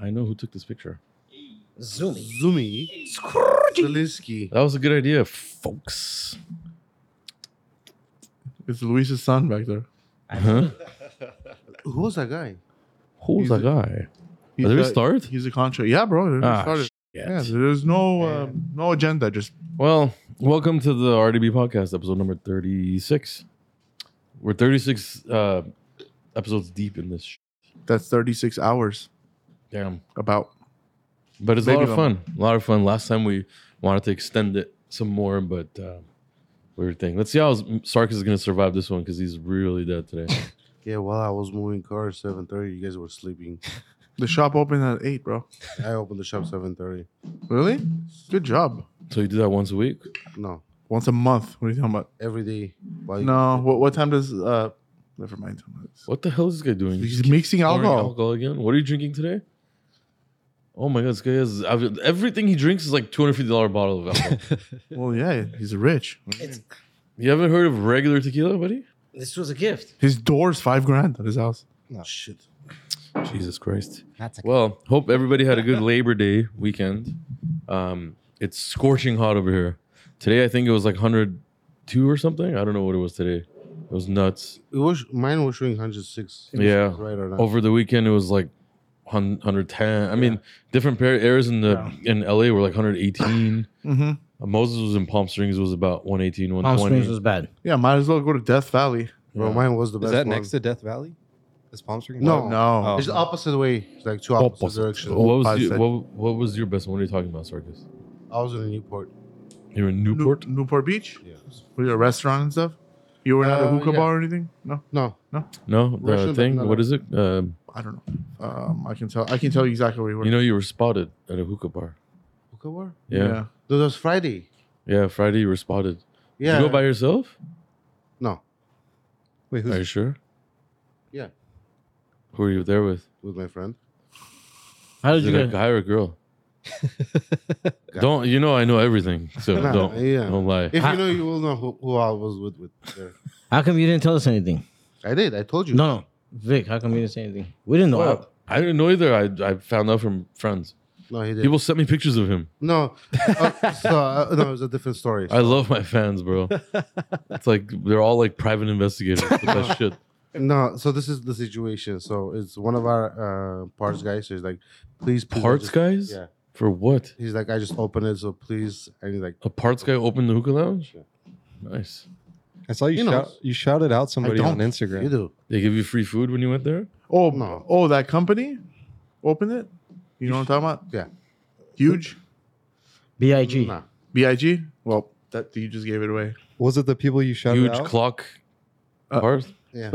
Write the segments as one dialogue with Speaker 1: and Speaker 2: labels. Speaker 1: I know who took this picture.
Speaker 2: Zoomy.
Speaker 3: Zumi Zelinsky.
Speaker 1: That was a good idea, folks.
Speaker 3: It's Luis's son back there.
Speaker 1: Huh?
Speaker 3: Who was that guy?
Speaker 1: Who's
Speaker 3: He's
Speaker 1: that
Speaker 3: a-
Speaker 1: guy?
Speaker 3: He's
Speaker 1: Did we
Speaker 3: a-
Speaker 1: start?
Speaker 3: He's a contract. Yeah, bro. they
Speaker 1: Ah,
Speaker 3: started.
Speaker 1: shit.
Speaker 3: Yeah, there's no um, no agenda. Just
Speaker 1: Well, welcome to the RDB podcast, episode number 36. We're 36 uh, episodes deep in this. Sh-
Speaker 3: that's 36 hours.
Speaker 1: Damn.
Speaker 3: About
Speaker 1: But it's a lot
Speaker 3: Maybe
Speaker 1: of fun. A lot of fun. Last time we wanted to extend it some more, but uh, we were thinking, let's see how Sarkis is going to survive this one because he's really dead today.
Speaker 4: Yeah, while I was moving cars, seven thirty, you guys were sleeping.
Speaker 3: the shop opened at eight, bro.
Speaker 4: I opened the shop seven thirty.
Speaker 3: Really? Good job.
Speaker 1: so you do that once a week?
Speaker 4: No,
Speaker 3: Once a month. What are you talking about?
Speaker 4: every day. Like,
Speaker 3: No. What what time does uh? Never mind.
Speaker 1: What the hell is this guy doing?
Speaker 3: He's mixing
Speaker 1: Pouring
Speaker 3: alcohol.
Speaker 1: again. What are you drinking today? Oh my god, this guy has I've- everything he drinks is like two hundred fifty dollar bottle of alcohol.
Speaker 3: Well, yeah, he's rich.
Speaker 2: It's,
Speaker 1: you haven't heard of regular tequila, buddy?
Speaker 2: this was a gift.
Speaker 3: His door's five grand at his house.
Speaker 4: no shit.
Speaker 1: Jesus Christ.
Speaker 2: That's a
Speaker 1: Well, hope everybody had a good Labor Day weekend. Um, it's scorching hot over here. Today I think it was like hundred two or something. I don't know what it was today. It was nuts.
Speaker 4: It was mine was showing hundred six.
Speaker 1: Yeah.
Speaker 4: right or not?
Speaker 1: Over the weekend it was like 110. I mean, different pair areas in the in LA were like 118.
Speaker 3: Mm-hmm.
Speaker 1: Uh, Moses was in Palm Springs was about 118,
Speaker 2: Palm
Speaker 1: 120.
Speaker 2: Springs was bad.
Speaker 3: Yeah, might as well go to Death Valley.
Speaker 4: Bro,
Speaker 1: Yeah.
Speaker 4: mine was the
Speaker 5: Is
Speaker 4: best.
Speaker 5: that
Speaker 4: one.
Speaker 5: next to Death Valley? Is Palm Springs?
Speaker 4: No.
Speaker 3: No.
Speaker 5: Oh.
Speaker 4: It's the opposite way. It's like two opposite,
Speaker 1: Opposite.
Speaker 4: directions.
Speaker 1: What was
Speaker 3: Opposite.
Speaker 1: your, what, what was your best one? What are you talking about, Sarkis?
Speaker 4: I was in Newport.
Speaker 1: You were in
Speaker 3: New-
Speaker 1: Newport.
Speaker 3: Newport Beach?
Speaker 4: Yeah.
Speaker 3: With a restaurant and stuff? You were not at a
Speaker 4: Uh,
Speaker 3: hookah
Speaker 4: yeah.
Speaker 3: bar or anything? No?
Speaker 4: No,
Speaker 1: No, the
Speaker 4: Russian,
Speaker 1: thing.
Speaker 4: no, no.
Speaker 1: What is it? Um,
Speaker 3: I don't know. Um, I can tell I can tell you exactly where you were.
Speaker 1: you know, you were spotted at a hookah bar.
Speaker 4: hookah bar.
Speaker 1: Yeah, yeah.
Speaker 4: No, that was Friday.
Speaker 1: Friday, you were spotted.
Speaker 4: Yeah.
Speaker 1: Did you go by yourself?
Speaker 4: no,
Speaker 5: Wait,
Speaker 1: Are you
Speaker 5: who's
Speaker 1: sure?
Speaker 4: Yeah.
Speaker 1: Who are you there with?
Speaker 4: with my friend.
Speaker 2: How did
Speaker 1: Is
Speaker 2: you
Speaker 1: it a
Speaker 2: get?
Speaker 1: guy or a girl?
Speaker 4: Guy.
Speaker 1: Don't you know? I know everything, so
Speaker 4: Nah,
Speaker 1: don't
Speaker 4: yeah.
Speaker 1: don't lie.
Speaker 4: If
Speaker 2: I-
Speaker 4: you know, you will know who, who I was with. With there.
Speaker 2: How come you didn't tell us anything?
Speaker 4: I did. I told you.
Speaker 2: No, no, Vic. How come you didn't say anything? We didn't know.
Speaker 1: Well, I didn't know either. I, I found out from friends.
Speaker 4: no, he did.
Speaker 1: People sent me pictures of him.
Speaker 4: No, uh, so uh, no, it was a different story.
Speaker 1: I love my fans, bro. it's like they're all like private investigators. The best shit.
Speaker 4: No, so this is the situation. So it's one of our uh, parts guys. So he's like, please, please I
Speaker 1: Parts
Speaker 4: just-
Speaker 1: guys?
Speaker 4: Yeah.
Speaker 1: For what?
Speaker 4: He's like, I just opened it, so please. And he's like,
Speaker 1: A parts guy opened the hookah lounge?
Speaker 4: Yeah.
Speaker 1: Nice.
Speaker 5: I saw you
Speaker 4: You know.
Speaker 5: shout, you shouted out somebody on
Speaker 4: don't.
Speaker 5: Instagram.
Speaker 4: you do.
Speaker 1: They give you free food when you went there?
Speaker 3: oh
Speaker 4: No.
Speaker 3: oh that company opened it? You know what I'm talking about?
Speaker 4: Yeah.
Speaker 3: Huge?
Speaker 2: Big. I
Speaker 4: Nah.
Speaker 3: BIG? Well, that you just gave it away.
Speaker 5: Was it the people you shouted
Speaker 1: Huge
Speaker 5: out?
Speaker 1: clock.
Speaker 3: Uh,
Speaker 1: parts?
Speaker 4: Yeah.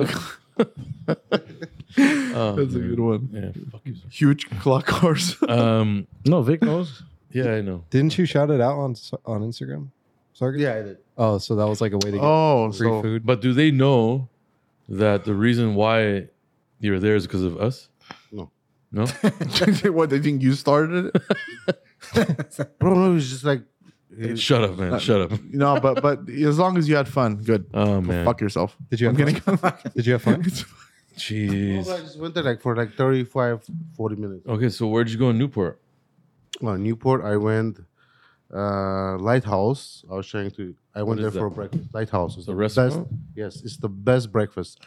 Speaker 1: Oh,
Speaker 3: That's a
Speaker 1: man.
Speaker 3: good one.
Speaker 1: Yeah, fuck you. sir.
Speaker 3: Huge clock horse.
Speaker 1: Um,
Speaker 2: No, Vic knows.
Speaker 1: yeah, I know.
Speaker 5: Didn't you shout it out on s- on Instagram? Sorry.
Speaker 4: yeah, I did.
Speaker 5: Oh, so that was like a way to get
Speaker 3: oh,
Speaker 5: free
Speaker 3: so
Speaker 5: food.
Speaker 1: But do they know that the reason why you're there is because of us?
Speaker 4: No.
Speaker 1: No?
Speaker 3: what they think you started it?
Speaker 4: Bro, no, he's just like, he-
Speaker 1: Shut up, man. Shut up.
Speaker 3: No, but but as long as you had fun, good.
Speaker 1: Oh,
Speaker 3: Go
Speaker 1: man.
Speaker 3: fuck yourself.
Speaker 5: Did you
Speaker 3: I'm
Speaker 5: have
Speaker 3: gonna come
Speaker 5: Did you have fun?
Speaker 4: No, but I
Speaker 1: Jeez.
Speaker 4: just went there like for like 35, 40 minutes.
Speaker 1: Okay, so where'd you go in Newport?
Speaker 4: Well, Newport, I went uh lighthouse i was trying to i went
Speaker 1: is
Speaker 4: there for
Speaker 1: that?
Speaker 4: breakfast lighthouse is
Speaker 1: The
Speaker 4: best
Speaker 1: restaurant?
Speaker 4: yes it's the best breakfast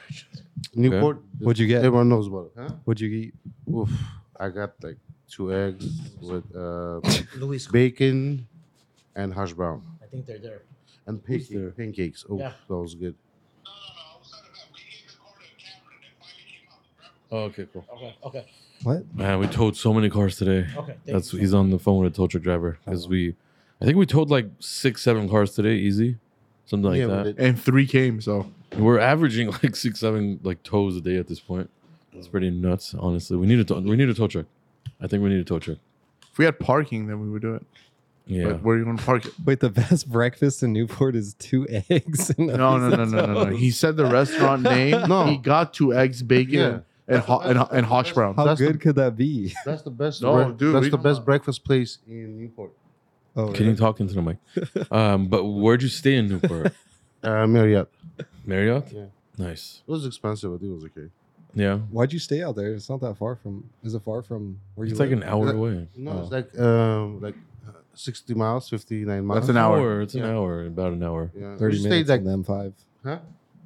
Speaker 4: newport
Speaker 5: What'd you get?
Speaker 4: everyone knows about it huh?
Speaker 5: What'd you eat?
Speaker 4: Oof, I got like two eggs with uh,
Speaker 2: Luis.
Speaker 4: bacon and hash brown
Speaker 2: I think they're there.
Speaker 4: and
Speaker 1: Who's there?
Speaker 4: pancake, pancakes. Oh,
Speaker 2: Yeah.
Speaker 4: that was good.
Speaker 1: Oh, okay, cool.
Speaker 2: Okay. Okay.
Speaker 5: What?
Speaker 1: Man, we towed so many cars today.
Speaker 2: Okay.
Speaker 1: That's he's on the phone with a tow truck driver because we, I think we towed like six, seven cars today, easy, something like
Speaker 4: yeah,
Speaker 1: that.
Speaker 4: with it.
Speaker 3: and three came, so
Speaker 1: We're averaging like six, seven like tows a day at this point. It's pretty nuts, honestly. We need a tow, we need a tow truck. I think we need a tow truck.
Speaker 3: if we had parking, then we would do it.
Speaker 1: Yeah,
Speaker 3: But where you gonna park it?
Speaker 5: Wait, the best breakfast in Newport is two eggs. And
Speaker 3: No, no, no, no, no, no. He said the restaurant name.
Speaker 4: No.
Speaker 3: he got two eggs, bacon,
Speaker 4: Yeah.
Speaker 3: and, ho- and and hash brown.
Speaker 5: How
Speaker 4: That's the-
Speaker 5: good could that be?
Speaker 4: That's the best.
Speaker 3: No,
Speaker 4: break-
Speaker 3: dude,
Speaker 4: that's
Speaker 3: we-
Speaker 4: the best breakfast place in Newport.
Speaker 5: Oh,
Speaker 1: can you talk into the mic? Um, but where'd you stay in Newport?
Speaker 4: Uh, Marriott.
Speaker 1: Marriott.
Speaker 4: Yeah.
Speaker 1: Nice.
Speaker 4: It was expensive, but it was okay.
Speaker 1: Yeah.
Speaker 5: Why'd you stay out there? It's not that far from. Is it far from where you?
Speaker 1: It's like
Speaker 5: live?
Speaker 1: an hour
Speaker 4: That-
Speaker 1: away.
Speaker 4: No,
Speaker 5: Oh.
Speaker 4: it's like um like uh, sixty miles, fifty nine miles.
Speaker 3: That's an hour.
Speaker 1: It's an
Speaker 4: Yeah.
Speaker 1: hour. About an hour.
Speaker 4: Yeah.
Speaker 5: thirty
Speaker 4: we
Speaker 5: minutes
Speaker 4: stayed like
Speaker 5: on the M five.
Speaker 4: huh?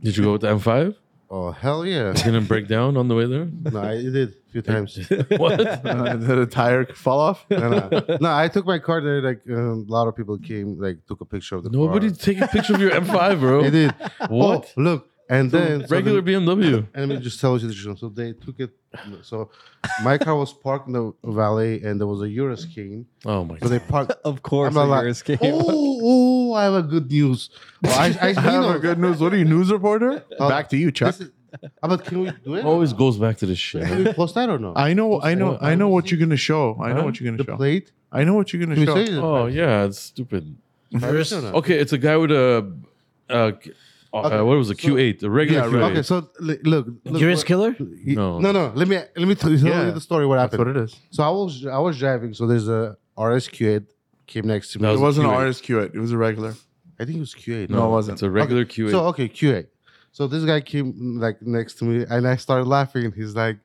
Speaker 1: Did you go with the M5?
Speaker 4: Oh hell yeah!
Speaker 1: Didn't break down on the way there?
Speaker 4: no, I did a few times.
Speaker 1: what?
Speaker 3: Uh, did the tire fall off?
Speaker 4: no, no. No, I took my car there. Like um, a lot of people came, like took a picture of the
Speaker 1: Nobody
Speaker 4: car.
Speaker 1: take a picture of your M5, bro.
Speaker 4: They did.
Speaker 1: What?
Speaker 4: Oh, look, and then so
Speaker 1: Regular
Speaker 4: then-
Speaker 1: BMW.
Speaker 4: and let me just tell you the truth. So they took it. So my car was parked in the valet, and there was a Urus came.
Speaker 1: Oh my
Speaker 4: So
Speaker 1: god.
Speaker 4: they parked.
Speaker 5: Of course,
Speaker 4: I'm not
Speaker 5: I
Speaker 4: lying.
Speaker 5: hear escape.
Speaker 4: Oh, oh, I have a good news. Oh, I, I,
Speaker 3: I
Speaker 4: you
Speaker 3: have
Speaker 4: know,
Speaker 3: a good news. What are you, news reporter?
Speaker 4: Oh,
Speaker 3: Back to you, Chuck. Oh,
Speaker 4: this is- I'm like, can we do it?
Speaker 1: Always goes back to this shit.
Speaker 4: Can we post that or no?
Speaker 3: I know, I know,
Speaker 1: What?
Speaker 3: I know what you're gonna show. I know
Speaker 1: Huh?
Speaker 3: what you're
Speaker 4: the
Speaker 3: gonna show.
Speaker 4: plate.
Speaker 3: I know what you're
Speaker 4: Can we
Speaker 3: gonna
Speaker 4: say
Speaker 3: show.
Speaker 4: it?
Speaker 1: Oh yeah, it's stupid.
Speaker 2: First,
Speaker 4: no, no.
Speaker 1: Okay, it's a guy with a, uh, c- uh,
Speaker 4: Okay,
Speaker 1: what was a
Speaker 4: so-
Speaker 1: Q8, a regular
Speaker 3: Yeah,
Speaker 1: Q8.
Speaker 4: Okay, so li- look, look
Speaker 2: Juris
Speaker 4: what-
Speaker 2: killer?
Speaker 4: he-
Speaker 1: No.
Speaker 4: no, no. Let me let me tell you, tell
Speaker 3: Yeah.
Speaker 4: you the story. What
Speaker 3: That's
Speaker 4: happened?
Speaker 3: what it is.
Speaker 4: So I was I was driving. So there's a RS Q8 came next to me.
Speaker 1: That
Speaker 3: It
Speaker 1: was a
Speaker 3: wasn't
Speaker 1: Q8.
Speaker 3: RS Q8. It was a regular.
Speaker 4: I think it was Q8.
Speaker 3: No, it wasn't.
Speaker 1: It's a regular Q8.
Speaker 4: So okay, Q8. So this guy came like next to me, and I started laughing. He's like,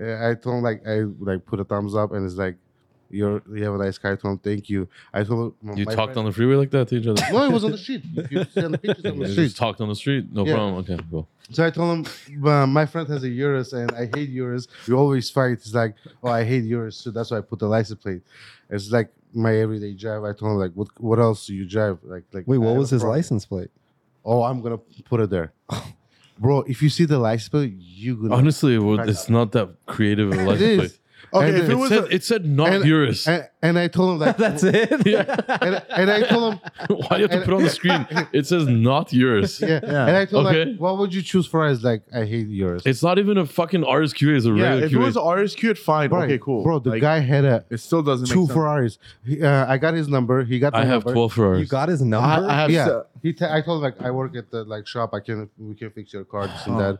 Speaker 4: uh, I told him like I like put a thumbs up, and it's like, you're you have a nice car. I told him thank you. I told him
Speaker 1: you
Speaker 4: my
Speaker 1: talked
Speaker 4: friend-
Speaker 1: on the freeway like that to each other?
Speaker 4: No, it was on the street. If you see on the pictures on
Speaker 1: You
Speaker 4: the
Speaker 1: just
Speaker 4: street.
Speaker 1: talked on the street? No
Speaker 4: Yeah.
Speaker 1: problem. Okay, cool.
Speaker 4: So I told him, uh, my friend has a Urus and I hate Urus. We always fight. He's like, oh, I hate Urus too. That's why I put the license plate. It's like my everyday drive. I told him like, what what else do you drive? Like like.
Speaker 5: Wait,
Speaker 4: I
Speaker 5: what
Speaker 4: have
Speaker 5: was
Speaker 4: a
Speaker 5: his
Speaker 4: problem.
Speaker 5: license plate?
Speaker 4: Oh, I'm gonna put it there, bro. If you see the license plate, you gonna.
Speaker 1: Honestly, it was-
Speaker 4: Right.
Speaker 1: it's not that creative of a license
Speaker 4: is.
Speaker 1: plate.
Speaker 3: Okay,
Speaker 4: And
Speaker 3: if
Speaker 4: then-
Speaker 3: it
Speaker 1: It
Speaker 3: was
Speaker 1: said,
Speaker 3: a-
Speaker 1: it said not
Speaker 4: and-
Speaker 1: yours.
Speaker 4: and, and I told him like
Speaker 5: That's it.
Speaker 1: Yeah.
Speaker 4: and, and I told him
Speaker 1: Why do you have to put on the screen? It says not yours.
Speaker 4: yeah, and I told him
Speaker 1: Okay.
Speaker 4: like, what would you choose for us? Like I hate Urus.
Speaker 1: It's not even a fucking RSQ. It's a
Speaker 3: Yeah,
Speaker 1: regular
Speaker 3: if it was
Speaker 1: Q8.
Speaker 3: RS Q8, fine.
Speaker 4: Bro,
Speaker 3: Okay, cool.
Speaker 4: Bro, the
Speaker 3: Like,
Speaker 4: guy had a
Speaker 3: It still doesn't
Speaker 4: two
Speaker 3: make sense.
Speaker 4: Ferraris. He, uh, I got his number. He got.
Speaker 1: I
Speaker 4: my
Speaker 1: have
Speaker 4: number.
Speaker 1: 12 for
Speaker 5: You got his number.
Speaker 3: I, I have
Speaker 4: yeah,
Speaker 3: se-
Speaker 4: he. T- I told him like I work at the like shop. I can we can fix your car this and that.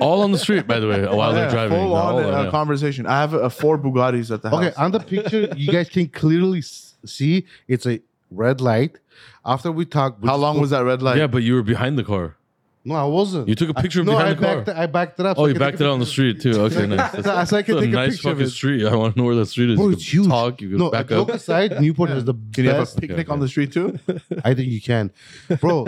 Speaker 1: All on the street, by the way, while they're
Speaker 3: yeah,
Speaker 1: driving.
Speaker 3: Full
Speaker 1: All
Speaker 3: on
Speaker 1: on,
Speaker 3: uh,
Speaker 1: yeah.
Speaker 3: conversation. I have uh, four Bugattis at the house.
Speaker 4: Okay, on the picture you guys can clearly s- see it's a red light. After we talk,
Speaker 3: How long was that red light?
Speaker 1: yeah, but you were behind the car.
Speaker 4: No, I wasn't.
Speaker 1: You took a picture
Speaker 4: I, no,
Speaker 1: behind
Speaker 4: I
Speaker 1: the car.
Speaker 4: backed. I backed it up.
Speaker 1: oh,
Speaker 4: so I
Speaker 1: you
Speaker 4: can take
Speaker 1: backed
Speaker 4: a
Speaker 1: it on the
Speaker 4: picture.
Speaker 1: street too. Okay, nice. That's,
Speaker 4: So, so I can
Speaker 1: that's a
Speaker 4: take a
Speaker 1: nice
Speaker 4: picture of
Speaker 1: fucking
Speaker 4: it.
Speaker 1: street. I want to know where that street is.
Speaker 4: Bro,
Speaker 1: you
Speaker 4: it's huge.
Speaker 1: talk. You can
Speaker 4: No,
Speaker 1: back
Speaker 4: joke
Speaker 1: up.
Speaker 4: aside, Newport
Speaker 3: Yeah.
Speaker 4: is the
Speaker 3: Can you have
Speaker 4: best.
Speaker 3: a picnic
Speaker 1: okay.
Speaker 3: on the street too?
Speaker 4: I think you can, bro.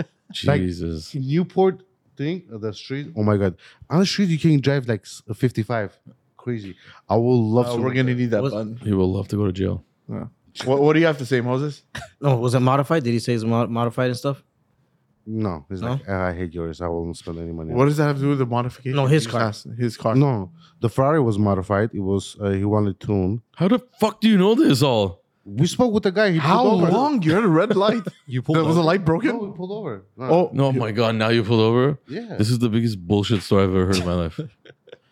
Speaker 4: like-
Speaker 1: Jesus.
Speaker 4: Newport thing, uh, the street. Oh my god, on the street you can drive like s- 55. Crazy. I will love
Speaker 3: Uh,
Speaker 4: to.
Speaker 3: we're
Speaker 4: work
Speaker 3: gonna
Speaker 4: there.
Speaker 3: need that
Speaker 2: Was-
Speaker 3: button.
Speaker 1: He will love to go to jail.
Speaker 3: What, what do you have to say, Moses?
Speaker 2: No, was it modified? Did he say it's mo- modified and stuff?
Speaker 4: No, he's like, "Ah, I hate yours. I won't spend any money. on
Speaker 3: What does that have to do with the modification?
Speaker 2: No, his
Speaker 3: You just
Speaker 2: car.
Speaker 3: asked. His car.
Speaker 4: it." No, the Ferrari was modified. It was uh, he wanted tune.
Speaker 1: How the fuck do you know this all?
Speaker 4: We spoke with the guy. He
Speaker 3: How
Speaker 4: pulled over.
Speaker 3: long? You're at a red light.
Speaker 5: you
Speaker 3: There was a light
Speaker 4: No,
Speaker 3: broken.
Speaker 4: we pulled over.
Speaker 3: Oh
Speaker 1: No, my God. Now you pulled over?
Speaker 4: yeah.
Speaker 1: This is the biggest bullshit story I've ever heard in my life.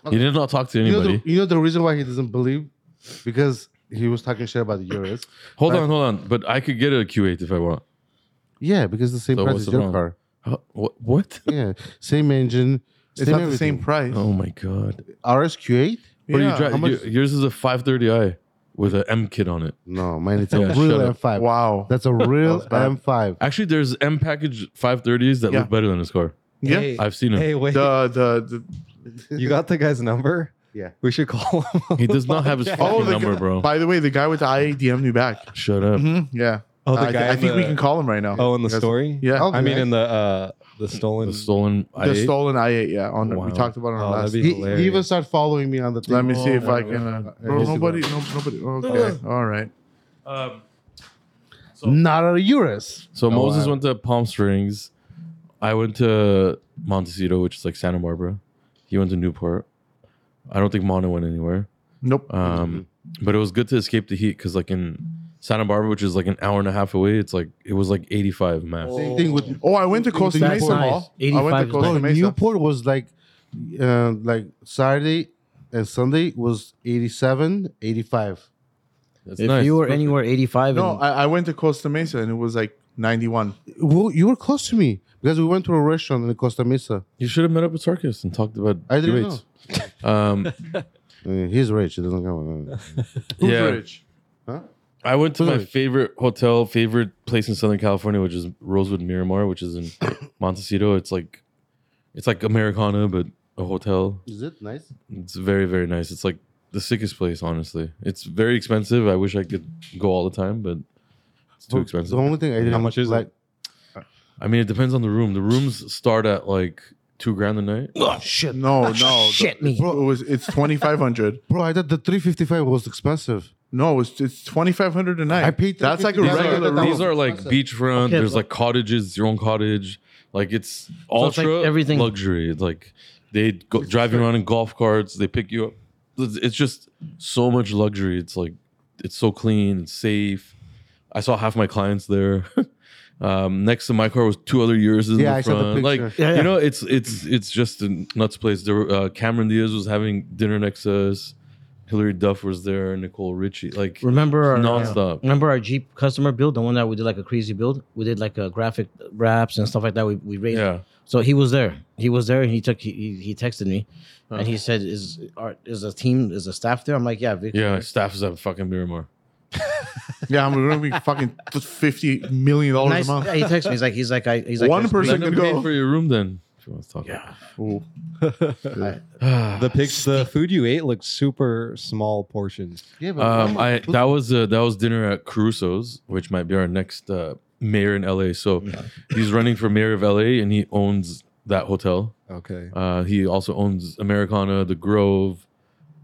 Speaker 1: He did not talk to
Speaker 4: you, know the,
Speaker 1: anybody.
Speaker 4: you know the reason why he doesn't believe because he was talking shit about the Urus.
Speaker 1: Hold on, hold on. But I could get a Q8 if I want.
Speaker 4: Yeah, because the same
Speaker 1: So
Speaker 4: price
Speaker 1: what's the
Speaker 4: as your
Speaker 1: problem?
Speaker 4: car.
Speaker 1: Huh? Wha- What?
Speaker 4: Yeah, same engine.
Speaker 3: it's not the same price.
Speaker 1: Oh my God.
Speaker 4: RSQ8.
Speaker 1: Or you
Speaker 3: Yeah,
Speaker 1: drive,
Speaker 3: how much-
Speaker 1: you- yours is a 530i with an M kit on it.
Speaker 4: No, man, it's a
Speaker 1: Yeah,
Speaker 4: real
Speaker 1: shut up.
Speaker 4: M5.
Speaker 3: Wow.
Speaker 4: That's a real
Speaker 3: was bad.
Speaker 4: M5.
Speaker 1: Actually, there's M package 530s that
Speaker 3: Yeah.
Speaker 1: look better than his car.
Speaker 3: yeah.
Speaker 5: Hey,
Speaker 1: I've seen him.
Speaker 5: hey, wait.
Speaker 3: The, the the
Speaker 5: You got the guy's number?
Speaker 4: Yeah.
Speaker 5: We should call him. on
Speaker 1: He
Speaker 5: the
Speaker 1: does not have his
Speaker 5: podcast.
Speaker 1: fucking
Speaker 3: oh, the
Speaker 1: number,
Speaker 3: guy-
Speaker 1: bro.
Speaker 3: By the way, the guy with the IADM me back.
Speaker 1: Shut up.
Speaker 3: hmm Yeah.
Speaker 5: Oh, the
Speaker 3: I,
Speaker 5: guy.
Speaker 3: I
Speaker 5: in
Speaker 3: think we
Speaker 5: the-
Speaker 3: can call him right now.
Speaker 5: Oh, in the
Speaker 3: Yes.
Speaker 5: story.
Speaker 3: Yeah.
Speaker 4: Oh,
Speaker 5: I mean,
Speaker 4: nice.
Speaker 5: in the uh the stolen.
Speaker 1: The stolen.
Speaker 3: the
Speaker 1: I8?
Speaker 3: stolen I8. Yeah. On
Speaker 1: Wow.
Speaker 3: we talked about it on
Speaker 5: Oh,
Speaker 3: last.
Speaker 5: that'd be
Speaker 4: He,
Speaker 5: hilarious.
Speaker 4: he even started following me on the thing.
Speaker 3: Let me see
Speaker 1: Oh
Speaker 3: if
Speaker 1: my
Speaker 3: I can.
Speaker 1: God.
Speaker 3: Uh, bro, nobody, no, nobody. Okay. All right.
Speaker 1: Um,
Speaker 4: Not a Urus.
Speaker 3: Oh,
Speaker 1: so Moses
Speaker 5: wow.
Speaker 1: went to Palm Springs. I went to Montecito, which is like Santa Barbara. He went to Newport. I don't think Mono went anywhere.
Speaker 3: Nope.
Speaker 1: Um,
Speaker 3: Mm-hmm.
Speaker 1: but it was good to escape the heat because like in Santa Barbara, which is like an hour and a half away, it's like it was like 85 max.
Speaker 4: Same thing with
Speaker 3: oh, I went to Costa
Speaker 4: That's
Speaker 3: Mesa
Speaker 2: nice.
Speaker 3: Mall. I went
Speaker 2: 85
Speaker 3: to
Speaker 2: is
Speaker 3: Costa
Speaker 4: Bro,
Speaker 3: Mesa.
Speaker 4: Newport was like, uh, like Saturday and Sunday was 87, 85.
Speaker 1: That's
Speaker 2: If
Speaker 1: nice.
Speaker 2: you were anywhere 85
Speaker 3: No,
Speaker 2: and
Speaker 3: I, I went to Costa Mesa and it was like 91.
Speaker 4: Well, you were close to me because we went to a restaurant in Costa Mesa.
Speaker 1: you should have met up with Sarkis and talked about
Speaker 4: I didn't
Speaker 1: debates. Um,
Speaker 4: Uh, he's rich. It doesn't uh, count.
Speaker 3: Who's
Speaker 1: Yeah.
Speaker 3: rich?
Speaker 1: I went to my
Speaker 4: Really?
Speaker 1: favorite hotel, favorite place in Southern California, which is Rosewood Miramar, which is in Montecito. It's like it's like Americana, but a hotel.
Speaker 4: Is it nice?
Speaker 1: It's very very nice. It's like the sickest place, honestly. It's very expensive. I wish I could go all the time, but it's too
Speaker 4: Well,
Speaker 1: expensive.
Speaker 4: The only thing I didn't
Speaker 5: much is it?
Speaker 4: like,
Speaker 1: I mean, it depends on the room. The rooms start at like two grand a night.
Speaker 2: Oh shit! Ah,
Speaker 3: No, no.
Speaker 2: Shit
Speaker 3: the-
Speaker 2: me.
Speaker 3: Bro, it was, it's 2500
Speaker 4: bro, I thought the 355 was expensive.
Speaker 3: No, it's, it's 2500 a night.
Speaker 4: I paid
Speaker 3: That's like a
Speaker 4: 350.
Speaker 3: regular
Speaker 4: These
Speaker 1: These
Speaker 3: room.
Speaker 4: Oh,
Speaker 1: are like
Speaker 4: awesome.
Speaker 1: beachfront.
Speaker 2: Okay,
Speaker 1: There's
Speaker 2: but-
Speaker 1: like cottages, your own cottage. Like it's
Speaker 2: it's
Speaker 1: ultra
Speaker 2: like everything-
Speaker 1: luxury. It's like they go, drive you around in golf carts. They pick you up. It's it's just so much luxury. It's like it's so clean and safe. I saw half my clients there. um, next to my car was two other yours in
Speaker 4: Yeah,
Speaker 1: the
Speaker 4: I saw
Speaker 1: front.
Speaker 4: the
Speaker 1: like
Speaker 4: picture.
Speaker 2: Yeah, yeah.
Speaker 1: you know, it's it's it's just a nuts place. There, were, uh, Cameron Diaz was having dinner next to us. Hillary Duff was there. Nicole Richie. Like
Speaker 2: Remember our uh,
Speaker 1: Nonstop.
Speaker 2: Remember our Jeep customer build, the one that we did like a crazy build. We did like a graphic wraps and stuff like that. We we raised.
Speaker 1: yeah.
Speaker 2: So he was there. He was there, and he took. He, he- he texted me, and he said, "Is are, is a team? Is a staff there?" I'm like, "Yeah, Vic."
Speaker 1: Yeah, staff is at fucking Miramar.
Speaker 3: Yeah, I'm going to be fucking $50 million
Speaker 2: Nice.
Speaker 3: a month.
Speaker 2: Yeah, he texted me. He's like, he's like, I, he's like,
Speaker 3: One
Speaker 2: I-
Speaker 1: Let
Speaker 3: person- Second
Speaker 1: them pay
Speaker 3: goal.
Speaker 1: for your room then. If you want to talk. Yeah.
Speaker 3: Ooh.
Speaker 5: The pics, the food you ate looked super small portions.
Speaker 4: Yeah, but
Speaker 1: Um,
Speaker 4: why
Speaker 1: I
Speaker 4: would-
Speaker 1: that was uh, that was dinner at Caruso's, which might be our next uh, mayor in LA. So he's running for mayor of LA, and he owns that hotel.
Speaker 5: Okay.
Speaker 1: Uh, he also owns Americana, The Grove.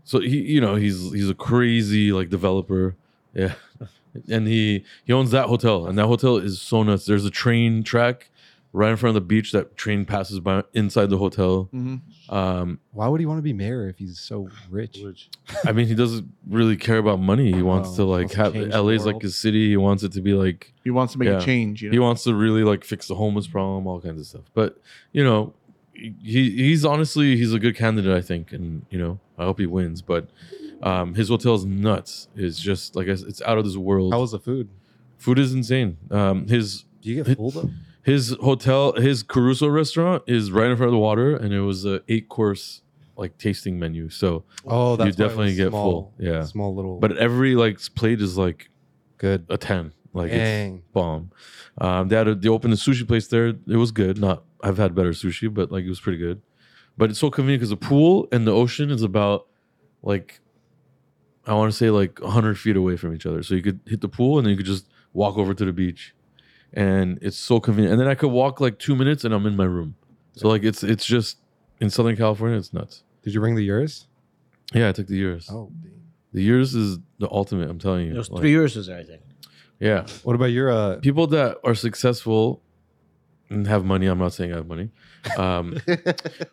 Speaker 1: So he, you know, he's he's a crazy like developer. Yeah, and he he owns that hotel, and that hotel is so nuts. There's a train track right in front of the beach. That train passes by inside the hotel.
Speaker 3: Mhm.
Speaker 1: Um,
Speaker 5: Why would he want to be mayor if he's so rich?
Speaker 4: Which-
Speaker 1: I mean, he doesn't really care about money. He wants
Speaker 5: Oh,
Speaker 1: to like
Speaker 5: wants to
Speaker 1: have
Speaker 5: change the
Speaker 1: LA's like
Speaker 5: world.
Speaker 1: his city. He wants it to be like
Speaker 3: He wants to make
Speaker 1: Yeah.
Speaker 3: a change. You know?
Speaker 1: he wants to really like fix the homeless problem, all kinds of stuff. But you know, he he's honestly he's a good candidate, I think, and you know, I hope he wins. But um, his hotel's nuts. It's just like I s- it's out of this world.
Speaker 5: How was the food?
Speaker 1: Food is insane. Um, his
Speaker 5: Do you get full though?
Speaker 1: his hotel, his Caruso restaurant is right in front of the water, and it was a eight course like tasting menu. So,
Speaker 5: Oh, that's why it
Speaker 1: definitely
Speaker 5: was
Speaker 1: get
Speaker 5: small-
Speaker 1: full, yeah.
Speaker 5: small little,
Speaker 1: but every like plate is like
Speaker 5: good.
Speaker 1: a 10 like it's
Speaker 5: Dang.
Speaker 1: bomb um they had a, they opened a sushi place there it was good not i've had better sushi but like it was pretty good but it's so convenient because the pool and the ocean is about like i want to say like 100 feet away from each other so you could hit the pool and then you could just walk over to the beach and it's so convenient and then i could walk like two minutes and i'm in my room so like it's it's just in southern california it's nuts
Speaker 5: Did you bring the yours?
Speaker 1: yeah i took the years
Speaker 5: Oh,
Speaker 1: the years is the ultimate i'm telling you
Speaker 2: It was
Speaker 1: Like,
Speaker 2: three years, was there, I think.
Speaker 1: yeah
Speaker 5: what about your? Uh,
Speaker 1: people that are successful and have money i'm not saying i have money um,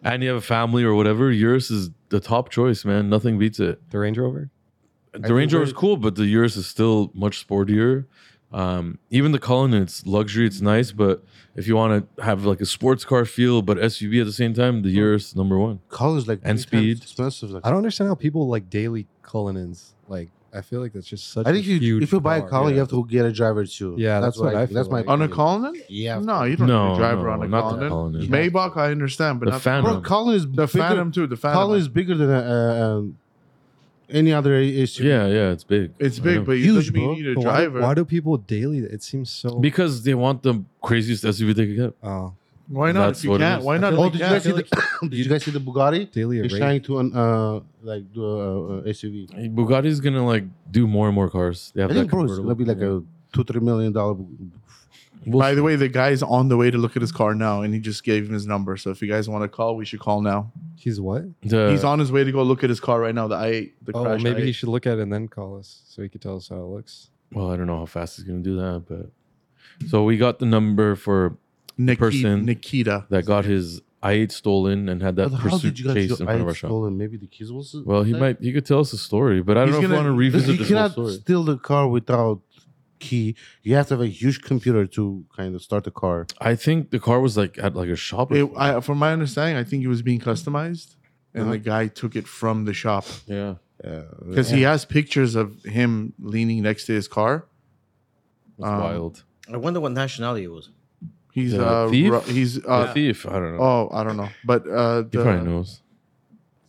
Speaker 1: and you have a family or whatever yours is the top choice man nothing beats it
Speaker 5: the Range Rover?
Speaker 1: the
Speaker 4: think
Speaker 1: range rover is
Speaker 4: we're-
Speaker 1: cool but the yours is still much sportier um, even the cullinan it's luxury it's nice but if you want to have like a sports car feel but suv at the same time the yours is number one
Speaker 4: college like
Speaker 1: And
Speaker 4: three
Speaker 1: speed.
Speaker 4: times expensive. Like,
Speaker 5: I don't understand how people like daily Cullinans. Like, I feel like that's just such.
Speaker 4: I think
Speaker 5: a
Speaker 4: you,
Speaker 5: huge
Speaker 4: if you buy a
Speaker 5: car,
Speaker 4: car,
Speaker 5: yeah.
Speaker 4: you have to get a driver too.
Speaker 5: Yeah, that's what I
Speaker 4: think. That's
Speaker 5: feel
Speaker 4: my
Speaker 5: like.
Speaker 3: on a
Speaker 4: opinion.
Speaker 3: Cullinan?
Speaker 2: Yeah.
Speaker 3: No, you don't
Speaker 1: No,
Speaker 3: need to drive
Speaker 1: no,
Speaker 3: around a
Speaker 1: not the
Speaker 3: Cullinan.
Speaker 1: Cullinan.
Speaker 3: Maybach, I understand, but
Speaker 1: The
Speaker 3: not
Speaker 1: Phantom.
Speaker 4: Bro, Colin is
Speaker 3: the
Speaker 4: bigger-
Speaker 3: Phantom too. The Phantom.
Speaker 4: Colin is bigger than uh, uh, um, any other SUV.
Speaker 1: yeah yeah it's big
Speaker 3: it's
Speaker 1: I
Speaker 3: big,
Speaker 1: know.
Speaker 3: but you
Speaker 4: Huge,
Speaker 3: doesn't mean
Speaker 4: bro.
Speaker 3: you need a
Speaker 5: But why, do-
Speaker 3: driver.
Speaker 5: why do people daily? It seems so.
Speaker 1: because they want the craziest suv they could get
Speaker 5: oh,
Speaker 3: Why not?
Speaker 1: That's
Speaker 3: If you
Speaker 1: what it
Speaker 3: can't,
Speaker 1: is.
Speaker 3: why not?
Speaker 4: Oh,
Speaker 3: if
Speaker 4: did you
Speaker 3: you can?
Speaker 4: guys see the? did you guys see the Bugatti?
Speaker 5: daily
Speaker 4: It's
Speaker 5: rate.
Speaker 4: trying to an uh, like do a, uh SUV.
Speaker 1: bugatti's gonna like do more and more cars they have
Speaker 4: I
Speaker 1: that
Speaker 4: think bro, it's
Speaker 1: convertible.
Speaker 4: gonna be like a two three million dollar. bu-
Speaker 1: We'll
Speaker 3: By the way, the guy's on the way to look at his car now, and he just gave him his number. So if you guys want to call, we should call now.
Speaker 5: He's what?
Speaker 1: the-
Speaker 3: He's on his way to go look at his car right now. The i8, the
Speaker 5: Oh,
Speaker 3: crash.
Speaker 5: maybe
Speaker 3: i8.
Speaker 5: he should look at it and then call us so he could tell us how it looks.
Speaker 1: Well, I don't know how fast he's gonna do that, but so we got the number for
Speaker 3: Nikita,
Speaker 1: person-
Speaker 3: Nikita.
Speaker 1: that got his i8 stolen and had that
Speaker 4: But how
Speaker 1: pursuit
Speaker 4: did you guys
Speaker 1: chase
Speaker 4: go?
Speaker 1: in
Speaker 4: I
Speaker 1: front of our shop.
Speaker 4: stolen. Maybe the kids was.
Speaker 1: Well, he
Speaker 4: like-
Speaker 1: might he could tell us the story, but I don't
Speaker 3: He's
Speaker 1: know if we
Speaker 3: gonna-
Speaker 1: want to revisit
Speaker 4: You
Speaker 1: this whole
Speaker 4: cannot
Speaker 1: story.
Speaker 4: steal the car without key. You have to have a huge computer to kind of start the car.
Speaker 1: I think the car was like at like a shop. or
Speaker 3: It,
Speaker 1: something.
Speaker 3: I, from my understanding, I think he was being customized, and
Speaker 4: Uh-huh.
Speaker 3: the guy took it from the shop
Speaker 1: yeah,
Speaker 4: Uh,
Speaker 3: because he has pictures of him leaning next to his car.
Speaker 1: that's
Speaker 3: Um,
Speaker 1: wild.
Speaker 2: I wonder what nationality it was.
Speaker 3: He's
Speaker 1: The
Speaker 3: uh,
Speaker 1: thief?
Speaker 3: Ru- he's
Speaker 1: the
Speaker 3: uh,
Speaker 1: thief. I don't know.
Speaker 3: oh, I don't know, but uh,
Speaker 1: he probably
Speaker 3: the,
Speaker 1: knows.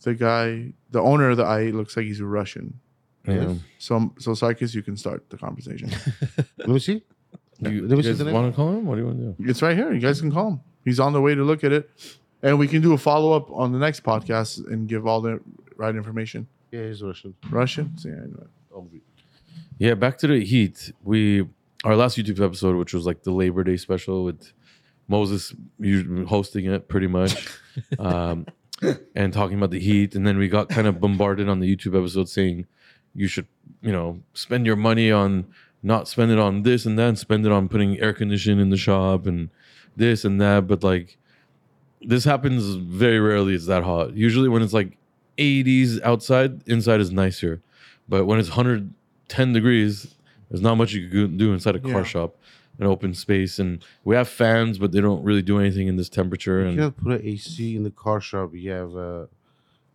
Speaker 3: the guy, the owner of the i8 looks like he's Russian.
Speaker 1: Yeah.
Speaker 3: So, so Sarkis, you can start the conversation.
Speaker 4: Let me see.
Speaker 1: You,
Speaker 4: Let me
Speaker 1: you
Speaker 4: see
Speaker 1: guys
Speaker 4: the name.
Speaker 1: want to call him? What do you want to do?
Speaker 3: it's right here. You guys can call him. He's on the way to look at it. And we can do a follow up on the next podcast and give all the right information.
Speaker 4: Yeah, he's Russian.
Speaker 3: Russian? So, yeah, I know.
Speaker 1: Yeah, back to the heat. We our last YouTube episode, which was like the Labor Day special with Moses you- hosting it pretty much, um, and talking about the heat, and then we got kind of bombarded on the YouTube episode saying you should, you know, spend your money on not spend it on this and that, and spend it on putting air conditioning in the shop and this and that, but like. This happens very rarely. It's that hot. Usually, when it's like 80s outside, inside is nicer. But when it's 100, 10 degrees, there's not much you can do inside a car
Speaker 3: Yeah.
Speaker 1: shop, an open space. And we have fans, but they don't really do anything in this temperature.
Speaker 4: You
Speaker 1: And
Speaker 4: cannot put an AC in the car shop. You have a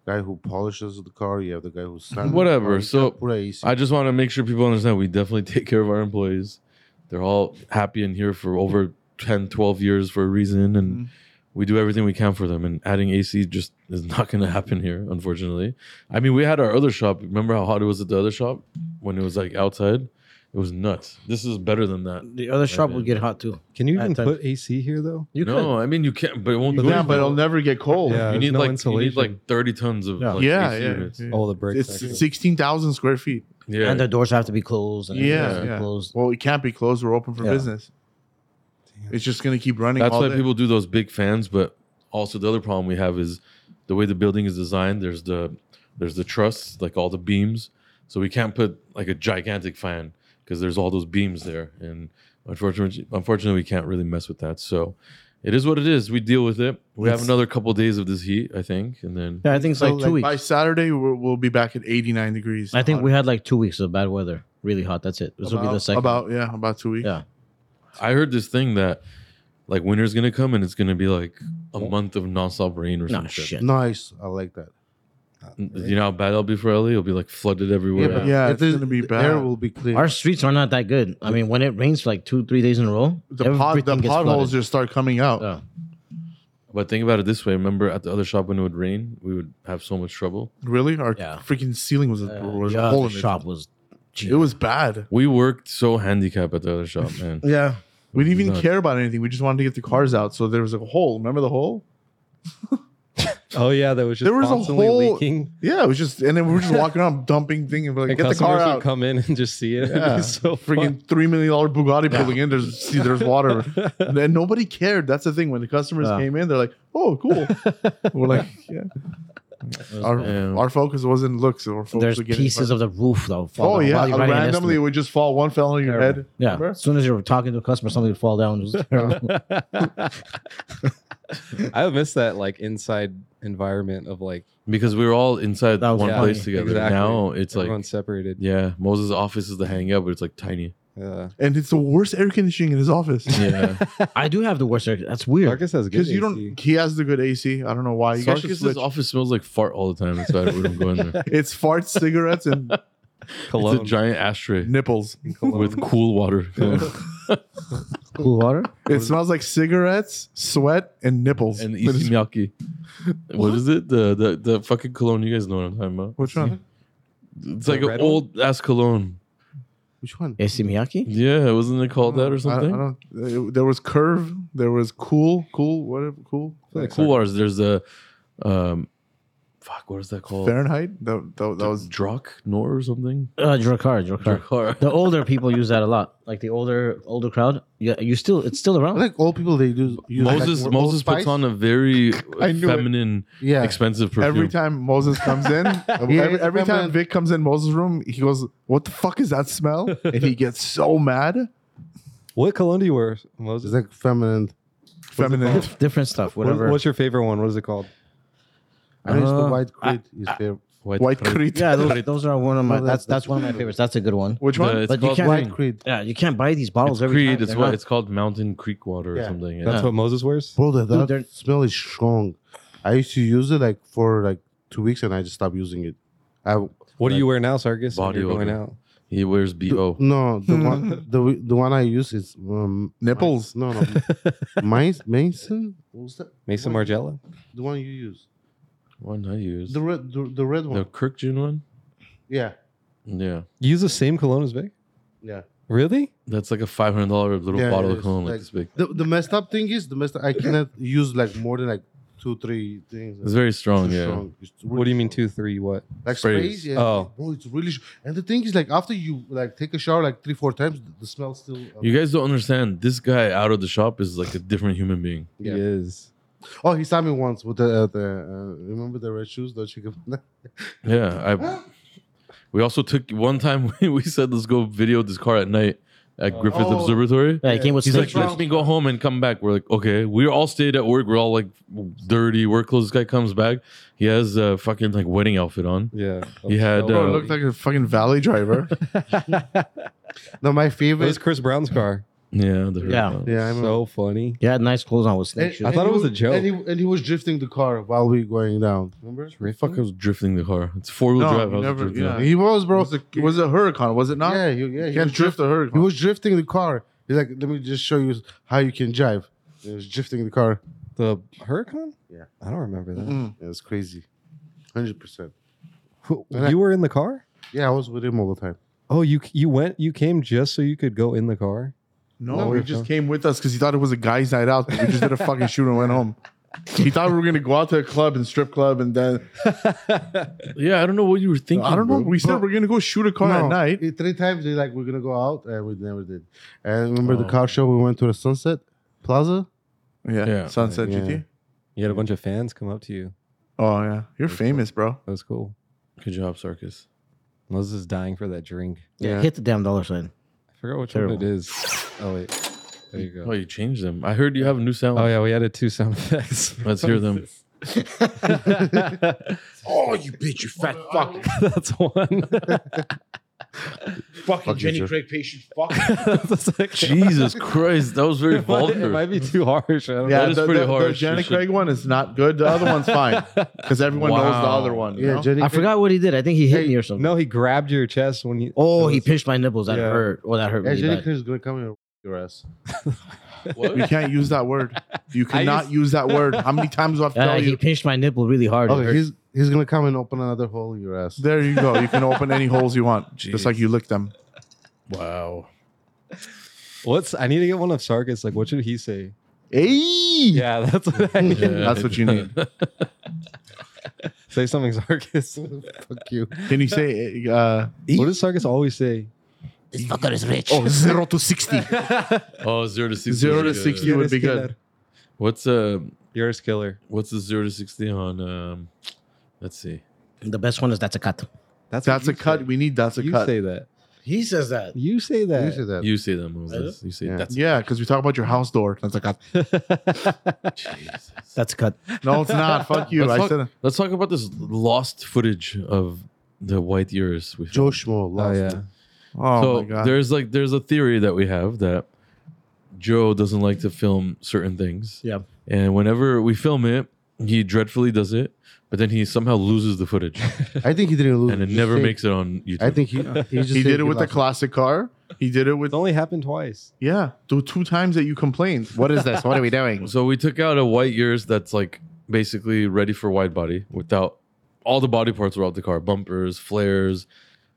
Speaker 4: guy who polishes the car. You have the guy who stands.
Speaker 1: Whatever, so
Speaker 4: put an AC.
Speaker 1: I just want to make sure people understand we definitely take care of our employees. They're all happy in here for over 10, 12 years for a reason. And
Speaker 3: Mhm.
Speaker 1: we do everything we can for them. And adding AC just is not going to happen here, unfortunately. I mean, we had our other shop. Remember how hot it was at the other shop when it was like outside? It was nuts. This is better than that.
Speaker 2: The other shop
Speaker 1: man.
Speaker 2: would get hot too.
Speaker 5: Can you
Speaker 2: At
Speaker 5: even
Speaker 2: times-
Speaker 5: put AC here though?
Speaker 2: You
Speaker 1: no,
Speaker 2: could.
Speaker 1: I mean you can't, but it won't. do
Speaker 3: Yeah,
Speaker 1: anything.
Speaker 3: but it'll never get cold.
Speaker 5: Yeah.
Speaker 1: you
Speaker 5: there's
Speaker 1: need
Speaker 5: no
Speaker 1: like you need
Speaker 5: insulation.
Speaker 1: like thirty tons of
Speaker 2: Yeah.
Speaker 1: like,
Speaker 3: yeah,
Speaker 1: AC
Speaker 3: yeah.
Speaker 1: units.
Speaker 3: yeah.
Speaker 5: All Oh, the bricks.
Speaker 3: It's
Speaker 5: actually.
Speaker 3: 16,000 square feet.
Speaker 1: yeah.
Speaker 2: And the doors have to be closed. And everything
Speaker 3: Yeah,
Speaker 2: has to be
Speaker 3: yeah.
Speaker 2: Closed.
Speaker 3: Well, it can't be closed. We're open for
Speaker 2: Yeah.
Speaker 3: business.
Speaker 5: Damn.
Speaker 3: It's just going to keep running.
Speaker 1: That's
Speaker 3: all
Speaker 1: why
Speaker 3: day.
Speaker 1: people do those big fans. But also the other problem we have is the way the building is designed. There's the there's the truss, like all the beams. So we can't put like a gigantic fan because there's all those beams there, and unfortunately, unfortunately, we can't really mess with that. So it is what it is. We deal with it. We have
Speaker 2: It's-
Speaker 1: another couple days of this heat, I think, and then
Speaker 2: Yeah, I think it's
Speaker 3: So,
Speaker 2: like two
Speaker 3: By
Speaker 2: weeks.
Speaker 3: Saturday, we're, we'll be back at 89 degrees.
Speaker 2: I think we had like two weeks of bad weather. Really hot. That's it. This
Speaker 3: about,
Speaker 2: will be the second.
Speaker 3: About, yeah, about two weeks.
Speaker 2: Yeah.
Speaker 1: I heard this thing that like winter's gonna come and it's gonna be like a month of nonstop rain or
Speaker 2: Nah,
Speaker 1: some shit.
Speaker 2: shit.
Speaker 4: nice. I like that.
Speaker 1: N- You know how bad that'll be for LA? It'll be like flooded everywhere.
Speaker 3: but- Yeah,
Speaker 4: if
Speaker 3: it's
Speaker 4: there's-
Speaker 3: gonna be
Speaker 4: the
Speaker 3: bad.
Speaker 4: Air will be clear.
Speaker 2: Our streets are not that good. I mean, when it rains for like two, three days in a row,
Speaker 3: The, pod, the
Speaker 2: everything gets
Speaker 3: potholes
Speaker 2: flooded.
Speaker 3: just start coming out.
Speaker 2: Yeah.
Speaker 1: But think about it this way. Remember at the other shop when it would rain, we would have so much trouble.
Speaker 3: Really? Our
Speaker 2: Yeah.
Speaker 3: freaking ceiling was a,
Speaker 2: Uh,
Speaker 3: was a
Speaker 2: yeah,
Speaker 3: hole
Speaker 2: the
Speaker 3: in it.
Speaker 2: shop was.
Speaker 3: It was bad.
Speaker 1: We worked so handicapped at the other shop, man.
Speaker 2: Yeah.
Speaker 3: We didn't even
Speaker 1: Nuts.
Speaker 3: care about anything. We just wanted to get the cars out. So there was a hole. Remember the hole?
Speaker 5: oh yeah, that was just
Speaker 3: There was a
Speaker 5: constantly
Speaker 3: whole-
Speaker 5: leaking.
Speaker 3: Yeah, it was just, and then we were just walking around dumping things and be like,
Speaker 5: And
Speaker 3: get the car
Speaker 5: customers
Speaker 3: out.
Speaker 5: would come in and just see it.
Speaker 3: Yeah.
Speaker 5: It's so freaking.
Speaker 3: freaking three million dollar Bugatti pulling in. There's see, there's water, and then nobody cared. That's the thing. When the customers
Speaker 2: Yeah.
Speaker 3: came in, they're like, "Oh, cool." We're like, "Yeah." Our,
Speaker 1: bad.
Speaker 3: our focus wasn't looks. Our focus
Speaker 2: There's
Speaker 3: was getting-
Speaker 2: pieces of the roof though. fall
Speaker 3: Oh
Speaker 2: down
Speaker 3: yeah,
Speaker 2: while you're writing an
Speaker 3: randomly it
Speaker 2: estimate.
Speaker 3: would just fall. One fell on your head.
Speaker 2: Yeah.
Speaker 3: Remember?
Speaker 2: As soon as you were talking to a customer, somebody would fall down. It was terrible.
Speaker 5: I miss that like inside environment of like
Speaker 1: Because we were all inside
Speaker 2: That was
Speaker 1: one
Speaker 5: funny.
Speaker 1: place together.
Speaker 5: Exactly.
Speaker 1: Now it's
Speaker 5: everyone
Speaker 1: like
Speaker 5: separated.
Speaker 1: yeah, Moses' office is the hangout, but it's like tiny.
Speaker 5: Yeah.
Speaker 3: And it's the worst air conditioning in his office
Speaker 1: Yeah.
Speaker 2: I do have the worst. air- That's weird.
Speaker 5: Marcus has good.
Speaker 3: because you
Speaker 5: AC.
Speaker 3: don't. He has the good AC. I don't know why. You guys should
Speaker 1: Sarkis's
Speaker 3: switch.
Speaker 1: office smells like fart all the time. That's why we don't go in there.
Speaker 3: It's farts, cigarettes, and
Speaker 1: It's a
Speaker 5: cologne.
Speaker 1: giant ashtray
Speaker 3: nipples.
Speaker 5: cologne.
Speaker 1: with cool water.
Speaker 2: Cool water.
Speaker 3: It smells like cigarettes, sweat, and nipples.
Speaker 1: and
Speaker 3: But it's-
Speaker 1: Isimiyaki. what is it? The, the the fucking cologne. You guys know what I'm talking about.
Speaker 3: Which one?
Speaker 1: It's
Speaker 5: The
Speaker 1: like an
Speaker 5: red one?
Speaker 1: old ass cologne.
Speaker 4: Which one?
Speaker 2: AC Miyaki.
Speaker 1: Yeah, wasn't it called that or
Speaker 3: I-
Speaker 1: something?
Speaker 3: I, don't. uh, There was curve. There was cool, cool, whatever, cool.
Speaker 5: like
Speaker 1: cool waters. There's a, um, fuck. What is that called?
Speaker 3: Fahrenheit. That, that, that was
Speaker 1: Drock Nor or something.
Speaker 2: Uh, Drakkar, Drakkar.
Speaker 1: Drakkar.
Speaker 2: The older people use that a lot. Like the older older crowd. Yeah, you still it's still
Speaker 4: I
Speaker 2: around.
Speaker 4: like all people they do. use, like,
Speaker 1: Moses
Speaker 4: Old
Speaker 1: Moses puts
Speaker 4: Spice.
Speaker 1: on a very
Speaker 3: I knew it.
Speaker 1: feminine,
Speaker 4: Yeah.
Speaker 1: expensive perfume.
Speaker 3: every time Moses comes in. every
Speaker 4: Yeah,
Speaker 3: every time
Speaker 4: remember-
Speaker 3: Vic comes in Moses' room, he goes, "What the fuck is that smell?" and he gets so mad.
Speaker 5: What cologne do you wear, Moses?
Speaker 4: It's like feminine.
Speaker 3: Feminine.
Speaker 2: Different stuff.
Speaker 5: What-
Speaker 2: Whatever.
Speaker 5: what's your favorite one? What is it called?
Speaker 4: I know it's the
Speaker 2: Uh,
Speaker 4: white crit is there.
Speaker 3: White
Speaker 1: Crate.
Speaker 3: Crete.
Speaker 2: yeah, those, those are one of my.
Speaker 4: No, that's-
Speaker 2: That's that's one of my favorites. That's a good one.
Speaker 3: Which
Speaker 1: The-
Speaker 3: one?
Speaker 1: Uh, it's
Speaker 2: But you
Speaker 1: called,
Speaker 2: can't-
Speaker 4: White crit.
Speaker 2: Yeah, you can't buy these
Speaker 1: It's
Speaker 2: bottles every
Speaker 1: Creed.
Speaker 2: time.
Speaker 1: It's
Speaker 2: They're
Speaker 1: what
Speaker 2: not-
Speaker 1: it's called Mountain Creek water or
Speaker 4: Yeah.
Speaker 1: something.
Speaker 5: That's
Speaker 1: Yeah.
Speaker 5: what Moses wears.
Speaker 4: Bro, that,
Speaker 2: Dude,
Speaker 4: that
Speaker 2: they're-
Speaker 4: smell is strong. I used to use it like for like two weeks and I just stopped using it. I
Speaker 5: What do
Speaker 1: Like
Speaker 5: you wear now, Sarkis?
Speaker 1: body
Speaker 5: You're going
Speaker 1: odor.
Speaker 5: out.
Speaker 1: He wears bo.
Speaker 4: no the one the the one I use is um,
Speaker 3: Nipples.
Speaker 4: No, no, Mason. Mason. What's that?
Speaker 5: Mason
Speaker 4: What?
Speaker 5: Margiela.
Speaker 4: The one you use.
Speaker 1: One I use
Speaker 4: The
Speaker 1: the,
Speaker 4: red. The, the red one.
Speaker 1: Kirk June one.
Speaker 4: Yeah.
Speaker 1: Yeah,
Speaker 5: You use the same cologne as Vic?
Speaker 4: Yeah.
Speaker 5: Really?
Speaker 1: that's like a five hundred dollar little
Speaker 4: Yeah,
Speaker 1: bottle
Speaker 4: it
Speaker 1: of
Speaker 4: is.
Speaker 1: cologne like
Speaker 4: Like-
Speaker 1: this big.
Speaker 4: The, the messed up thing is the messed. I cannot use like more than like two, three things.
Speaker 1: It's very strong.
Speaker 4: It's
Speaker 1: yeah.
Speaker 4: strong. It's really
Speaker 5: What do you mean
Speaker 4: strong.
Speaker 5: two, three? What?
Speaker 4: Like
Speaker 1: Sprays.
Speaker 4: sprays, yeah.
Speaker 5: Oh.
Speaker 4: Bro, it's really. Sh- and the thing is, like after you like take a shower like three, four times, the smell still. uh,
Speaker 1: You guys don't understand. This guy out of the shop is like a different human being.
Speaker 4: Yeah.
Speaker 5: He is.
Speaker 4: oh, he saw me once with the uh, the uh, remember the red shoes, the chicken.
Speaker 1: Yeah. I. We also took one time we, we said let's go video this car at night at Griffith
Speaker 4: Oh.
Speaker 1: Observatory.
Speaker 2: Yeah, he came with
Speaker 1: He's
Speaker 2: snake
Speaker 1: like,
Speaker 2: like,
Speaker 1: let me go home and come back. We're like, okay. We all stayed at work. We're all like dirty work clothes. This guy comes back. He has a fucking like wedding outfit on.
Speaker 5: Yeah.
Speaker 1: He had,
Speaker 5: That
Speaker 3: Bro,
Speaker 1: uh,
Speaker 3: it looked like a fucking valley driver.
Speaker 4: no, my
Speaker 5: It
Speaker 4: favorite.
Speaker 5: was Chris Brown's car.
Speaker 1: Yeah. the-
Speaker 2: Yeah.
Speaker 4: yeah, I remember.
Speaker 5: So funny.
Speaker 2: He had nice clothes on with snake
Speaker 4: And-
Speaker 2: shoes.
Speaker 5: I thought
Speaker 4: and
Speaker 5: it
Speaker 4: he
Speaker 5: was a joke.
Speaker 4: And he, and he was drifting the car while we going down. Remember?
Speaker 1: Fuck, I was drifting the car. It's four wheel
Speaker 3: No,
Speaker 1: drive.
Speaker 3: you
Speaker 1: I was
Speaker 3: never-
Speaker 1: drifting.
Speaker 3: yeah.
Speaker 4: He was, bro.
Speaker 3: Bro, was it, was it Huracan? Was it not?
Speaker 4: yeah, he, yeah.
Speaker 3: you
Speaker 4: He
Speaker 3: can't
Speaker 4: was
Speaker 3: drift a Huracan.
Speaker 4: He was drifting the car. He's like, let me just show you how you can jive. He was drifting the car.
Speaker 5: The Huracan?
Speaker 4: Yeah. Mm-hmm.
Speaker 5: I don't remember
Speaker 1: Hmm.
Speaker 5: that.
Speaker 3: Mm-mm.
Speaker 4: It was crazy. 100%.
Speaker 5: Who-
Speaker 4: And I-
Speaker 5: You were in the car?
Speaker 4: Yeah, I was with him all the time.
Speaker 5: Oh, you you went you came just so you could go in the car?
Speaker 3: No,
Speaker 5: No,
Speaker 3: he
Speaker 5: we-
Speaker 3: just came with us because he thought it was a guy's night out. but We just did a fucking shoot and went home. He thought we were gonna go out to a club and strip club, and then
Speaker 1: Yeah, I don't know what you were thinking.
Speaker 3: I don't know.
Speaker 1: bro.
Speaker 3: We said we're gonna go shoot a car
Speaker 4: No,
Speaker 3: at night.
Speaker 4: eh, Three times they like, we're going to go out, and we never did. And remember the
Speaker 1: Oh.
Speaker 4: car show? We went to the Sunset Plaza?
Speaker 3: Yeah,
Speaker 1: Yeah.
Speaker 3: Sunset
Speaker 4: Yeah.
Speaker 3: GT.
Speaker 5: You had a bunch of fans come up to you.
Speaker 3: Oh yeah, you're famous, bro.
Speaker 5: That was cool.
Speaker 1: Good job, Sarkis.
Speaker 5: Moses is dying for that drink.
Speaker 2: yeah. hit the damn dollar sign.
Speaker 5: I forgot which
Speaker 2: Terrible.
Speaker 5: one it is. Oh wait. There you
Speaker 1: Oh,
Speaker 5: go.
Speaker 1: you changed them. I heard you have a new sound.
Speaker 5: Oh yeah, we added two sound effects.
Speaker 1: Let's hear them.
Speaker 4: Oh, you bitch, you fat fuck.
Speaker 5: That's one.
Speaker 4: Fucking Jenny Craig patient fuck.
Speaker 5: That's like,
Speaker 1: Jesus Christ, that was very
Speaker 5: it, might, it
Speaker 1: vulgar.
Speaker 5: might be too harsh. I don't
Speaker 1: Yeah,
Speaker 5: know.
Speaker 1: That is
Speaker 3: the,
Speaker 1: pretty
Speaker 3: the,
Speaker 1: harsh.
Speaker 3: The
Speaker 1: You
Speaker 3: Janet
Speaker 1: should-
Speaker 3: Craig one is not good. The other one's fine because everyone knows the
Speaker 1: Wow.
Speaker 3: other one. you
Speaker 4: Yeah,
Speaker 3: know?
Speaker 4: Jenny
Speaker 2: I
Speaker 4: Craig-
Speaker 2: forgot what he did. I think he hit
Speaker 4: Hey,
Speaker 2: me or something.
Speaker 5: No, he grabbed your chest when he.
Speaker 2: Oh,
Speaker 5: that
Speaker 2: he
Speaker 5: was-
Speaker 2: pinched my nipples. That
Speaker 5: Yeah.
Speaker 2: hurt. Oh, that hurt
Speaker 4: Yeah,
Speaker 2: really
Speaker 4: Jenny
Speaker 2: bad.
Speaker 4: Craig's going to come and your ass.
Speaker 3: you
Speaker 1: What?
Speaker 3: can't use that word. You cannot use that word. How many times do I have to
Speaker 2: Uh,
Speaker 3: tell
Speaker 2: he
Speaker 3: you?
Speaker 2: pinched my nipple really hard. It
Speaker 4: Okay,
Speaker 2: hurt.
Speaker 4: Oh, he's, he's going to come and open another hole in your ass.
Speaker 3: There you go. You can open any holes you want, just like you lick them.
Speaker 1: Wow.
Speaker 5: What's? I need to get one of Sarkis. Like, what should he say?
Speaker 3: Hey,
Speaker 5: Yeah, that's what I need.
Speaker 1: Yeah.
Speaker 3: that's what you need.
Speaker 5: Say something, Sarkis.
Speaker 4: Fuck you.
Speaker 3: Can you say uh,
Speaker 5: What does Sarkis always say?
Speaker 2: This fucker is rich.
Speaker 3: oh zero to sixty?
Speaker 1: Oh, zero to sixty.
Speaker 3: Zero to
Speaker 1: Yeah.
Speaker 3: 60. You would be good.
Speaker 1: What's uh
Speaker 5: You're a killer.
Speaker 1: what's the zero to sixty on um let's see.
Speaker 2: The best one is that's a cut.
Speaker 5: That's
Speaker 3: That's
Speaker 5: what
Speaker 3: a
Speaker 5: you
Speaker 3: cut.
Speaker 5: say.
Speaker 3: We need that's a
Speaker 5: you
Speaker 3: cut.
Speaker 5: say that.
Speaker 2: He says that.
Speaker 5: You say
Speaker 4: You
Speaker 5: that.
Speaker 4: said that.
Speaker 1: You say that Moses. You say
Speaker 4: Yeah.
Speaker 1: that's
Speaker 3: yeah, because we talk about your house door. That's a cut.
Speaker 1: Jesus.
Speaker 2: That's a cut.
Speaker 3: No, it's not. Fuck you.
Speaker 1: Let's
Speaker 3: I
Speaker 1: talk-
Speaker 3: said.
Speaker 1: Let's talk about this lost footage of the white ears. We
Speaker 4: Joe Schmo.
Speaker 5: oh
Speaker 4: lost
Speaker 5: yeah.
Speaker 3: Oh
Speaker 1: so
Speaker 3: my god.
Speaker 1: there's like there's a theory that we have that Joe doesn't like to film certain things.
Speaker 2: Yeah.
Speaker 1: And whenever we film it, he dreadfully does it, but then he somehow loses the footage
Speaker 4: I think he didn't lose.
Speaker 1: and it
Speaker 4: Just
Speaker 1: never
Speaker 4: think-
Speaker 1: makes it on YouTube.
Speaker 4: I think he he, just
Speaker 3: He
Speaker 4: think
Speaker 3: did it with the
Speaker 4: lost
Speaker 3: classic car. He did it with
Speaker 5: It's only happened twice.
Speaker 3: yeah. The two times that you complained. What is this? What are we doing?
Speaker 1: So we took out a white ears that's like basically ready for wide body without all the body parts were out the car, bumpers, flares,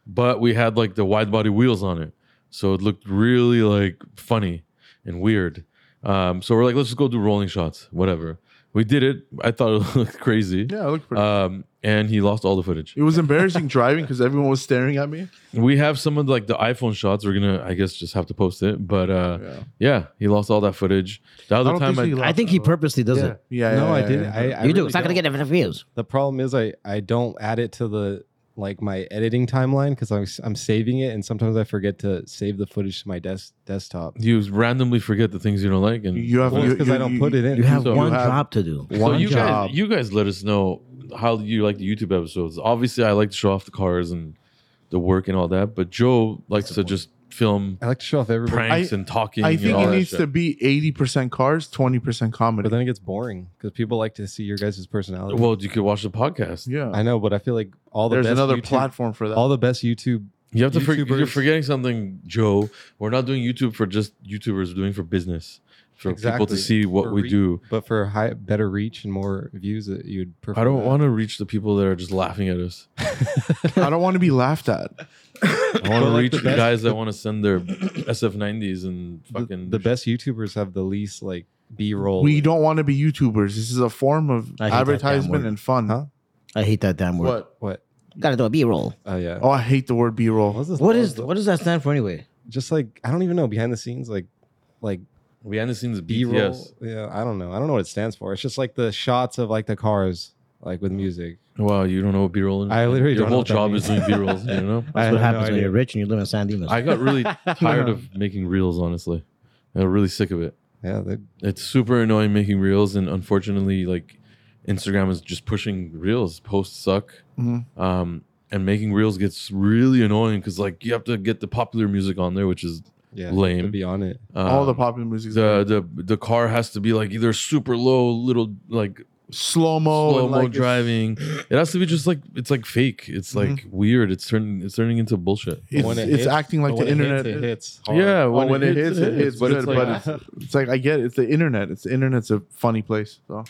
Speaker 1: but we had like the wide body wheels on it. So it looked really like funny and weird. Um, so we're like, let's just go do rolling shots, whatever. We did it. I thought it looked crazy.
Speaker 3: Yeah, it looked pretty.
Speaker 1: Um, and he lost all the footage.
Speaker 3: it was embarrassing driving because everyone was staring at me.
Speaker 1: We have some of like the iPhone shots. We're gonna, I guess, just have to post it. But uh,
Speaker 3: Yeah.
Speaker 1: yeah, he lost all that footage. The other
Speaker 4: don't
Speaker 1: time,
Speaker 4: think
Speaker 1: I,
Speaker 4: he lost
Speaker 2: I think he
Speaker 3: Uh,
Speaker 4: it.
Speaker 2: purposely does
Speaker 4: Yeah.
Speaker 2: it.
Speaker 3: Yeah.
Speaker 5: no,
Speaker 3: yeah,
Speaker 5: I
Speaker 3: yeah,
Speaker 5: didn't.
Speaker 3: yeah.
Speaker 5: I, I
Speaker 2: you do.
Speaker 5: really
Speaker 2: It's not gonna
Speaker 5: don't.
Speaker 2: get enough views.
Speaker 5: The problem is I I don't add it to the like my editing timeline because I'm s- I'm saving it and sometimes I forget to save the footage to my desk desktop.
Speaker 1: you randomly forget the things you don't like, and
Speaker 3: You have
Speaker 5: Well, it's
Speaker 3: you-
Speaker 5: because
Speaker 3: you-
Speaker 5: I don't
Speaker 3: you-
Speaker 5: put it in.
Speaker 2: You have
Speaker 1: So-
Speaker 2: one
Speaker 3: You have-
Speaker 2: job to do.
Speaker 1: So
Speaker 3: One
Speaker 1: you
Speaker 3: job.
Speaker 1: guys, you guys, let us know how you like the YouTube episodes. Obviously, I like to show off the cars and the work and all that, but Joe likes to just film
Speaker 5: I like to show off everybody,
Speaker 1: pranks and talking.
Speaker 3: I
Speaker 1: and
Speaker 3: think
Speaker 1: all
Speaker 3: it
Speaker 1: that
Speaker 3: needs
Speaker 1: shit.
Speaker 3: to be eighty percent cars, twenty percent comedy.
Speaker 5: but then it gets boring because people like to see your guys' personality.
Speaker 1: Well, you could watch the podcast.
Speaker 3: yeah,
Speaker 5: I know, but I feel like all the
Speaker 3: there's
Speaker 5: best
Speaker 3: another
Speaker 5: YouTube-
Speaker 3: platform for that.
Speaker 5: All the best YouTube.
Speaker 1: You have to. For, you're
Speaker 5: YouTubers-
Speaker 1: forgetting something, Joe. We're not doing YouTube for just YouTubers. We're doing for business, for people to
Speaker 5: Exactly.
Speaker 1: see what
Speaker 5: For
Speaker 1: we
Speaker 5: re-
Speaker 1: do.
Speaker 5: But for high, better reach and more views, that you'd prefer.
Speaker 1: I don't want to reach the people that are just laughing at us.
Speaker 3: I don't want to be laughed at.
Speaker 1: I want
Speaker 5: But,
Speaker 1: to
Speaker 5: like,
Speaker 1: reach
Speaker 5: the
Speaker 1: the
Speaker 5: best-
Speaker 1: guys that want to send their SF90s and
Speaker 5: the,
Speaker 1: fucking
Speaker 5: the best YouTubers have the least like B roll.
Speaker 3: We don't want to be YouTubers. This is a form of
Speaker 2: I hate that damn
Speaker 3: advertisement
Speaker 2: word.
Speaker 3: and fun.
Speaker 5: Huh?
Speaker 2: I hate that damn word.
Speaker 3: What?
Speaker 5: What?
Speaker 2: Gotta do a B roll.
Speaker 5: Oh yeah.
Speaker 3: Oh, I hate the word B roll.
Speaker 5: What's this
Speaker 2: What
Speaker 5: law?
Speaker 2: is what does that stand for anyway?
Speaker 5: just like I don't even know behind the scenes like like
Speaker 1: Behind the scenes BTS.
Speaker 5: B roll. Yeah, I don't know. I don't know what it stands for. It's just like the shots of like the cars like with music.
Speaker 1: Wow, you don't know what B roll is?
Speaker 5: I literally
Speaker 1: Your
Speaker 5: don't know
Speaker 1: whole
Speaker 5: what that
Speaker 1: job is doing
Speaker 5: means.
Speaker 1: B rolls, you know?
Speaker 5: I
Speaker 2: That's what
Speaker 5: have no
Speaker 2: happens when
Speaker 5: idea.
Speaker 2: you're rich and you live in San Dimas.
Speaker 1: I got really tired of making reels, honestly. I'm really sick of it.
Speaker 5: Yeah, they,
Speaker 1: It's super annoying making reels, and unfortunately, like Instagram is just pushing reels. Posts suck,
Speaker 3: Mhm.
Speaker 1: um, and making reels gets really annoying because like you have to get the popular music on there, which is
Speaker 5: yeah,
Speaker 1: Lame.
Speaker 5: To be on it.
Speaker 1: um,
Speaker 3: All the popular music,
Speaker 1: the the the car has to be like either super low, little like
Speaker 3: slow mo,
Speaker 1: slow mo driving. It has to be just like it's like fake. It's
Speaker 5: Mm-hmm.
Speaker 3: Mhm.
Speaker 1: like weird. It's turning it's turning into bullshit.
Speaker 3: It's,
Speaker 5: When it
Speaker 3: it's
Speaker 5: hits-
Speaker 3: acting like
Speaker 5: but
Speaker 3: the
Speaker 5: when it hits,
Speaker 3: internet.
Speaker 5: it hits hard.
Speaker 1: Yeah,
Speaker 3: Oh, when, it hits, it hits. But, it's,
Speaker 1: like,
Speaker 3: but it's, it's like I get it. It's the internet. It's the internet's a funny place. So.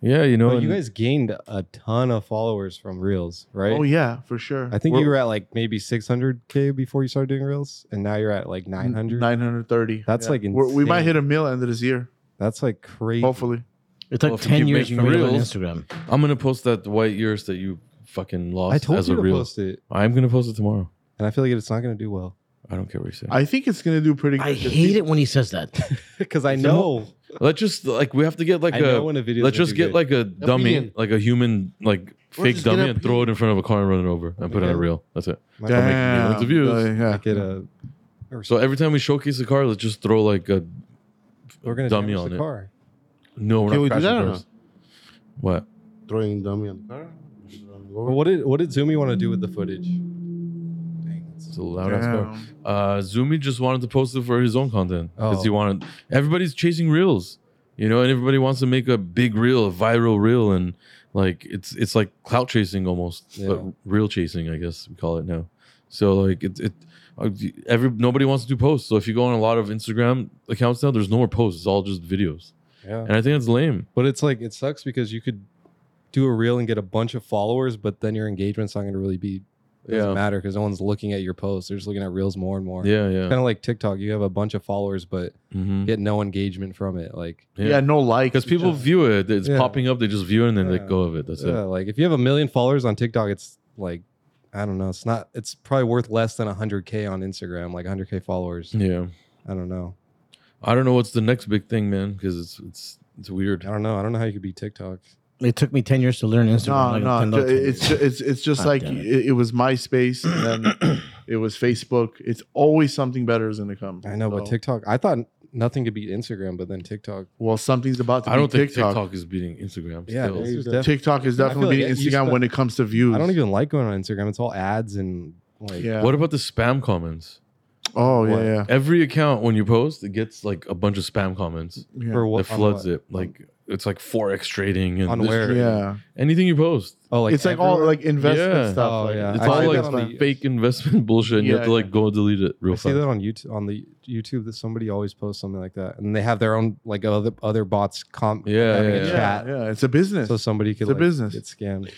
Speaker 1: yeah, you know,
Speaker 5: But you
Speaker 1: and-
Speaker 5: guys gained a ton of followers from Reels, right?
Speaker 3: Oh yeah, for sure.
Speaker 5: I think
Speaker 3: We're-
Speaker 5: you were at like maybe 600k before you started doing Reels, and now you're at like
Speaker 3: mm,
Speaker 5: 900.
Speaker 3: 930.
Speaker 5: That's, like,
Speaker 3: We're- we might
Speaker 5: insane.
Speaker 3: hit a mil end of this year.
Speaker 5: That's like crazy.
Speaker 3: Hopefully,
Speaker 2: it took
Speaker 1: Well, if you
Speaker 2: ten
Speaker 1: keep
Speaker 2: years for
Speaker 1: making
Speaker 2: me to on
Speaker 1: reels-
Speaker 2: Instagram.
Speaker 1: I'm gonna post that white yours that you fucking lost.
Speaker 5: I told
Speaker 1: as
Speaker 5: you
Speaker 1: a
Speaker 5: to
Speaker 1: reel.
Speaker 5: post it,
Speaker 1: I'm gonna post it tomorrow.
Speaker 5: and I feel like it's not going to do well
Speaker 1: I don't care what you say.
Speaker 3: I think it's gonna do pretty. good.
Speaker 2: I hate it when he says that.
Speaker 5: because I
Speaker 1: It's
Speaker 5: know.
Speaker 1: let's just like we have to get like
Speaker 5: I
Speaker 1: a
Speaker 5: know when a video.
Speaker 1: let's just get like a dummy,
Speaker 4: Opinion.
Speaker 1: like a human, like
Speaker 3: Or
Speaker 1: fake
Speaker 3: just get
Speaker 1: dummy,
Speaker 3: a
Speaker 1: and throw it in front of a car and run it over and put it on a
Speaker 5: Okay.
Speaker 1: reel. That's it.
Speaker 5: Might
Speaker 1: Damn.
Speaker 5: make-
Speaker 1: millions of views.
Speaker 3: Yeah.
Speaker 5: make it a. Or
Speaker 1: So every time we showcase a car, let's just throw like a
Speaker 5: we're going to
Speaker 1: dummy
Speaker 5: dummy
Speaker 1: on
Speaker 5: the
Speaker 1: it.
Speaker 5: car.
Speaker 1: no. We're
Speaker 4: Can
Speaker 1: not
Speaker 4: we do
Speaker 1: crashing
Speaker 4: that or
Speaker 1: cars. What?
Speaker 4: Throwing dummy on the car.
Speaker 5: But what did what did Zumi want to do with the footage?
Speaker 1: It's a
Speaker 5: Oh,
Speaker 1: loud ass car.
Speaker 3: Damn.
Speaker 1: Uh, Zumi just wanted to post it for his own content because
Speaker 5: Oh.
Speaker 1: he wanted. Everybody's chasing reels, you know, and everybody wants to make a big reel, a viral reel, and like it's it's like clout chasing almost, but
Speaker 5: Yeah.
Speaker 1: reel chasing, I guess we call it now. So like it it uh, every nobody wants to do posts. So if you go on a lot of Instagram accounts now, there's no more posts. It's all just videos,
Speaker 5: Yeah.
Speaker 1: and I think it's lame.
Speaker 5: But it's like it sucks because you could do a reel and get a bunch of followers, but then your engagement's not going to really be it doesn't
Speaker 1: Yeah.
Speaker 5: matter because no one's looking at your posts. They're just looking at reels more and more.
Speaker 1: Yeah, yeah.
Speaker 5: Kind of like TikTok, you have a bunch of followers but
Speaker 1: Mhm.
Speaker 5: get no engagement from it. Like,
Speaker 1: Yeah.
Speaker 3: Yeah. no likes.
Speaker 1: Because people
Speaker 3: Just-
Speaker 1: view it, it's
Speaker 5: Yeah.
Speaker 1: popping up. They just view it and then
Speaker 5: Yeah.
Speaker 1: let go of it. That's
Speaker 5: yeah,
Speaker 1: it.
Speaker 5: like if you have a million followers on TikTok, it's like I don't know. It's not. It's probably worth less than 100k on Instagram. Like 100k followers.
Speaker 1: Yeah.
Speaker 5: I don't know.
Speaker 1: I don't know what's the next big thing, man. Because it's it's it's
Speaker 5: I
Speaker 1: weird.
Speaker 5: don't know. I don't know how you could be TikTok.
Speaker 2: It took me ten years to learn
Speaker 3: No,
Speaker 2: Instagram. like,
Speaker 3: no,
Speaker 2: ten-
Speaker 3: ju- it's ju- it's it's just
Speaker 2: God
Speaker 3: like
Speaker 2: damn
Speaker 3: it.
Speaker 2: it.
Speaker 3: it was MySpace, and then it was Facebook. It's always something better is going to come.
Speaker 5: I know, but
Speaker 3: So-
Speaker 5: TikTok. I thought nothing could beat Instagram, but then TikTok.
Speaker 3: Well, something's about to.
Speaker 1: I don't
Speaker 3: be
Speaker 1: think
Speaker 3: TikTok.
Speaker 1: TikTok. is beating Instagram.
Speaker 5: Yeah,
Speaker 1: still.
Speaker 5: it's
Speaker 4: Yeah.
Speaker 5: def-
Speaker 3: TikTok is
Speaker 5: I feel
Speaker 3: definitely
Speaker 5: like
Speaker 3: beating
Speaker 5: it used
Speaker 3: Instagram
Speaker 5: to-
Speaker 3: when it comes to views.
Speaker 5: I don't even like going on Instagram. It's all ads and like.
Speaker 3: Yeah.
Speaker 1: What about the spam comments?
Speaker 3: Oh yeah,
Speaker 5: What?
Speaker 3: yeah.
Speaker 1: Every account when you post, it gets like a bunch of spam comments
Speaker 3: Yeah.
Speaker 5: For what
Speaker 1: that floods
Speaker 5: on
Speaker 1: it. Like it's like forex trading and
Speaker 5: On
Speaker 1: this-
Speaker 5: where?
Speaker 3: yeah.
Speaker 1: anything you post,
Speaker 5: Oh, like
Speaker 3: it's like all
Speaker 5: everywhere?
Speaker 3: like investment
Speaker 1: Yeah.
Speaker 3: stuff.
Speaker 5: Oh,
Speaker 3: like,
Speaker 5: yeah.
Speaker 1: it's
Speaker 5: I
Speaker 1: all
Speaker 5: see
Speaker 1: like
Speaker 5: that
Speaker 1: some
Speaker 5: on the-
Speaker 1: fake investment bullshit, and you
Speaker 3: Yeah,
Speaker 1: have to like go delete it real
Speaker 5: I see
Speaker 1: fast.
Speaker 5: that on YouTube on the YouTube that somebody always posts something like that, and they have their own like other other bots comp
Speaker 1: Yeah,
Speaker 5: having
Speaker 1: yeah,
Speaker 5: a
Speaker 1: yeah.
Speaker 5: chat,
Speaker 3: yeah, yeah. It's a business.
Speaker 5: so somebody could
Speaker 3: It's a
Speaker 5: like,
Speaker 3: business.
Speaker 5: get scammed.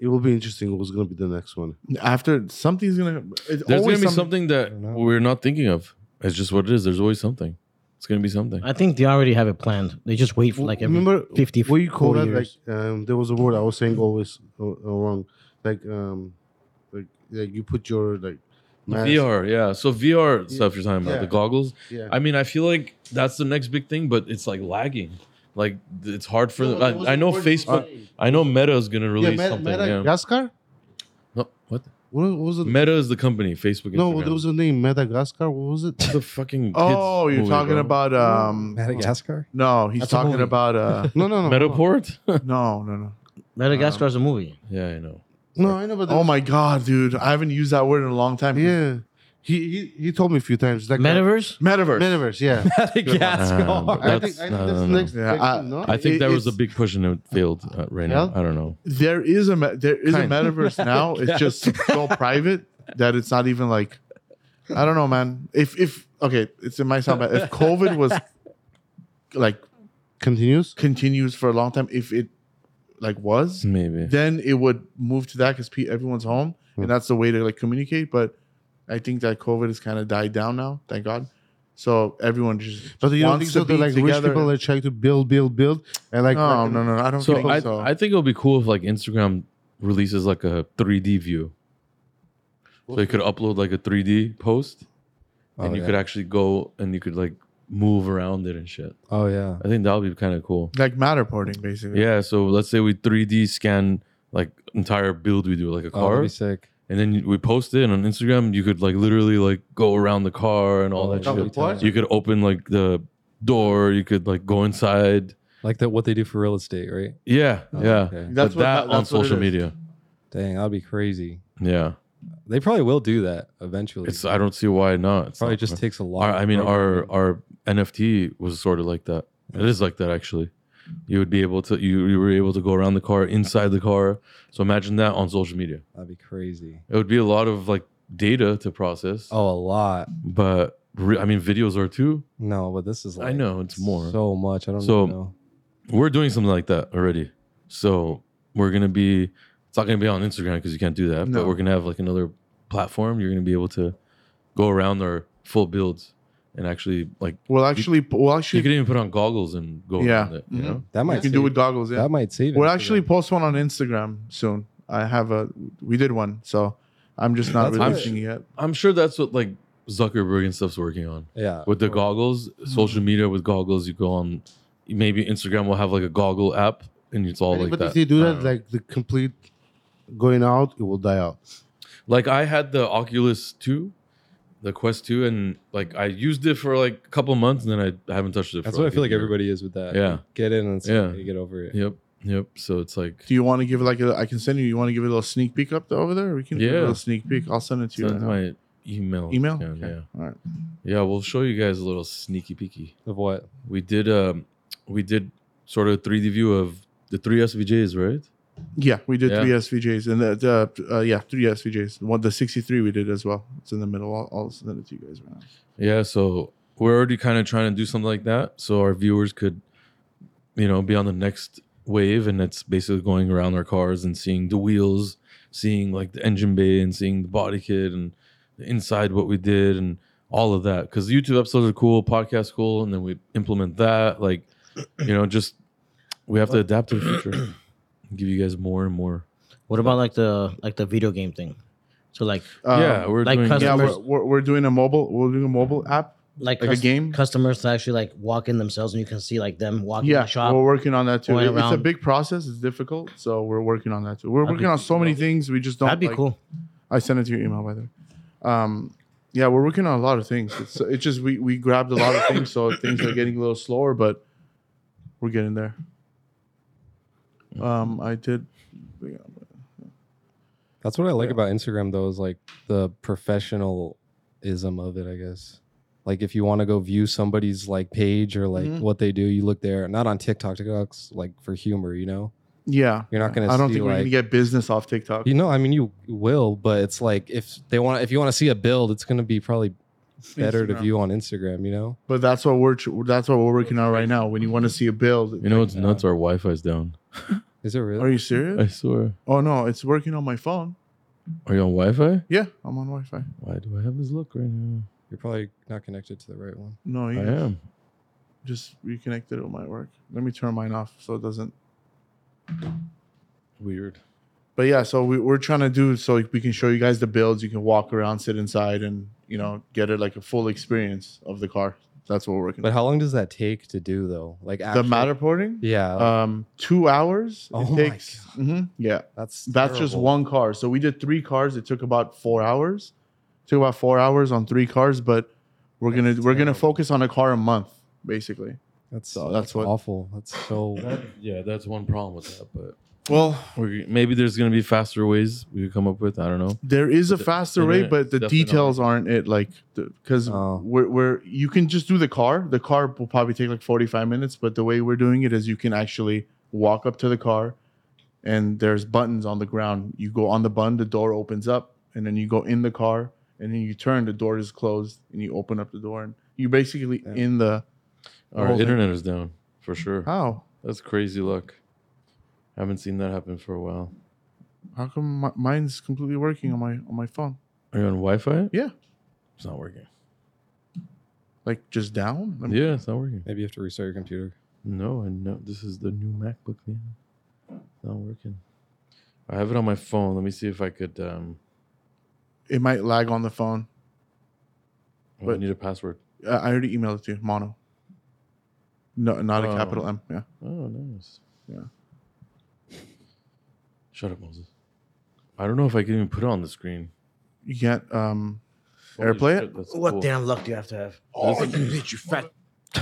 Speaker 4: It will be interesting. What's gonna be the next one?
Speaker 3: After something's gonna, it's
Speaker 1: There's gonna
Speaker 3: always
Speaker 1: be
Speaker 3: something.
Speaker 1: something,
Speaker 5: I
Speaker 1: that
Speaker 5: don't know.
Speaker 1: we're not thinking of. It's just what it is. There's always something. It's gonna be something.
Speaker 2: I think they already have it planned. They just wait for like every
Speaker 4: remember
Speaker 2: 50
Speaker 4: what you call
Speaker 2: 40
Speaker 4: that? Like um, there was a word I was saying always uh, uh, wrong. Like um, like like you put your like mask-
Speaker 1: VR, yeah. So VR
Speaker 4: Yeah.
Speaker 1: stuff you're talking about
Speaker 4: Yeah.
Speaker 1: the goggles.
Speaker 4: Yeah.
Speaker 1: I mean, I feel like that's the next big thing, but it's like lagging. Like th- it's hard for.
Speaker 4: No, there was
Speaker 1: I, I
Speaker 4: a
Speaker 1: know
Speaker 4: word
Speaker 1: Facebook.
Speaker 4: behind.
Speaker 1: I know Meta is gonna
Speaker 4: Yeah,
Speaker 1: release
Speaker 4: Meta-
Speaker 1: something.
Speaker 4: Meta-
Speaker 1: yeah.
Speaker 4: Madagascar.
Speaker 1: No, what?
Speaker 4: What was it?
Speaker 1: Meta is the company. Facebook.
Speaker 4: no,
Speaker 1: Instagram.
Speaker 4: there was a name Madagascar. What was it?
Speaker 1: the fucking. Kids
Speaker 3: Oh, you're
Speaker 1: movie,
Speaker 3: talking
Speaker 1: bro.
Speaker 3: about um.
Speaker 5: Madagascar.
Speaker 3: No, he's
Speaker 2: That's a
Speaker 3: talking
Speaker 2: movie.
Speaker 3: about uh.
Speaker 4: No, no, no.
Speaker 1: Metaport.
Speaker 3: No, no, no.
Speaker 2: Madagascar is a movie.
Speaker 1: yeah, I know.
Speaker 4: No, I know. But
Speaker 3: Oh my god, dude! I haven't used that word in a long time.
Speaker 4: Yeah, he he, he told me a few times. Like
Speaker 2: Metaverse?
Speaker 3: Metaverse.
Speaker 4: Metaverse. Yeah.
Speaker 5: Madagascar.
Speaker 1: Um, but
Speaker 4: I
Speaker 1: that's-
Speaker 4: think, I think
Speaker 1: no,
Speaker 4: that's
Speaker 1: no,
Speaker 4: the
Speaker 1: no.
Speaker 4: next.
Speaker 3: Yeah,
Speaker 4: next
Speaker 3: I-
Speaker 4: thing, no?
Speaker 1: I think
Speaker 3: It-
Speaker 1: there was a
Speaker 3: it's-
Speaker 1: big push in the field uh, right now.
Speaker 4: Yeah?
Speaker 1: I don't know.
Speaker 3: There is a me- there is
Speaker 4: Kind.
Speaker 3: a metaverse now. It's just so private that it's not even like. I don't know, man. If if okay, it's it might sound bad. If COVID was like
Speaker 4: continues.
Speaker 3: continues for a long time, if it like was,
Speaker 1: Maybe.
Speaker 3: then it would move to that because everyone's home and that's the way to like communicate. But I think that COVID has kind of died down now, thank God. So everyone just
Speaker 4: But you don't think
Speaker 3: wants
Speaker 4: so?
Speaker 3: to be
Speaker 4: That, like rich
Speaker 3: together.
Speaker 4: people are trying to build, build, build, and like
Speaker 3: no,
Speaker 4: fucking-
Speaker 3: no, no, no. I don't
Speaker 1: So
Speaker 3: think
Speaker 1: I,
Speaker 3: so.
Speaker 1: I think it would be cool if like Instagram releases like a 3D view. So you could upload like a 3D post and
Speaker 5: Oh,
Speaker 1: you
Speaker 5: yeah.
Speaker 1: could actually go and you could like move around it and shit.
Speaker 5: oh yeah.
Speaker 1: I think that would be kind of cool.
Speaker 3: like Matterporting, basically.
Speaker 1: Yeah. So let's say we 3D scan like entire build we do, like a
Speaker 5: Oh, that'd
Speaker 1: car,
Speaker 5: be sick.
Speaker 1: and then you- we post it and on Instagram. You could like literally like go around the car and all
Speaker 5: Oh,
Speaker 1: that
Speaker 5: that'd
Speaker 1: shit.
Speaker 5: be tight.
Speaker 1: You could open like the door. You could like go inside.
Speaker 5: like that what they do for real estate, right?
Speaker 1: Yeah.
Speaker 5: Oh,
Speaker 1: yeah.
Speaker 5: okay.
Speaker 1: That's but that on
Speaker 3: that's what it
Speaker 1: social
Speaker 3: is.
Speaker 1: media.
Speaker 5: Dang, that'd be crazy.
Speaker 1: Yeah.
Speaker 5: They probably will do that eventually.
Speaker 1: It's I don't see why not. It's
Speaker 5: probably
Speaker 1: not-
Speaker 5: just takes a lot.
Speaker 1: our,
Speaker 5: of
Speaker 1: I mean our
Speaker 5: programming.
Speaker 1: our NFT was sort of like that. It is like that actually. You would be able to you, you were able to go around the car inside the car. So imagine that on social media.
Speaker 5: that'd be crazy.
Speaker 1: It would be a lot of like data to process.
Speaker 5: Oh, a lot.
Speaker 1: But re- I mean videos are too.
Speaker 5: No, but this is.
Speaker 1: I
Speaker 5: Like
Speaker 1: know, it's more.
Speaker 5: So much. I don't
Speaker 1: So-
Speaker 5: even know.
Speaker 1: We're doing something like that already. So we're going to be it's not going to be on Instagram because you can't do that,
Speaker 3: No.
Speaker 1: but we're going to have like another platform. You're going to be able to go around our full builds and actually like
Speaker 3: We'll actually, we'll actually,
Speaker 1: you could even put on goggles and go
Speaker 3: Yeah.
Speaker 1: around it, you
Speaker 3: Mhm.
Speaker 1: know?
Speaker 5: That might
Speaker 3: you can do
Speaker 5: save-
Speaker 3: with goggles. Yeah.
Speaker 5: That might save. it
Speaker 3: We'll
Speaker 5: for
Speaker 3: actually
Speaker 5: them.
Speaker 3: post one on Instagram soon. I have a, we did one, so I'm just not
Speaker 5: That's what-
Speaker 3: releasing it yet.
Speaker 1: I'm sure that's what like Zuckerberg and stuff's working on
Speaker 5: Yeah.
Speaker 1: with the goggles, social media with goggles. You go on, maybe Instagram will have like a goggle app, and it's all like
Speaker 4: but
Speaker 1: that.
Speaker 4: if they do
Speaker 1: I
Speaker 4: that,
Speaker 1: don't know.
Speaker 4: like the complete going out, it will die out.
Speaker 1: like I had the Oculus Two, the Quest Two, and like I used it for like a couple months, and then I haven't touched it.
Speaker 5: That's
Speaker 1: for,
Speaker 5: what I feel
Speaker 1: a
Speaker 5: like
Speaker 1: year.
Speaker 5: everybody is with that.
Speaker 1: Yeah.
Speaker 5: You Get in and it's
Speaker 1: Yeah.
Speaker 5: you get over it.
Speaker 1: Yep, yep. So it's like
Speaker 3: Do you want to give like a? I can send you. You want to give a little sneak peek up to over there? We can give a
Speaker 1: Yeah.
Speaker 3: little sneak peek. I'll send it to you.
Speaker 1: send
Speaker 3: right now.
Speaker 1: my email.
Speaker 3: Email.
Speaker 1: down,
Speaker 3: Okay.
Speaker 1: Yeah,
Speaker 3: All right.
Speaker 1: yeah. We'll show you guys a little sneaky peeky.
Speaker 5: Of what?
Speaker 1: We did um, we did sort of a 3D view of the three SVJs, right?
Speaker 3: Yeah, we did
Speaker 1: Yeah.
Speaker 3: three SVJs and the, the uh, yeah three SVJs. One the sixty three we did as well. It's in the middle. I'll, I'll send it to you guys right now.
Speaker 1: Yeah, so we're already kind of trying to do something like that, so our viewers could, you know, be on the next wave, and it's basically going around our cars and seeing the wheels, seeing like the engine bay, and seeing the body kit, and the inside what we did, and all of that. Because YouTube episodes are cool, podcasts cool, and then we implement that. Like, you know, just we have to adapt to the future. Give you guys more and more.
Speaker 2: What about like the like the video game thing? So like
Speaker 3: Um,
Speaker 1: yeah, we're
Speaker 2: like
Speaker 1: doing.
Speaker 2: custom-
Speaker 3: yeah. We're,
Speaker 2: customers-
Speaker 3: we're, we're doing a mobile. We're doing a mobile app
Speaker 2: like,
Speaker 3: like
Speaker 2: cus-
Speaker 3: a game.
Speaker 2: customers to actually like walk in themselves and you can see like them walking
Speaker 3: yeah,
Speaker 2: the shop.
Speaker 3: we're working on that too.
Speaker 2: going
Speaker 3: It- it's a
Speaker 2: around.
Speaker 3: big process. It's difficult, so we're working on that too. We're
Speaker 2: That'd
Speaker 3: working
Speaker 2: be
Speaker 3: on so many things. We just don't.
Speaker 2: That'd be
Speaker 3: like-
Speaker 2: cool.
Speaker 3: I sent it to your email by the way. Um, yeah, we're working on a lot of things. It's it's just we we grabbed a lot of things, so things are getting a little slower, but we're getting there. Um, I did.
Speaker 5: That's what I like
Speaker 3: Yeah.
Speaker 5: about Instagram though, is like the professionalism of it, I guess. Like if you want to go view somebody's like page or like
Speaker 3: Mhm.
Speaker 5: what they do, you look there. Not on TikTok. TikTok's like for humor, you know.
Speaker 3: Yeah,
Speaker 5: You're not gonna
Speaker 3: I don't
Speaker 5: see,
Speaker 3: think we're gonna
Speaker 5: like-
Speaker 3: get business off TikTok.
Speaker 5: You know, I mean, you will, but it's like if they want, if you want to see a build, it's gonna be probably better to
Speaker 3: Instagram.
Speaker 5: view on Instagram. You know.
Speaker 3: But that's what we're tr- that's what we're working on right now. When you want to see a build,
Speaker 1: you know what's nuts? Our Wi-Fi's down.
Speaker 5: Is it
Speaker 3: are
Speaker 5: really?
Speaker 3: you
Speaker 5: uh,
Speaker 3: serious?
Speaker 1: I swear.
Speaker 3: Oh no, it's working on my phone.
Speaker 1: Are you on Wi-Fi?
Speaker 3: Yeah, I'm on Wi-Fi.
Speaker 1: Why do I have this look right now?
Speaker 5: You're probably not connected to the right one.
Speaker 3: No,
Speaker 1: I
Speaker 3: you
Speaker 1: am.
Speaker 3: just reconnected it with my work. Let me turn mine off so it doesn't
Speaker 1: Weird.
Speaker 3: but yeah, so we, we're trying to do so we can show you guys the builds. You can walk around, sit inside, and you know get it like a full experience of the car. That's what we're working.
Speaker 5: But how long does that take to do though? Like
Speaker 3: on.
Speaker 5: actually,
Speaker 3: the Matterporting,
Speaker 5: Yeah,
Speaker 3: um, two hours.
Speaker 5: Oh
Speaker 3: it
Speaker 5: my
Speaker 3: takes. Mhm, yeah,
Speaker 5: that's
Speaker 3: that's just
Speaker 5: terrible.
Speaker 3: one car. So we did three cars. It took about four hours. took about four hours on three cars, but we're gonna
Speaker 5: That's
Speaker 3: we're gonna
Speaker 5: terrible.
Speaker 3: focus on a car a month basically.
Speaker 5: That's
Speaker 3: So that's
Speaker 5: that's,
Speaker 3: what-
Speaker 5: awful. That's so
Speaker 1: yeah, that's one problem with that. But
Speaker 3: Well,
Speaker 1: we're, maybe there's gonna be faster ways we could come up with. I don't know.
Speaker 3: There is a
Speaker 1: But the-
Speaker 3: faster
Speaker 1: and
Speaker 3: way,
Speaker 1: it-
Speaker 3: but the
Speaker 1: definitely.
Speaker 3: details aren't it. Like, because
Speaker 5: Oh.
Speaker 3: we're, we're you can just do the car. The car will probably take like forty five minutes, but the way we're doing it is you can actually walk up to the car, and there's buttons on the ground. You go on the button, the door opens up, and then you go in the car, and then you turn, the door is closed, and you open up the door, and you're basically
Speaker 5: Yeah.
Speaker 3: in the.
Speaker 1: Our
Speaker 3: whole thing.
Speaker 1: internet is down for sure.
Speaker 3: How?
Speaker 1: That's crazy luck. Haven't seen that happen for a while.
Speaker 3: How come my, mine's completely working on my on my phone?
Speaker 1: Are you on Wi-Fi?
Speaker 3: Yeah.
Speaker 1: it's not working.
Speaker 3: Like just down? Let me-
Speaker 1: Yeah, it's not working.
Speaker 5: Maybe you have to restart your computer.
Speaker 1: No, and no, this is the new MacBook. Yeah, not working. I have it on my phone. Let me see if I could. Um,
Speaker 3: It might lag on the phone.
Speaker 1: oh, I
Speaker 3: But-
Speaker 1: need a password.
Speaker 3: Uh, I already emailed it to you. Mono. No, not
Speaker 1: Oh.
Speaker 3: a capital M. Yeah.
Speaker 1: Oh, nice.
Speaker 3: Yeah.
Speaker 1: Shut up, Moses. I don't know if I can even put it on the screen.
Speaker 3: You can't. Um.
Speaker 1: Holy
Speaker 3: Airplay it?
Speaker 1: shit, that's
Speaker 2: What
Speaker 1: cool.
Speaker 2: damn luck do you have to have?
Speaker 1: Oh, you
Speaker 2: bitch, you fat.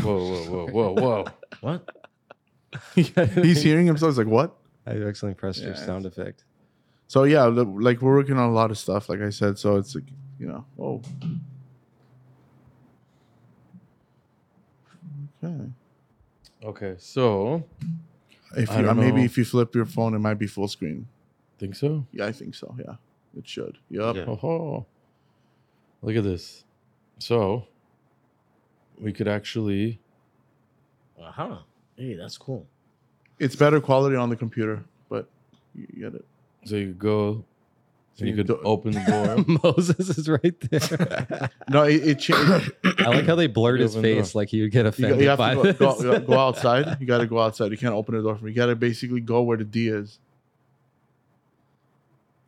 Speaker 1: Whoa, whoa, whoa, whoa, whoa. what?
Speaker 3: He's hearing himself. He's like, what?
Speaker 5: I accidentally pressed your
Speaker 3: Yeah.
Speaker 5: sound effect.
Speaker 3: So yeah, the- like we're working on a lot of stuff. Like I said, so it's like you know. Oh. Okay.
Speaker 1: Okay, so
Speaker 3: If
Speaker 1: I
Speaker 3: you, uh,
Speaker 1: don't know.
Speaker 3: maybe if you flip your phone, it might be full screen.
Speaker 1: think so.
Speaker 3: Yeah, I think so. Yeah, it should. Yep.
Speaker 4: Yeah.
Speaker 1: Oh, ho. look at this. So we could actually.
Speaker 2: Uh
Speaker 3: Uh-huh.
Speaker 2: huh. Hey, that's cool.
Speaker 3: It's better quality on the computer, but you get it.
Speaker 1: So you could go.
Speaker 3: So
Speaker 1: And you
Speaker 3: you
Speaker 1: could
Speaker 3: do-
Speaker 1: open the door.
Speaker 5: Moses is right there.
Speaker 3: No, it, it changed.
Speaker 5: I like how they blurred his
Speaker 1: Open the door.
Speaker 5: face, like he would get
Speaker 3: You, got- you
Speaker 5: offended
Speaker 3: have
Speaker 5: by
Speaker 3: to
Speaker 5: this.
Speaker 3: go, go, go outside. You got to go outside. You can't open the door from. You got to basically go where the D is.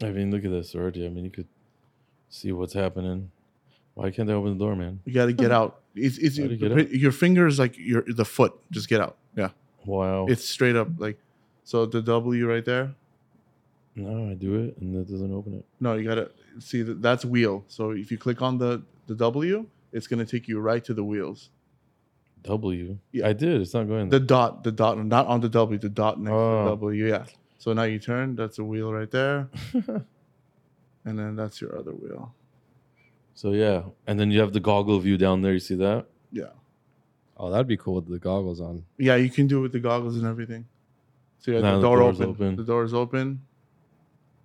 Speaker 1: I mean, look at this already. I mean, you could see what's happening. Why can't they open the door, man?
Speaker 3: You got to get out. It's, it's
Speaker 1: How do you get
Speaker 3: your fingers like your the foot. Just get out. Yeah,
Speaker 5: Oh.
Speaker 1: Wow.
Speaker 3: it's straight up like. So the W right there.
Speaker 1: no, I do it and it doesn't open it.
Speaker 3: No, you got to see that that's wheel. So if you click on the the W, it's gonna take you right to the wheels.
Speaker 1: W.
Speaker 3: Yeah.
Speaker 1: I did. It's not going
Speaker 3: The
Speaker 1: there.
Speaker 3: dot, the dot, not on the W, the dot next to
Speaker 1: Oh.
Speaker 3: the W. Yeah. So now you turn. That's a wheel right there, and then that's your other wheel.
Speaker 1: so yeah, and then you have the goggle view down there. You see that?
Speaker 3: Yeah.
Speaker 5: Oh, that'd be cool with the goggles on.
Speaker 3: Yeah, you can do it with the goggles and everything. So yeah,
Speaker 1: Now
Speaker 3: the
Speaker 1: the
Speaker 3: door
Speaker 1: door's
Speaker 3: open.
Speaker 1: open.
Speaker 3: The door is open.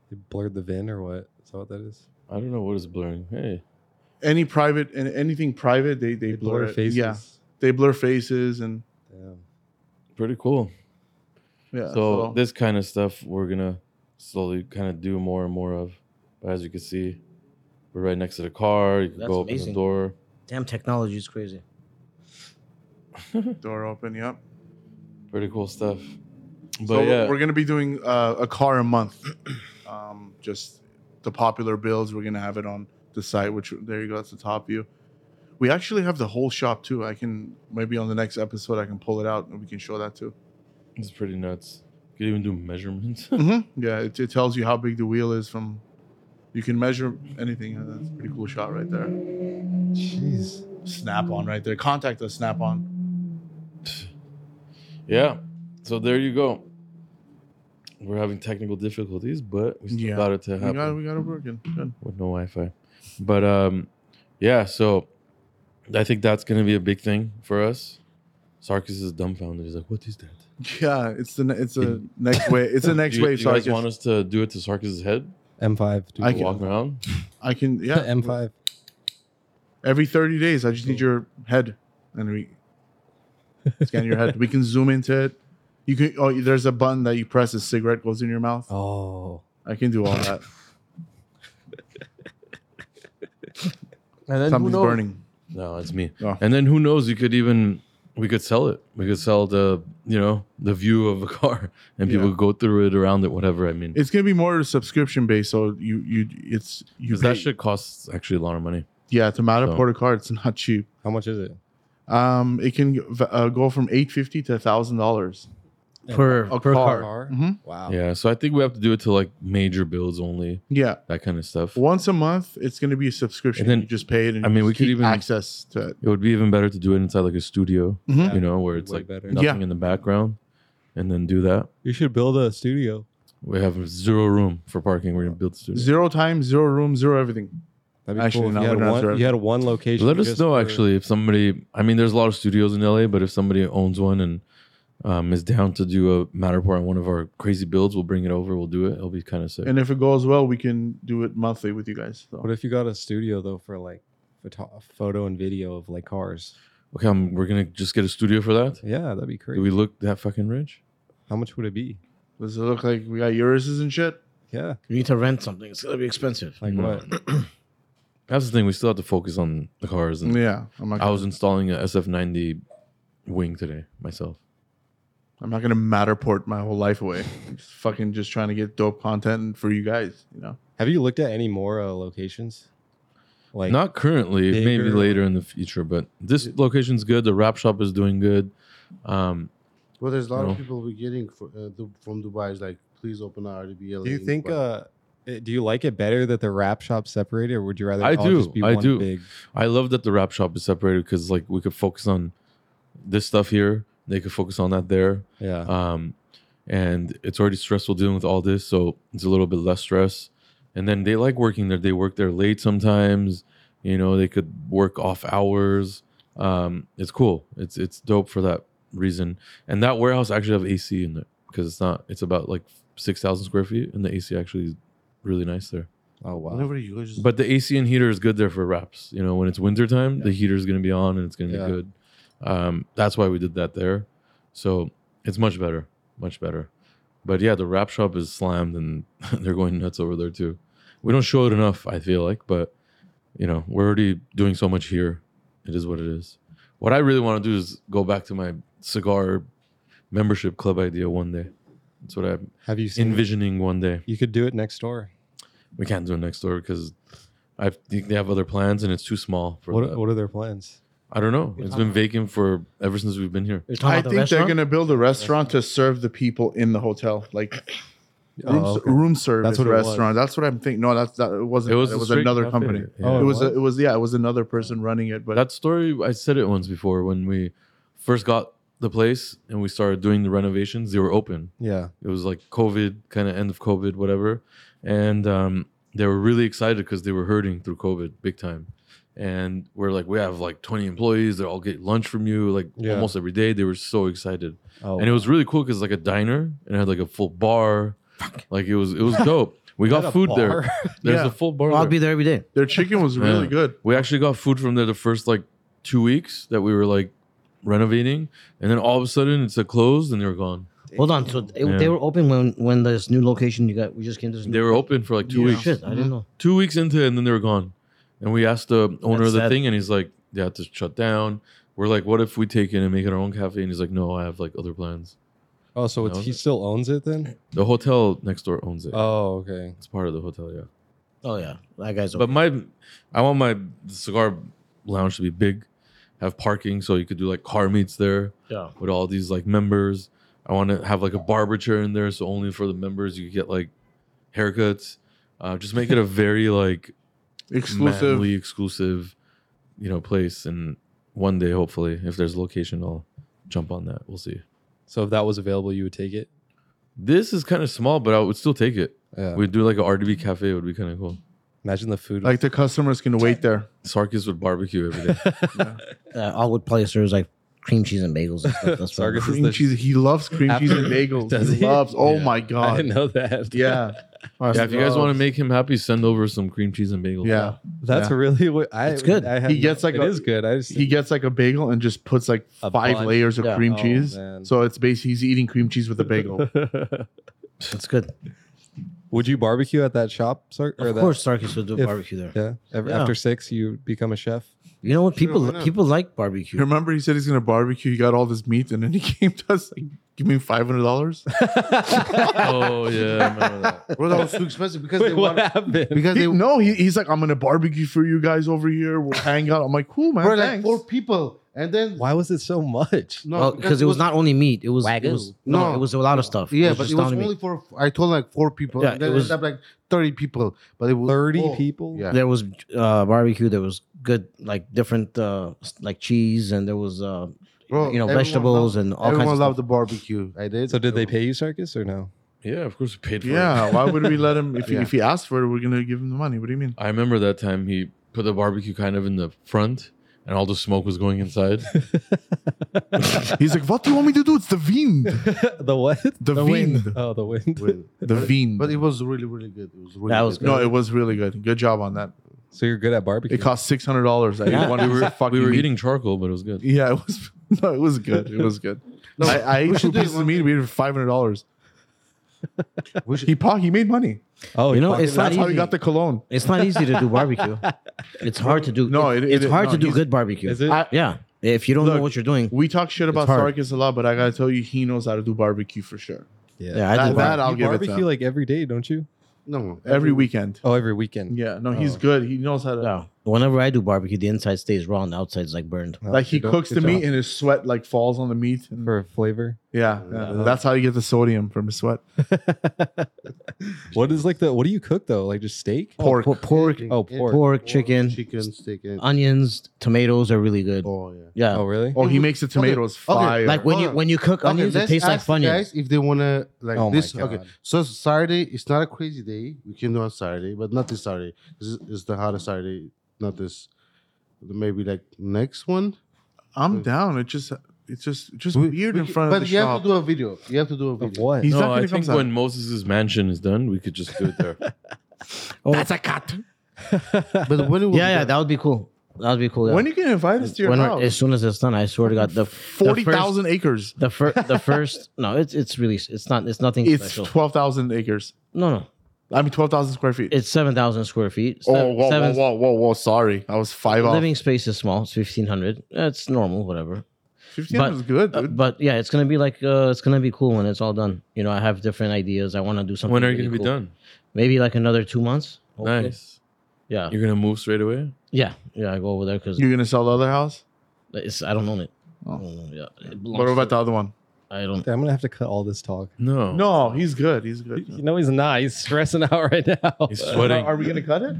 Speaker 5: They blurred the VIN or what? Is that what that is?
Speaker 1: I don't know what is blurring. Hey,
Speaker 3: Any private and anything private, they they, blur, it.
Speaker 5: faces.
Speaker 3: Yeah, they blur faces and
Speaker 5: Damn.
Speaker 1: pretty cool.
Speaker 3: yeah.
Speaker 1: so, this kind of stuff we're gonna slowly kind of do more and more of. But as you can see, we're right next to the car. You can
Speaker 2: That's
Speaker 1: go open the
Speaker 2: amazing.
Speaker 1: door.
Speaker 2: Damn, technology is crazy.
Speaker 3: door open. Yep.
Speaker 1: Pretty cool stuff. But
Speaker 3: so
Speaker 1: yeah,
Speaker 3: we're gonna be doing uh, a car a month. um, just the popular builds. We're gonna have it on the site. Which there you go. That's the top view. We actually have the whole shop too. I can maybe on the next episode I can pull it out and we can show that too.
Speaker 1: it's pretty nuts. You could even do measurements.
Speaker 3: hmm Yeah, it, it tells you how big the wheel is from. You can measure anything. and That's a pretty cool shot right there.
Speaker 5: Jeez.
Speaker 3: Snap on right there. Contact us, Snap on.
Speaker 1: yeah. So there you go. We're having technical difficulties, but we still
Speaker 3: Yeah.
Speaker 1: got it to
Speaker 3: We
Speaker 1: happen.
Speaker 3: got, we got it working. Good.
Speaker 1: with no Wi-Fi. But um, yeah, so I think that's gonna be a big thing for us. Sarkis is dumbfounded. He's like, "What is that?"
Speaker 3: Yeah, it's the ne- it's a next way. It's the next
Speaker 1: do you,
Speaker 3: wave.
Speaker 1: do
Speaker 3: So
Speaker 1: you
Speaker 3: I
Speaker 1: guys
Speaker 3: can,
Speaker 1: want us to do it to Sarkis' head?
Speaker 5: M5. dude.
Speaker 3: I
Speaker 1: Walk around.
Speaker 3: I can. Yeah,
Speaker 5: M5.
Speaker 3: every thirty days, I just need your head, and we scan your head. We can zoom into it. You can. Oh, there's a button that you press. A cigarette goes in your mouth.
Speaker 5: Oh.
Speaker 3: I can do all that.
Speaker 1: And then
Speaker 3: Something's burning.
Speaker 1: No, it's me.
Speaker 3: Oh.
Speaker 1: And then who knows? You could even we could sell it. We could sell the you know the view of a car, and people
Speaker 3: Yeah.
Speaker 1: go through it, around it, whatever. I mean,
Speaker 3: It's gonna be more subscription based. So you you it's you
Speaker 1: because that
Speaker 3: pay-
Speaker 1: shit costs actually a lot of money.
Speaker 3: Yeah, to mount a
Speaker 1: So-
Speaker 3: port car, it's not cheap.
Speaker 5: How much is it?
Speaker 3: Um, it can uh, go from eight fifty to thousand dollars.
Speaker 2: Per
Speaker 3: A
Speaker 2: per
Speaker 3: car. Mm-hmm.
Speaker 2: car.
Speaker 5: Wow.
Speaker 1: Yeah, so I think we have to do it to like major builds only,
Speaker 3: Yeah,
Speaker 1: that kind of stuff.
Speaker 3: once a month, it's going to be a subscription.
Speaker 1: And then-
Speaker 3: you just pay it, and
Speaker 1: I mean,
Speaker 3: you
Speaker 1: we
Speaker 3: just
Speaker 1: could
Speaker 3: keep
Speaker 1: even-
Speaker 3: access to it.
Speaker 1: It would be even better to do it inside like a studio.
Speaker 3: Mhm.
Speaker 1: you know, where it's
Speaker 5: Way
Speaker 1: like
Speaker 5: better.
Speaker 1: nothing
Speaker 3: Yeah.
Speaker 1: in the background, and then do that.
Speaker 5: You should build a studio.
Speaker 1: We have zero room for parking. We're gonna build studios.
Speaker 3: Zero time, zero room, zero everything.
Speaker 5: That'd be
Speaker 3: Actually,
Speaker 5: cool.
Speaker 3: no,
Speaker 5: If you,
Speaker 3: we're
Speaker 5: had
Speaker 3: not
Speaker 5: one,
Speaker 3: sure.
Speaker 5: you had one location.
Speaker 1: Let us
Speaker 5: just
Speaker 1: know
Speaker 5: for-
Speaker 1: actually if somebody. I mean, there's a lot of studios in LA, but if somebody owns one and um, is down to do a Matterport on one of our crazy builds, we'll bring it over. We'll do it. It'll be kind of sick.
Speaker 3: And if it goes well, we can do it monthly with you guys. So.
Speaker 5: What if you got a studio though for like photo, photo and video of like cars?
Speaker 1: okay, I'm, we're gonna just get a studio for that.
Speaker 5: Yeah, that'd be
Speaker 1: Do
Speaker 5: crazy.
Speaker 1: we look that fucking rich?
Speaker 5: How much would it be?
Speaker 3: Does it look like we got Urises and shit?
Speaker 1: Hmm.
Speaker 5: Yeah,
Speaker 2: You need to rent something. It's gonna be expensive.
Speaker 5: like
Speaker 1: No.
Speaker 5: what?
Speaker 1: That's the thing. We still have to focus on the cars. And
Speaker 3: Yeah, I'm not.
Speaker 1: Mm. I was installing a SF90 wing today myself.
Speaker 3: I'm not gonna Matterport my whole life away. Just fucking just trying to get dope content for you guys. You know,
Speaker 5: Have you looked at any more uh, locations? Like
Speaker 1: Not currently, maybe
Speaker 5: bigger-
Speaker 1: later in the future. But this location's good. The wrap shop is doing good. Um,
Speaker 4: Well, there's a lot
Speaker 1: No.
Speaker 4: of people we're getting for, uh, du- from Dubai is like, please open our RDBL.
Speaker 5: do you
Speaker 4: in
Speaker 5: think
Speaker 4: Dubai.
Speaker 5: uh eh, do you like it better that the wrap shop separated or would you rather
Speaker 1: I
Speaker 5: all
Speaker 1: do,
Speaker 5: just be
Speaker 1: I
Speaker 5: one
Speaker 1: do.
Speaker 5: big
Speaker 1: I love that the wrap shop is separated because like we could focus on this stuff here. They could focus on that there.
Speaker 5: yeah.
Speaker 1: um, and it's already stressful dealing with all this, so it's a little bit less stress. And then they like working there; they work there late sometimes. You know, they could work off hours. Um, it's cool. It's it's dope for that reason. And that warehouse actually have AC in it because it's not. It's about like six thousand square feet, and the AC actually is really nice there.
Speaker 5: oh wow.
Speaker 4: Whenever you go, just
Speaker 1: But the AC and heater is good there for wraps. You know, when it's wintertime, the heater is going to be on and it's going to
Speaker 5: Yeah.
Speaker 1: be good. Um, that's why we did that there. So it's much better, much better. But yeah, the wrap shop is slammed and they're going nuts over there too. We don't show it enough, I feel like, but you know, we're already doing so much here. It is what it is. What I really want to do is go back to my cigar membership club idea one day. That's what I'm
Speaker 5: Have you seen
Speaker 1: envisioning one day.
Speaker 5: you could do it next door.
Speaker 1: We can't do it next door because I think they have other plans and it's too small for
Speaker 5: What
Speaker 1: that.
Speaker 5: what are their plans?
Speaker 1: I don't know. It's been vacant for ever since we've been here.
Speaker 2: You're talking
Speaker 3: I
Speaker 2: about the
Speaker 3: think they're
Speaker 2: restaurant?
Speaker 3: gonna build a restaurant to serve the people in the hotel, like
Speaker 5: Oh,
Speaker 3: room,
Speaker 5: okay.
Speaker 3: room service
Speaker 5: what it was.
Speaker 3: restaurant. That's what I'm thinking. No, that's that it wasn't.
Speaker 1: It was,
Speaker 3: that.
Speaker 1: a
Speaker 3: it was
Speaker 1: straight
Speaker 3: another
Speaker 1: cafe.
Speaker 3: company.
Speaker 1: Yeah.
Speaker 5: Oh,
Speaker 3: it was
Speaker 5: what?
Speaker 3: it was yeah it was another person running it but
Speaker 1: that story. I said it once before when we first got the place and we started doing the renovations. They were open.
Speaker 5: Yeah.
Speaker 1: It was like COVID, kind of end of COVID, whatever. And um, they were really excited because they were hurting through COVID big time. And we're like, we have like 20 employees. They all get lunch from you like
Speaker 5: Yeah.
Speaker 1: almost every day. They were so excited.
Speaker 5: Oh.
Speaker 1: and it was really cool because like a diner and it had like a full bar like it was it was dope we got food there there's
Speaker 3: Yeah.
Speaker 1: a full bar
Speaker 2: Well, I'll
Speaker 1: there.
Speaker 2: be there every day.
Speaker 3: their chicken was really
Speaker 1: Yeah.
Speaker 3: good
Speaker 1: we actually got food from there the first like two weeks that we were like renovating and then all of a sudden it's a closed and they were gone
Speaker 2: Hold on. So it,
Speaker 1: Yeah.
Speaker 2: they were open when when this new location you got. We just came to. This new
Speaker 1: they were open for like two
Speaker 3: Yeah.
Speaker 1: weeks
Speaker 2: Shit, I didn't know.
Speaker 1: two weeks into it and then they were gone and we asked the owner of
Speaker 2: That's
Speaker 1: the
Speaker 2: sad.
Speaker 1: thing and he's like they had to shut down we're like what if we take it and make it our own cafe and he's like no i have like other plans
Speaker 5: Oh, so
Speaker 1: That
Speaker 5: it's,
Speaker 1: was
Speaker 5: he
Speaker 1: it.
Speaker 5: still owns it then?
Speaker 1: the hotel next door owns it
Speaker 5: Oh, okay.
Speaker 1: it's part of the hotel yeah
Speaker 2: Oh yeah, that guy's.
Speaker 1: But
Speaker 2: Open.
Speaker 1: my, I want my cigar lounge to be big, have parking so you could do like car meets there
Speaker 2: yeah.
Speaker 1: with all these like members. I want to have like a barber chair in there so only for the members you get like haircuts. Uh, just make it a very like
Speaker 3: exclusive
Speaker 1: manly, exclusive, you know, place. And one day, hopefully, if there's a location, I'll jump on that. We'll see.
Speaker 5: So if that was available, you would take it?
Speaker 1: This is kind of small, but I would still take it.
Speaker 5: Yeah.
Speaker 1: We'd do like a RDB cafe. It would be kind of cool.
Speaker 5: Imagine the food.
Speaker 3: like the customers can wait there
Speaker 1: Sarkis would barbecue every day.
Speaker 2: Uh, all would play serves like cream cheese and bagels and stuff. That's
Speaker 5: Sargus
Speaker 2: what.
Speaker 5: is
Speaker 3: cream
Speaker 5: the-
Speaker 3: cheese he loves cream cheese and
Speaker 5: Absolutely.
Speaker 3: bagels
Speaker 5: Does
Speaker 3: he,
Speaker 5: he?
Speaker 3: loves oh
Speaker 1: Yeah.
Speaker 3: my
Speaker 5: I
Speaker 3: god
Speaker 5: didn't know that.
Speaker 3: yeah
Speaker 1: yeah, if you guys want to make him happy, send over some cream cheese and bagels.
Speaker 3: yeah
Speaker 5: That's really what I.
Speaker 2: It's good.
Speaker 5: I had
Speaker 3: He gets, like,
Speaker 5: it
Speaker 3: a-
Speaker 5: is good. I just
Speaker 3: he gets like a bagel and just puts like
Speaker 5: A
Speaker 3: five
Speaker 5: bunch.
Speaker 3: layers of
Speaker 2: Yeah.
Speaker 3: cream
Speaker 5: Oh,
Speaker 3: cheese
Speaker 5: man.
Speaker 3: so it's basically he's eating cream cheese with a bagel
Speaker 2: That's good.
Speaker 5: Would you barbecue at that shop, sir?
Speaker 2: Of
Speaker 5: that,
Speaker 2: course, Sarkis would do
Speaker 5: if-
Speaker 2: barbecue there.
Speaker 5: Yeah. Ev-
Speaker 2: Yeah.
Speaker 5: After six, you become a chef.
Speaker 2: You know what?
Speaker 4: Sure,
Speaker 2: People
Speaker 4: why not?
Speaker 2: people like barbecue.
Speaker 3: remember he said he's gonna barbecue he got all this meat and then he came to us like give me five hundred dollars
Speaker 1: Oh yeah, I remember that.
Speaker 4: well, that was too expensive because they
Speaker 5: Wait, what
Speaker 4: want
Speaker 5: happened?
Speaker 4: because they were
Speaker 3: no he, he's like i'm gonna barbecue for you guys over here we'll hang out i'm like cool man
Speaker 4: like
Speaker 3: thanks.
Speaker 4: four people, and then
Speaker 5: Why was it so much?
Speaker 4: no,
Speaker 2: Well, because it was not only meat. It was, it
Speaker 5: Wagyu.
Speaker 2: was- no,
Speaker 4: No.
Speaker 2: it was a lot of stuff.
Speaker 4: Yeah, but
Speaker 2: just
Speaker 4: it was
Speaker 2: not meat.
Speaker 4: only for I told like four people.
Speaker 2: Yeah,
Speaker 4: and then
Speaker 2: it
Speaker 4: it
Speaker 2: was-
Speaker 4: was up like thirty people, but it was
Speaker 5: Thirty
Speaker 4: oh,
Speaker 5: people.
Speaker 4: Yeah,
Speaker 2: there was uh, barbecue. There was good like different uh, s- like cheese, and there was uh,
Speaker 4: Bro,
Speaker 2: you know
Speaker 4: everyone
Speaker 2: vegetables
Speaker 4: loved-
Speaker 2: and all
Speaker 4: everyone
Speaker 2: kinds of
Speaker 4: loved
Speaker 2: stuff.
Speaker 4: the barbecue. I did.
Speaker 5: So did they
Speaker 4: Everyone-
Speaker 5: pay you, Sarkis, or no?
Speaker 1: Yeah, of course we paid for it.
Speaker 3: Yeah, why would we let him? If he,
Speaker 4: Yeah.
Speaker 3: if he asked for it, we're gonna give him the money. What do you mean?
Speaker 1: I remember that time he put the barbecue kind of in the front, and all the smoke was going inside.
Speaker 3: He's like, "What do you want me to do? It's the wind,
Speaker 5: the what?
Speaker 3: the, wind,
Speaker 5: Oh, the wind.
Speaker 3: the wind."
Speaker 4: But it was really, really good. It was really.
Speaker 2: That was
Speaker 4: good.
Speaker 3: no, it was really good. Good job on that.
Speaker 5: So you're good at barbecue.
Speaker 3: It cost six hundred dollars. I
Speaker 1: Yeah,
Speaker 3: ate one piece of fucking
Speaker 1: we were
Speaker 3: meat.
Speaker 1: eating charcoal, but it was good.
Speaker 3: Yeah, it was. No, it was good. It was good.
Speaker 4: No,
Speaker 3: I, I
Speaker 4: we
Speaker 3: ate
Speaker 4: should
Speaker 3: two
Speaker 4: do it
Speaker 3: pieces of
Speaker 4: one
Speaker 3: meat.
Speaker 4: day.
Speaker 3: We ate it for five hundred dollars.
Speaker 4: We should-
Speaker 3: He po- he made money.
Speaker 5: Oh,
Speaker 2: You know,
Speaker 5: fuck
Speaker 2: it's
Speaker 5: it.
Speaker 2: not
Speaker 3: That's how he
Speaker 2: easy.
Speaker 3: got the cologne.
Speaker 2: It's not easy to do barbecue. It's hard to do.
Speaker 3: No,
Speaker 2: it-
Speaker 3: it-
Speaker 2: it's
Speaker 3: it-
Speaker 2: hard
Speaker 3: no,
Speaker 2: to do
Speaker 3: he's-
Speaker 2: good barbecue.
Speaker 5: Is it?
Speaker 3: I-
Speaker 2: Yeah, if you don't know
Speaker 3: Look,
Speaker 2: what you're doing,
Speaker 3: We talk shit about
Speaker 2: hard.
Speaker 3: Sarkis a lot, but I gotta tell you, he knows how to do barbecue for sure.
Speaker 5: yeah.
Speaker 2: yeah,
Speaker 3: that-
Speaker 2: I do
Speaker 3: that uh,
Speaker 2: barbe-
Speaker 3: I'll
Speaker 5: you
Speaker 3: give it to
Speaker 5: barbecue
Speaker 3: him.
Speaker 5: like every day, don't you?
Speaker 4: no,
Speaker 3: Every weekend.
Speaker 5: Oh, every weekend.
Speaker 3: Yeah, no, he's
Speaker 5: Oh.
Speaker 3: good. He knows how to.
Speaker 2: no. Whenever I do barbecue, the inside stays raw and the outside's like burned.
Speaker 5: Oh,
Speaker 3: Like he
Speaker 5: good-
Speaker 3: cooks
Speaker 5: good
Speaker 3: the
Speaker 5: job.
Speaker 3: meat and his sweat like falls on the meat. And,
Speaker 5: for flavor.
Speaker 3: yeah, yeah, that's how you get the sodium from his sweat.
Speaker 5: what is like the what do you cook though? Like just steak?
Speaker 3: Pork.
Speaker 2: Por- pork,
Speaker 4: Anything.
Speaker 5: Oh,
Speaker 4: Anything.
Speaker 5: pork.
Speaker 2: pork, chicken,
Speaker 4: chicken, steak, and
Speaker 2: onions, tomatoes are really good.
Speaker 4: oh yeah.
Speaker 2: Yeah,
Speaker 5: Oh, really?
Speaker 3: Oh, he makes the tomatoes
Speaker 4: okay,
Speaker 3: fire.
Speaker 2: like when
Speaker 4: Hold
Speaker 2: you
Speaker 4: on.
Speaker 2: when you cook onions, it
Speaker 4: let's
Speaker 2: tastes like
Speaker 4: ask the
Speaker 2: funyuns.
Speaker 4: Guys, if they wanna like
Speaker 5: Oh my
Speaker 4: this, okay.
Speaker 5: God.
Speaker 4: So Saturday, it's not a crazy day. We can do on Saturday, but not this Saturday. This is, is the hottest Saturday. Not this. Maybe like next one.
Speaker 3: I'm down. It just it's just just
Speaker 4: uh, We-
Speaker 3: weird
Speaker 4: we
Speaker 3: in
Speaker 4: can-
Speaker 3: front
Speaker 4: But
Speaker 3: of the
Speaker 4: you
Speaker 3: shop.
Speaker 4: have to do a video. You have to do a
Speaker 5: Of
Speaker 4: video.
Speaker 5: what?
Speaker 3: He's not
Speaker 1: no,
Speaker 3: gonna
Speaker 1: I
Speaker 3: come
Speaker 1: think
Speaker 3: south.
Speaker 1: when Moses' mansion is done, we could just do it there.
Speaker 3: That's a cut.
Speaker 4: But when it will
Speaker 2: Yeah, yeah,
Speaker 4: be
Speaker 2: that would be cool. That would be cool. Yeah.
Speaker 3: When you can invite us to your
Speaker 2: When-
Speaker 3: house?
Speaker 2: as soon as it's done, I swear to God, the
Speaker 3: Forty thousand acres.
Speaker 2: The first, the first, no, it's it's really, it's not, it's nothing
Speaker 3: It's
Speaker 2: special.
Speaker 3: twelve thousand acres.
Speaker 2: no, no,
Speaker 3: I mean twelve thousand square feet.
Speaker 2: it's seven thousand square feet.
Speaker 3: oh,
Speaker 2: Seven-
Speaker 3: whoa,
Speaker 2: seven-
Speaker 3: whoa, whoa, whoa, whoa! Sorry, I was five off.
Speaker 2: Living space is small. It's fifteen hundred. It's normal, whatever.
Speaker 3: Fifteen
Speaker 2: but-
Speaker 3: is good,
Speaker 2: Uh,
Speaker 3: dude.
Speaker 2: but yeah, it's gonna be like uh, it's gonna be cool when it's all done. You know, I have different ideas. I want to do something.
Speaker 1: when are you
Speaker 2: really
Speaker 1: gonna be
Speaker 2: cool.
Speaker 1: done?
Speaker 2: Maybe like another two months. hopefully.
Speaker 1: Nice.
Speaker 2: Yeah,
Speaker 1: You're gonna move straight away.
Speaker 2: yeah, yeah. I go over there because
Speaker 3: You're gonna sell the other house?
Speaker 2: it's I don't own it.
Speaker 3: Oh.
Speaker 2: I don't own it. Yeah, it
Speaker 3: What
Speaker 2: belongs
Speaker 3: about
Speaker 2: to-
Speaker 3: the other one?
Speaker 2: I don't.
Speaker 5: I'm gonna have to cut all this talk.
Speaker 1: No,
Speaker 3: No, he's good. He's good.
Speaker 5: You know he's not. He's stressing out right now.
Speaker 1: he's
Speaker 3: Are-
Speaker 1: sweating.
Speaker 3: Are we gonna cut it?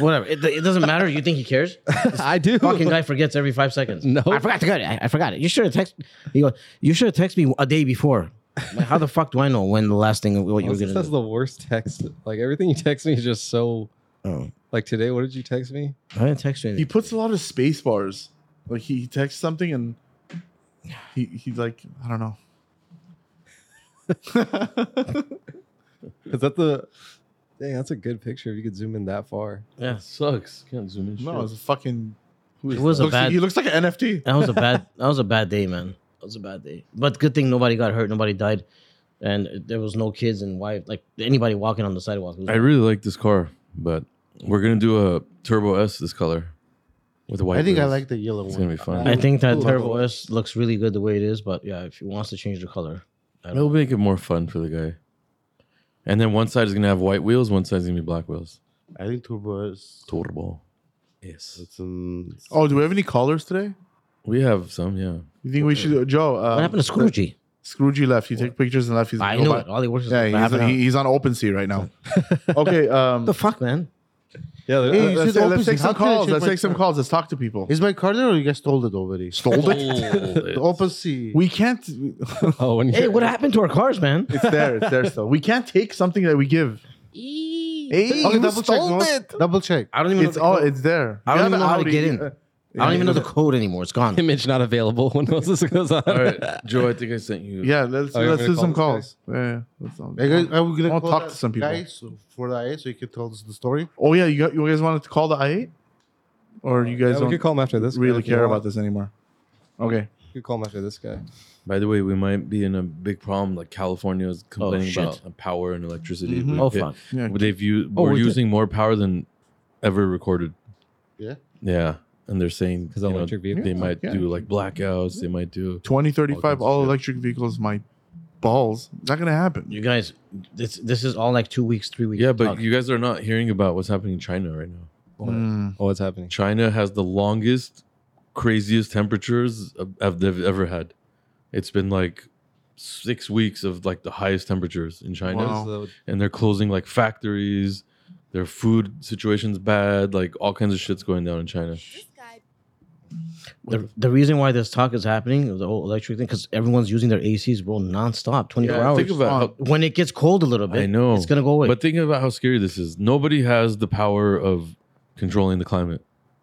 Speaker 2: Whatever. It, it doesn't matter. You think he cares?
Speaker 5: I do.
Speaker 2: Fucking guy forgets every five seconds.
Speaker 5: No.
Speaker 2: I forgot to cut it. I, I forgot it. You should have text. He goes, you should have texted me a day before. I'm like, how the fuck do I know when the last thing what you were
Speaker 5: Honestly,
Speaker 2: gonna
Speaker 5: That's
Speaker 2: do?
Speaker 5: the worst text. Like everything you text me is just so
Speaker 2: Oh,
Speaker 5: like today. What did you text me?
Speaker 2: I didn't text you.
Speaker 3: He
Speaker 2: Anything.
Speaker 3: puts a lot of space bars. Like he texts something and he he's like, I don't know.
Speaker 5: Is that the? Dang, that's a good picture. If you could zoom in that far.
Speaker 1: yeah, sucks. Can't zoom in.
Speaker 3: No, it's
Speaker 1: shit.
Speaker 3: a fucking. Who
Speaker 2: It was
Speaker 3: that?
Speaker 2: a
Speaker 3: Looks like-
Speaker 2: bad-
Speaker 3: he looks like an NFT.
Speaker 2: That was a bad. That was a bad day, man. That was a bad day. But good thing nobody got hurt. Nobody died, and there was no kids and wife. Like anybody walking on the sidewalk. It was-
Speaker 1: I really like this car, but we're gonna do a Turbo S this color with the white.
Speaker 4: I think I
Speaker 1: wheels.
Speaker 4: like the yellow
Speaker 1: It's
Speaker 4: one.
Speaker 1: gonna be fun.
Speaker 2: I think that
Speaker 4: Ooh.
Speaker 2: Turbo S looks really good the way it is. But yeah, if he wants to change the color, I
Speaker 1: It'll
Speaker 2: don't.
Speaker 1: make it more fun for the guy. And then one side is gonna have white wheels, one side's gonna be black wheels.
Speaker 4: I think turbo is.
Speaker 1: Turbo. Yes.
Speaker 4: It's um,
Speaker 3: Oh, do we have any callers today?
Speaker 1: We have some, yeah.
Speaker 3: You think we should, Joe? Uh,
Speaker 2: What happened to Scroogey?
Speaker 3: Scroogey left. He took pictures and left. He's
Speaker 2: I
Speaker 3: go
Speaker 2: know
Speaker 3: back.
Speaker 2: it. All he works is
Speaker 3: Yeah,
Speaker 2: like, what
Speaker 3: he's,
Speaker 2: happened-
Speaker 3: he- he's on OpenSea right now. okay, um,
Speaker 2: What the fuck, man.
Speaker 5: Yeah. there-
Speaker 4: Hey, you
Speaker 3: let's,
Speaker 4: said
Speaker 3: let's
Speaker 4: OpenSea.
Speaker 3: take
Speaker 4: How
Speaker 3: some
Speaker 4: can I
Speaker 3: calls.
Speaker 4: check
Speaker 3: Let's
Speaker 4: my
Speaker 3: take some
Speaker 4: phone?
Speaker 3: calls. Let's talk to people.
Speaker 4: Is my card there or you guys stole it already? Oh,
Speaker 3: Sold it?
Speaker 4: The open sea.
Speaker 3: We can't.
Speaker 5: oh, when
Speaker 2: Hey,
Speaker 5: you're-
Speaker 2: what happened to our cars, man?
Speaker 3: It's there. It's there still. We can't take something that we give. Hey,
Speaker 4: Okay,
Speaker 3: you stole
Speaker 4: no?
Speaker 3: it.
Speaker 4: Double check.
Speaker 2: I don't even.
Speaker 3: It's
Speaker 2: know the
Speaker 3: all.
Speaker 2: code.
Speaker 3: It's there.
Speaker 2: I
Speaker 3: You
Speaker 2: don't even
Speaker 3: have
Speaker 2: know how to
Speaker 3: Audi.
Speaker 2: get in.
Speaker 3: Uh,
Speaker 2: I don't even know
Speaker 3: yeah.
Speaker 2: the code anymore. It's gone.
Speaker 5: image not available when this goes on.
Speaker 1: All right, Joe. I think I sent you.
Speaker 3: Yeah, let's
Speaker 5: Oh, you want
Speaker 3: let's
Speaker 5: me
Speaker 3: do
Speaker 5: to call
Speaker 3: some
Speaker 5: this guy?
Speaker 3: calls. Yeah, yeah, let's all-
Speaker 4: Are you guys- are we gonna
Speaker 3: I'll
Speaker 4: call
Speaker 3: talk
Speaker 4: that
Speaker 3: to some people.
Speaker 4: guy so- for the IA so you can tell us the story?
Speaker 3: Oh yeah, you got, you guys wanted to call the I eight, or you
Speaker 5: Yeah,
Speaker 3: guys
Speaker 5: we
Speaker 3: don't
Speaker 5: could call him after this.
Speaker 3: really care about this anymore? Okay.
Speaker 5: You could call him after this guy.
Speaker 1: By the way, we might be in a big problem. Like California is complaining
Speaker 2: shit.
Speaker 1: about power and electricity.
Speaker 4: Mm-hmm.
Speaker 3: Mhm.
Speaker 1: We-
Speaker 2: Oh
Speaker 1: they-
Speaker 2: fuck!
Speaker 3: Yeah.
Speaker 1: They've u-
Speaker 5: Oh,
Speaker 1: we're
Speaker 5: we did.
Speaker 1: using more power than ever recorded.
Speaker 4: Yeah.
Speaker 1: Yeah, and they're saying
Speaker 5: 'Cause
Speaker 1: you know,
Speaker 5: electric vehicles.
Speaker 1: They might
Speaker 3: Yeah.
Speaker 1: do like blackouts. They might do.
Speaker 3: 2035
Speaker 1: All kinds of
Speaker 3: all
Speaker 1: shit.
Speaker 3: electric vehicles my balls not gonna happen
Speaker 2: You guys, this this is all like two weeks, three weeks.
Speaker 1: Yeah, but
Speaker 2: talk.
Speaker 1: you guys are not hearing about what's happening in China right now.
Speaker 3: Mm.
Speaker 5: Oh, what's happening?
Speaker 1: China has the longest, craziest temperatures of- of- they've ever had. It's been like six weeks of like the highest temperatures in China,
Speaker 3: Wow.
Speaker 1: and they're closing like factories. Their food situation's bad. Like all kinds of shit's going down in China.
Speaker 2: the, the reason why this talk is happening, the whole electric thing, because everyone's using their ACs, bro, nonstop, twenty four
Speaker 1: Yeah,
Speaker 2: hours.
Speaker 1: think about how,
Speaker 2: when it gets cold a little bit,
Speaker 1: I know,
Speaker 2: it's gonna go away.
Speaker 1: but think about how scary this is. Nobody has the power of controlling the climate.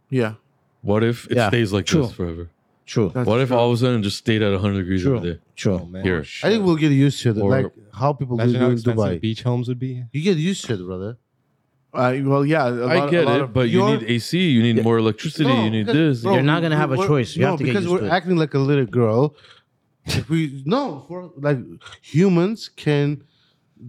Speaker 3: yeah
Speaker 1: What if it
Speaker 2: Yeah,
Speaker 1: stays like
Speaker 2: true.
Speaker 1: this forever?
Speaker 2: true,
Speaker 3: that's
Speaker 1: what if
Speaker 3: true.
Speaker 1: all of a sudden it just stayed at 100 degrees
Speaker 2: True.
Speaker 1: every day?
Speaker 5: Oh,
Speaker 2: true.
Speaker 5: man.
Speaker 1: Here.
Speaker 4: I think we'll get used to it,
Speaker 1: Or-
Speaker 4: like how people do
Speaker 5: Imagine how
Speaker 4: do in
Speaker 5: expensive
Speaker 4: Dubai.
Speaker 5: beach homes would be.
Speaker 4: You get used to it, brother.
Speaker 3: uh, well yeah a lot-
Speaker 1: I
Speaker 3: a
Speaker 1: get
Speaker 3: lot
Speaker 1: it,
Speaker 3: of-
Speaker 1: but you
Speaker 4: your-
Speaker 1: need AC, you need more electricity,
Speaker 4: No,
Speaker 1: you need
Speaker 4: because-
Speaker 1: this.
Speaker 4: bro,
Speaker 2: You're not gonna
Speaker 4: we-
Speaker 2: have a
Speaker 4: we're-
Speaker 2: choice. You
Speaker 4: no,
Speaker 2: have to get
Speaker 4: because
Speaker 2: used
Speaker 4: we're
Speaker 2: to it.
Speaker 4: acting like a little girl. If we no for like humans can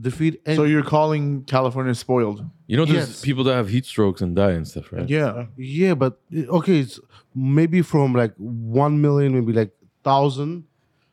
Speaker 4: defeat any.
Speaker 3: so you're calling California spoiled?
Speaker 1: You know, there's
Speaker 4: Yes.
Speaker 1: people that have heat strokes and die and stuff, right?
Speaker 3: Yeah.
Speaker 4: yeah, but uh, okay, it's maybe from like one million, maybe like thousand.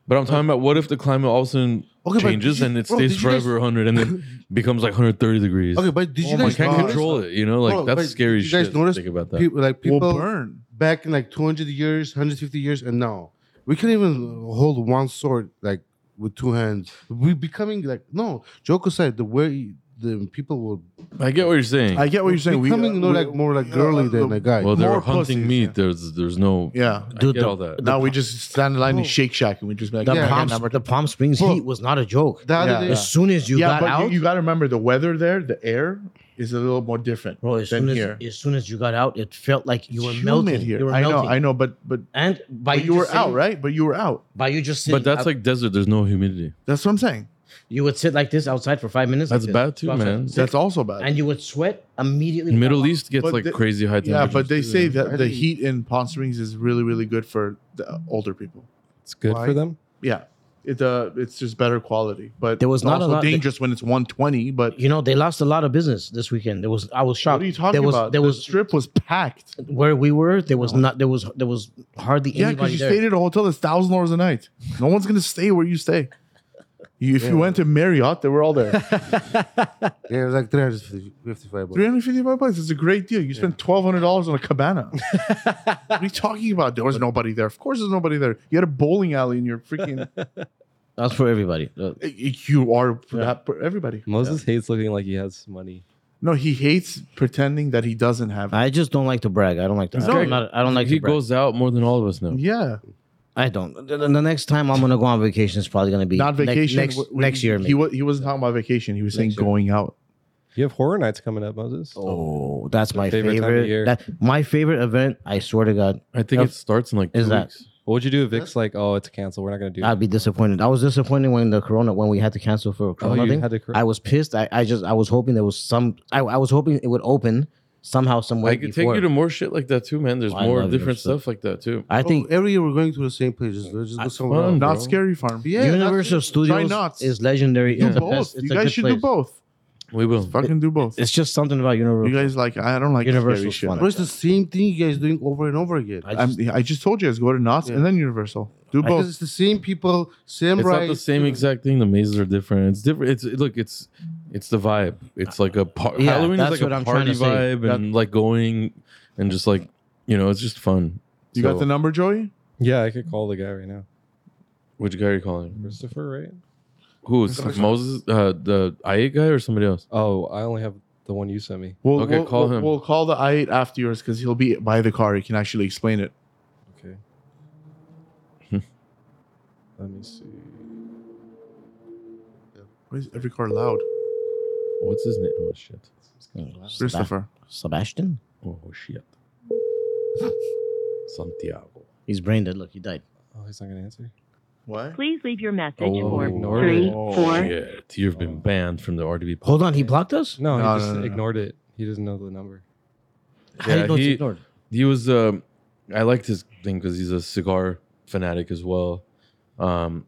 Speaker 1: But I'm talking about what if the climate all of a sudden
Speaker 4: Okay, but
Speaker 1: changes
Speaker 4: did you-
Speaker 1: and it
Speaker 4: bro,
Speaker 1: stays
Speaker 4: did you guys-
Speaker 1: forever 100 and then becomes like 130 degrees.
Speaker 4: Okay, but did you
Speaker 3: Oh my
Speaker 1: you
Speaker 4: guys
Speaker 1: can't
Speaker 4: notice-
Speaker 1: control it. You know, like
Speaker 4: Bro, but
Speaker 1: that's scary
Speaker 4: did you guys
Speaker 1: shit.
Speaker 4: notice
Speaker 1: Think about that.
Speaker 4: People like
Speaker 3: Will
Speaker 4: people
Speaker 3: burn.
Speaker 4: back in like 200 years, 150 years, and now we can even hold one sword like with two hands. We're becoming like no. Joko said the way the people were
Speaker 1: I get what you're saying.
Speaker 3: I get what you're saying. We-
Speaker 4: becoming you know,
Speaker 3: we-
Speaker 4: like more like
Speaker 3: yeah,
Speaker 4: girly
Speaker 3: the-
Speaker 4: than a guy.
Speaker 1: well, they're
Speaker 3: more
Speaker 1: hunting
Speaker 3: pussies,
Speaker 1: meat.
Speaker 3: yeah.
Speaker 1: There's there's no.
Speaker 3: Yeah.
Speaker 1: I
Speaker 2: Dude,
Speaker 1: get Oh.
Speaker 2: the-
Speaker 1: all that.
Speaker 3: Now we just stand in line
Speaker 4: No.
Speaker 3: and Shake Shack, and we just be like,
Speaker 2: The
Speaker 3: "Yeah,
Speaker 2: Palm,
Speaker 3: yeah, number-
Speaker 2: the Palm Springs
Speaker 4: Bro.
Speaker 2: heat was not a joke.
Speaker 4: the other
Speaker 3: yeah,
Speaker 4: day,
Speaker 2: As soon as you
Speaker 3: yeah,
Speaker 2: got
Speaker 3: but
Speaker 2: out,
Speaker 3: you, got to remember the weather there, the air is a little more different
Speaker 2: bro, as
Speaker 3: than
Speaker 2: soon as,
Speaker 3: here.
Speaker 2: as soon as you got out, it felt like you
Speaker 3: It's
Speaker 2: were
Speaker 3: humid
Speaker 2: melting.
Speaker 3: here.
Speaker 2: You were
Speaker 3: I know,
Speaker 2: melting.
Speaker 3: I know, but but,
Speaker 2: And by
Speaker 3: but you were
Speaker 2: just sitting-
Speaker 3: out, right? But you were out.
Speaker 2: By you just sitting,
Speaker 1: but that's
Speaker 2: out-
Speaker 1: like desert. There's no humidity.
Speaker 3: That's what I'm saying.
Speaker 2: you would sit like this outside for five minutes.
Speaker 1: That's
Speaker 2: like this.
Speaker 1: bad too,
Speaker 2: Go outside.
Speaker 1: man.
Speaker 3: That's also bad.
Speaker 2: And you would sweat immediately.
Speaker 1: Middle East gets
Speaker 3: But
Speaker 1: like
Speaker 3: the-
Speaker 1: crazy high
Speaker 3: yeah,
Speaker 1: temperatures.
Speaker 3: but they
Speaker 1: too,
Speaker 3: say
Speaker 1: yeah.
Speaker 3: that
Speaker 4: I
Speaker 3: the
Speaker 4: think-
Speaker 3: heat in Palm Springs is really really good for the uh, older people.
Speaker 5: It's good
Speaker 4: Why?
Speaker 5: for them.
Speaker 3: Yeah. It, uh, it's just better quality, but
Speaker 2: There was
Speaker 3: it's
Speaker 2: not a
Speaker 3: also
Speaker 2: lot that-
Speaker 3: dangerous when it's 120. But
Speaker 2: You know they lost a lot of business this weekend. There was I was shocked.
Speaker 3: what are you talking
Speaker 2: there was,
Speaker 3: about?
Speaker 2: There
Speaker 3: the
Speaker 2: was
Speaker 3: strip was packed.
Speaker 2: where we were. There was not. There was there was hardly
Speaker 3: Yeah, because
Speaker 2: anybody
Speaker 3: you
Speaker 2: there.
Speaker 3: stayed at a hotel that's thousand dollars a night. No one's gonna stay where you stay. You, if you went to Marriott, they were all there.
Speaker 4: yeah, like 355 bucks.
Speaker 3: 355 bucks is a great deal. You spent twelve hundred dollars on a cabana. what are you talking about? There was nobody there. Of course, there's nobody there. You had a bowling alley in your freaking. eh,
Speaker 2: That's for everybody. Uh,
Speaker 3: you are for that for everybody.
Speaker 5: Moses hates looking like he has money.
Speaker 3: No, he hates pretending that he doesn't have. it.
Speaker 2: I just don't like to brag. I don't like to.
Speaker 3: It's
Speaker 2: I'm
Speaker 3: okay.
Speaker 2: not, I don't like
Speaker 1: he
Speaker 2: to brag.
Speaker 1: goes out more than all of us now.
Speaker 3: yeah,
Speaker 2: I don't. The, the- the next time I'm gonna go on vacation is probably gonna be
Speaker 3: not
Speaker 2: next-
Speaker 3: vacation.
Speaker 2: next
Speaker 3: Wh-
Speaker 2: next,
Speaker 3: wh-
Speaker 2: year.
Speaker 3: He
Speaker 2: maybe.
Speaker 3: wa- he wasn't talking about vacation. He was saying
Speaker 2: Next year.
Speaker 3: going out.
Speaker 5: You have horror nights coming up, Moses.
Speaker 2: Oh, that's my
Speaker 5: favorite
Speaker 2: favorite.
Speaker 5: time of year.
Speaker 2: That my favorite event. I swear to God,
Speaker 1: I think
Speaker 2: Yep.
Speaker 1: it starts in like two
Speaker 2: Is that-
Speaker 1: weeks.
Speaker 5: What would you do if Vic's like, oh, it's canceled. We're not gonna do
Speaker 2: I'd
Speaker 5: it.
Speaker 2: be disappointed. I was disappointed when the Corona when we had to cancel for
Speaker 5: Oh,
Speaker 2: Corona
Speaker 5: you
Speaker 2: thing.
Speaker 5: had to. cor-
Speaker 2: I was pissed. I, I just I was hoping there was some. I, I was hoping it would open somehow some way
Speaker 1: I could take
Speaker 2: before.
Speaker 1: you to more shit like that too, man. There's
Speaker 2: Oh, I
Speaker 1: more
Speaker 2: love that
Speaker 1: different
Speaker 2: stuff.
Speaker 1: stuff like that too.
Speaker 2: I
Speaker 4: Oh,
Speaker 2: think
Speaker 4: every year we're going to the same place. Just, let's just go
Speaker 1: That's
Speaker 4: somewhere
Speaker 1: fun,
Speaker 4: else.
Speaker 1: bro.
Speaker 3: Not scary farm.
Speaker 4: Yeah,
Speaker 2: Universal Studios
Speaker 3: nuts.
Speaker 2: is legendary.
Speaker 3: Do
Speaker 2: It's the
Speaker 3: both.
Speaker 2: best- it's
Speaker 3: you
Speaker 2: a
Speaker 3: guys
Speaker 2: good
Speaker 3: should do
Speaker 2: place.
Speaker 3: both.
Speaker 1: We will.
Speaker 3: Fucking do both.
Speaker 2: It's just something about
Speaker 3: You
Speaker 2: Universal.
Speaker 3: guys like I don't like
Speaker 2: Universal
Speaker 3: scary
Speaker 2: is
Speaker 3: shit.
Speaker 2: fun.
Speaker 4: Bro, it's the same thing you guys doing over and over again.
Speaker 2: I
Speaker 3: I'm,
Speaker 2: just,
Speaker 3: I just told you guys go to Knott's
Speaker 4: Yeah.
Speaker 3: and then Universal. Do
Speaker 4: Because
Speaker 3: both.
Speaker 4: it's the same people, same
Speaker 1: It's not the
Speaker 4: rights.
Speaker 1: same exact thing. The mazes are different. It's different. It's it- look. It's it's the vibe. It's like a par-
Speaker 2: Yeah,
Speaker 1: Halloween is
Speaker 2: that's
Speaker 1: like
Speaker 2: what
Speaker 1: a
Speaker 2: I'm trying
Speaker 1: party
Speaker 2: to say.
Speaker 1: vibe and like going and just like you know, it's just fun.
Speaker 3: You got the number, Joey?
Speaker 5: yeah, I could call the guy right now.
Speaker 1: Which guy are you calling?
Speaker 5: Christopher, right?
Speaker 1: Who's Moses? Uh, the Ayat guy or somebody else?
Speaker 5: Oh, I only have the one you sent me.
Speaker 3: We'll,
Speaker 1: Okay,
Speaker 3: we'll-
Speaker 1: call
Speaker 3: we'll-
Speaker 1: him.
Speaker 3: We'll call the I eight after yours because he'll be by the car. He can actually explain it.
Speaker 5: Okay.
Speaker 1: Hmm.
Speaker 5: Let me see.
Speaker 3: Why is every car loud?
Speaker 1: What's his name? Oh shit!
Speaker 3: Christopher.
Speaker 2: Sebastian.
Speaker 1: Oh shit! Santiago.
Speaker 2: He's brain dead. Look, he died.
Speaker 5: Oh, he's not gonna answer.
Speaker 3: What?
Speaker 6: Please leave your message
Speaker 5: Oh,
Speaker 6: for
Speaker 5: ignore
Speaker 6: three,
Speaker 5: it. Oh,
Speaker 6: four,
Speaker 1: Shit! You've been banned from the RDB.
Speaker 2: Hold on, he blocked us.
Speaker 5: No,
Speaker 3: No,
Speaker 5: he just
Speaker 3: no, no, no.
Speaker 5: ignored it. He doesn't know the number.
Speaker 2: I didn't
Speaker 1: Yeah,
Speaker 2: know it's
Speaker 1: he-
Speaker 2: ignored.
Speaker 1: he was um i liked his thing because he's a cigar fanatic as well um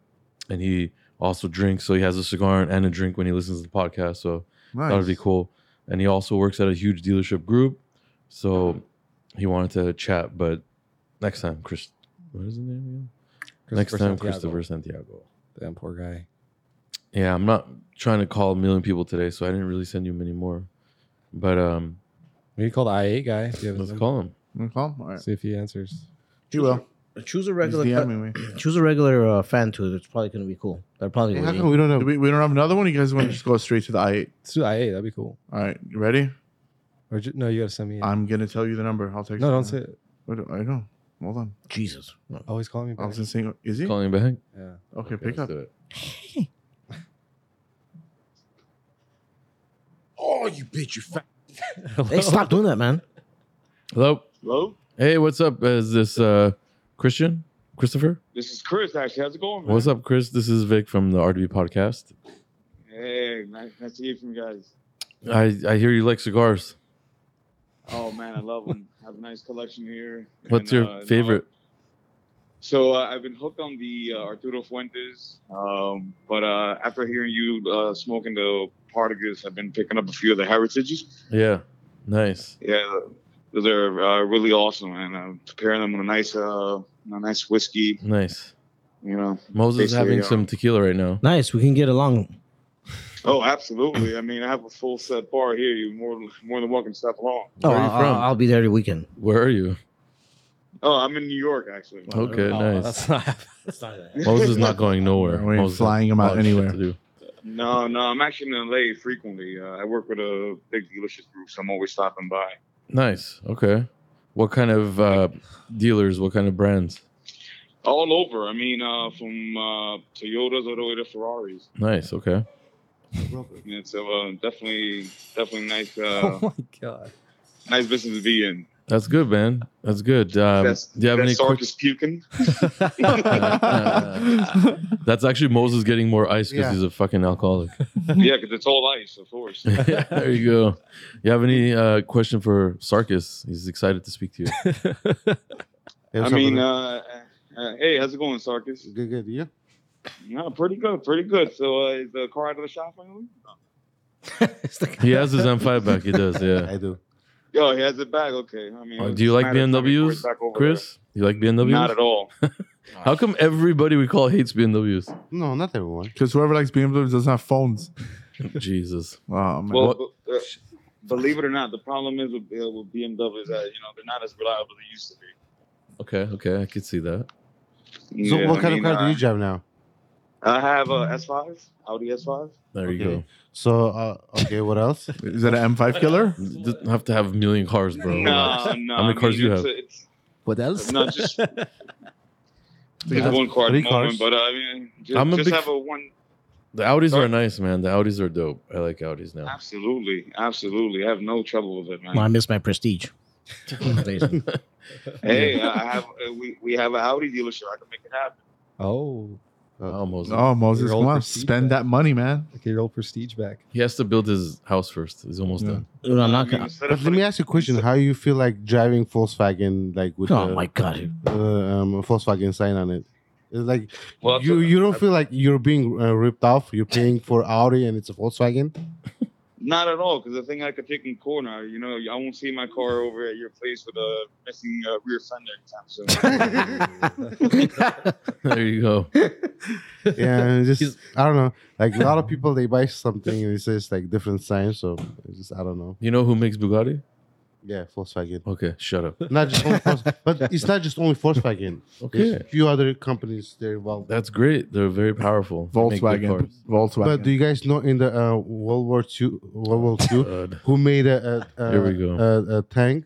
Speaker 1: and he also drinks so he has a cigar and a drink when he listens to the podcast so
Speaker 3: Nice.
Speaker 1: that would be cool and he also works at a huge dealership group so he wanted to chat but next time chris what is his name again? next time
Speaker 5: Santiago.
Speaker 1: christopher santiago
Speaker 5: Damn poor guy.
Speaker 1: yeah i'm not trying to call a million people today so i didn't really send you many more but um
Speaker 5: We can call the IA guy. If you have
Speaker 1: let's
Speaker 5: his number.
Speaker 1: call him
Speaker 3: You call him? Mm, All right.
Speaker 5: See if he answers.
Speaker 3: You will.
Speaker 2: Choose a
Speaker 3: He's
Speaker 2: regular.
Speaker 3: DMing me.
Speaker 2: choose a regular uh, fan too. It's probably gonna be cool. That probably.
Speaker 4: Hey,
Speaker 2: gonna
Speaker 4: how
Speaker 2: be-
Speaker 4: come we
Speaker 5: Oh.
Speaker 4: don't have?
Speaker 3: Do we, we don't have another one? You guys want to just go straight to the I eight?
Speaker 5: Let's do IA. That'd be cool.
Speaker 3: All right. You ready?
Speaker 5: Or ju- no, you gotta send me. it.
Speaker 3: I'm going to tell you the number. I'll text
Speaker 5: no,
Speaker 3: you
Speaker 5: don't
Speaker 3: now.
Speaker 5: say it.
Speaker 3: Wait, I know. Hold on.
Speaker 2: Jesus. No.
Speaker 5: Oh, he's calling me.
Speaker 3: I
Speaker 5: Back.
Speaker 3: was just saying, is he? Okay,
Speaker 1: calling him back
Speaker 5: yeah.
Speaker 3: pick
Speaker 1: let's
Speaker 3: up.
Speaker 1: do it.
Speaker 4: Oh,
Speaker 2: Hey, stop doing that, man.
Speaker 1: hello
Speaker 7: Hello,
Speaker 1: Hey, what's up? Is this uh Christian? Christopher?
Speaker 7: this is Chris. Actually, how's it going? Man?
Speaker 1: What's up, Chris? This is Vic from the RDB podcast.
Speaker 7: Hey, nice, nice to hear from you guys.
Speaker 1: I, I hear you like cigars.
Speaker 7: Oh man, I love them. Have a nice collection here.
Speaker 1: What's
Speaker 7: And,
Speaker 1: your
Speaker 7: uh,
Speaker 1: favorite?
Speaker 7: So uh, I've been hooked on the uh, Arturo Fuentes, um, but uh, after hearing you uh, smoking the Partagas, I've been picking up a few of the Heritages.
Speaker 1: Yeah. Nice.
Speaker 7: Yeah, those are uh, really awesome, and I'm pairing them with a nice, uh, a nice whiskey.
Speaker 1: Nice.
Speaker 7: You know.
Speaker 1: Moses is
Speaker 7: Basically,
Speaker 1: having
Speaker 7: uh,
Speaker 1: some tequila right now.
Speaker 2: Nice. We can get along.
Speaker 7: Oh, absolutely. I mean, I have a full set bar here. You're more more than welcome to step along.
Speaker 2: Oh,
Speaker 1: Where are you
Speaker 2: I'll,
Speaker 1: from?
Speaker 2: I'll- I'll be there every weekend.
Speaker 1: Where are you?
Speaker 7: Oh, I'm in New York actually.
Speaker 1: Okay, nice.
Speaker 5: Oh, That's not
Speaker 2: That's not that.
Speaker 1: Moses is not going nowhere.
Speaker 3: We ain't
Speaker 1: Moses has
Speaker 3: flying him
Speaker 1: a lot
Speaker 3: out
Speaker 1: of shit
Speaker 3: anywhere.
Speaker 1: to do.
Speaker 7: No, no, I'm actually in LA frequently. Uh, I work with a big dealership group, so I'm always stopping by.
Speaker 1: Nice. Okay. What kind of uh, dealers? What kind of brands?
Speaker 7: All over. I mean, uh, from uh, Toyotas all the way to Ferraris.
Speaker 1: Nice. Okay.
Speaker 7: Yeah, so uh, definitely, definitely nice, uh,
Speaker 5: oh my god.
Speaker 7: nice business to be in.
Speaker 1: That's good, man. That's good. Um,
Speaker 7: that's
Speaker 1: do you have
Speaker 7: that's
Speaker 1: any?
Speaker 7: Sark
Speaker 1: Quick,
Speaker 7: is puking.
Speaker 1: that's actually Moses getting more ice because
Speaker 4: Yeah.
Speaker 1: he's a fucking alcoholic.
Speaker 7: yeah, because it's all ice, of course.
Speaker 1: Yeah, there you go. You have any uh, question for Sarkis? He's excited to speak to you.
Speaker 7: I mean, uh, uh, hey, how's it going, Sarkis?
Speaker 4: uh, good, good. You?
Speaker 7: No, pretty good, pretty good. So uh, is the car out of the shop finally?
Speaker 2: It's like-
Speaker 1: He has his M5 back. He does. Yeah.
Speaker 4: I do.
Speaker 7: Yo, he has it back. Okay. I mean,
Speaker 1: Uh,
Speaker 7: it's
Speaker 1: do you like
Speaker 7: matter of time before it's
Speaker 1: BMWs,
Speaker 7: back over
Speaker 1: Chris? You like
Speaker 7: there.
Speaker 1: BMWs?
Speaker 7: Not at all.
Speaker 1: How come everybody we call hates BMWs?
Speaker 4: No, not everyone.
Speaker 3: Because whoever likes BMWs doesn't have phones.
Speaker 1: Jesus.
Speaker 3: Oh, man.
Speaker 7: Well, b- uh, believe it or not, the problem is with, uh, with BMW is that you know they're not as reliable as they used to be.
Speaker 1: Okay. Okay. I could see that.
Speaker 4: So
Speaker 7: Yeah,
Speaker 4: what
Speaker 7: I
Speaker 4: kind
Speaker 7: mean,
Speaker 4: of car
Speaker 7: uh,
Speaker 4: do you drive now?
Speaker 7: I have a S5, Audi S5.
Speaker 1: There you
Speaker 4: Okay.
Speaker 1: go.
Speaker 4: So uh, okay, what else?
Speaker 3: Is that an M5 killer?
Speaker 1: You Doesn't have to have a million cars, bro.
Speaker 7: No, no.
Speaker 1: How many
Speaker 7: I
Speaker 1: cars
Speaker 7: mean,
Speaker 1: you
Speaker 7: it's
Speaker 1: have?
Speaker 7: a- it's,
Speaker 5: What else?
Speaker 7: No, just-
Speaker 4: Yeah,
Speaker 7: it's one car at
Speaker 4: three
Speaker 7: the
Speaker 4: cars.
Speaker 7: moment, but uh, I mean, just,
Speaker 1: I'm a
Speaker 7: just
Speaker 1: big-
Speaker 7: have a one.
Speaker 1: The Audis
Speaker 7: Sorry.
Speaker 1: are nice, man. The Audis are dope. I like Audis now.
Speaker 7: Absolutely, absolutely. I have no trouble with it, man.
Speaker 2: Well, I miss my prestige. Amazing.
Speaker 7: Hey, I I have uh, we, we have an Audi dealership. I can make it happen.
Speaker 5: Oh,
Speaker 1: Almost.
Speaker 3: Oh, Moses,
Speaker 5: Your old
Speaker 3: come on.
Speaker 5: prestige
Speaker 3: Spend
Speaker 5: back.
Speaker 3: that money, man.
Speaker 5: get your old prestige back.
Speaker 1: He has to build his house first. He's almost
Speaker 3: Yeah.
Speaker 1: done.
Speaker 2: Dude, I'm
Speaker 7: I
Speaker 2: not
Speaker 7: mean,
Speaker 2: gonna.
Speaker 7: instead
Speaker 4: But
Speaker 7: of
Speaker 4: let me
Speaker 7: putting-
Speaker 4: ask you a question. How you feel like driving Volkswagen like with
Speaker 2: Oh
Speaker 4: the,
Speaker 2: my god.
Speaker 4: uh, um, Volkswagen sign on it? It's like
Speaker 7: Well,
Speaker 4: you
Speaker 7: so-
Speaker 4: you don't feel like you're being uh, ripped off. You're paying for Audi and it's a Volkswagen.
Speaker 7: Not at all, because I think I could take in corner. You know, I won't see my car over at your place with a missing uh, rear fender anytime soon.
Speaker 1: There you go.
Speaker 4: Yeah, and it's
Speaker 1: He's-
Speaker 4: just I don't know. Like a lot of people, they buy something and it says like different signs. So it's just I don't know.
Speaker 1: You know who makes Bugatti?
Speaker 4: Yeah, Volkswagen.
Speaker 1: Okay, shut up.
Speaker 4: Not just only Volks- but it's not just only Volkswagen. There's
Speaker 1: Okay.
Speaker 4: a few other companies they're involved.
Speaker 1: That's great. They're very powerful. They make good
Speaker 3: Volkswagen.
Speaker 4: But do
Speaker 3: Volkswagen.
Speaker 4: you guys know in the uh, World War Two, World War Two,
Speaker 1: cars. God.
Speaker 4: who made a, a, a,
Speaker 1: Here we go.
Speaker 4: a, a tank?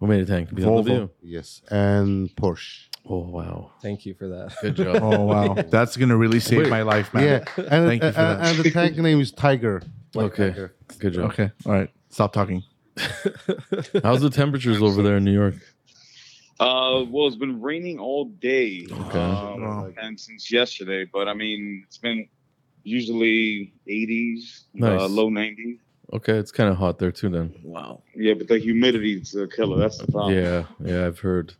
Speaker 1: Who made a tank?
Speaker 3: Volvo.
Speaker 1: BMW.
Speaker 4: Yes, and Porsche.
Speaker 1: Oh, wow.
Speaker 5: Thank you for that.
Speaker 1: Good job.
Speaker 3: Oh, wow. That's going to really save
Speaker 1: Wait.
Speaker 3: my life, man.
Speaker 4: Yeah, and,
Speaker 3: Thank you for
Speaker 4: and-
Speaker 3: that.
Speaker 4: and the tank name is Tiger. White
Speaker 1: Okay.
Speaker 4: Tiger.
Speaker 1: Good job.
Speaker 3: Okay. All right. Stop talking.
Speaker 1: How's the temperatures over there in New York?
Speaker 7: uh, well, it's been raining all day,
Speaker 1: Okay.
Speaker 7: um, and since yesterday. But I mean, it's been usually 80s, uh,
Speaker 1: Nice.
Speaker 7: low 90s.
Speaker 1: Okay, it's kind of hot there too. Then.
Speaker 2: Wow.
Speaker 7: Yeah, but the humidity's a killer. That's the problem.
Speaker 1: Yeah, yeah, I've heard.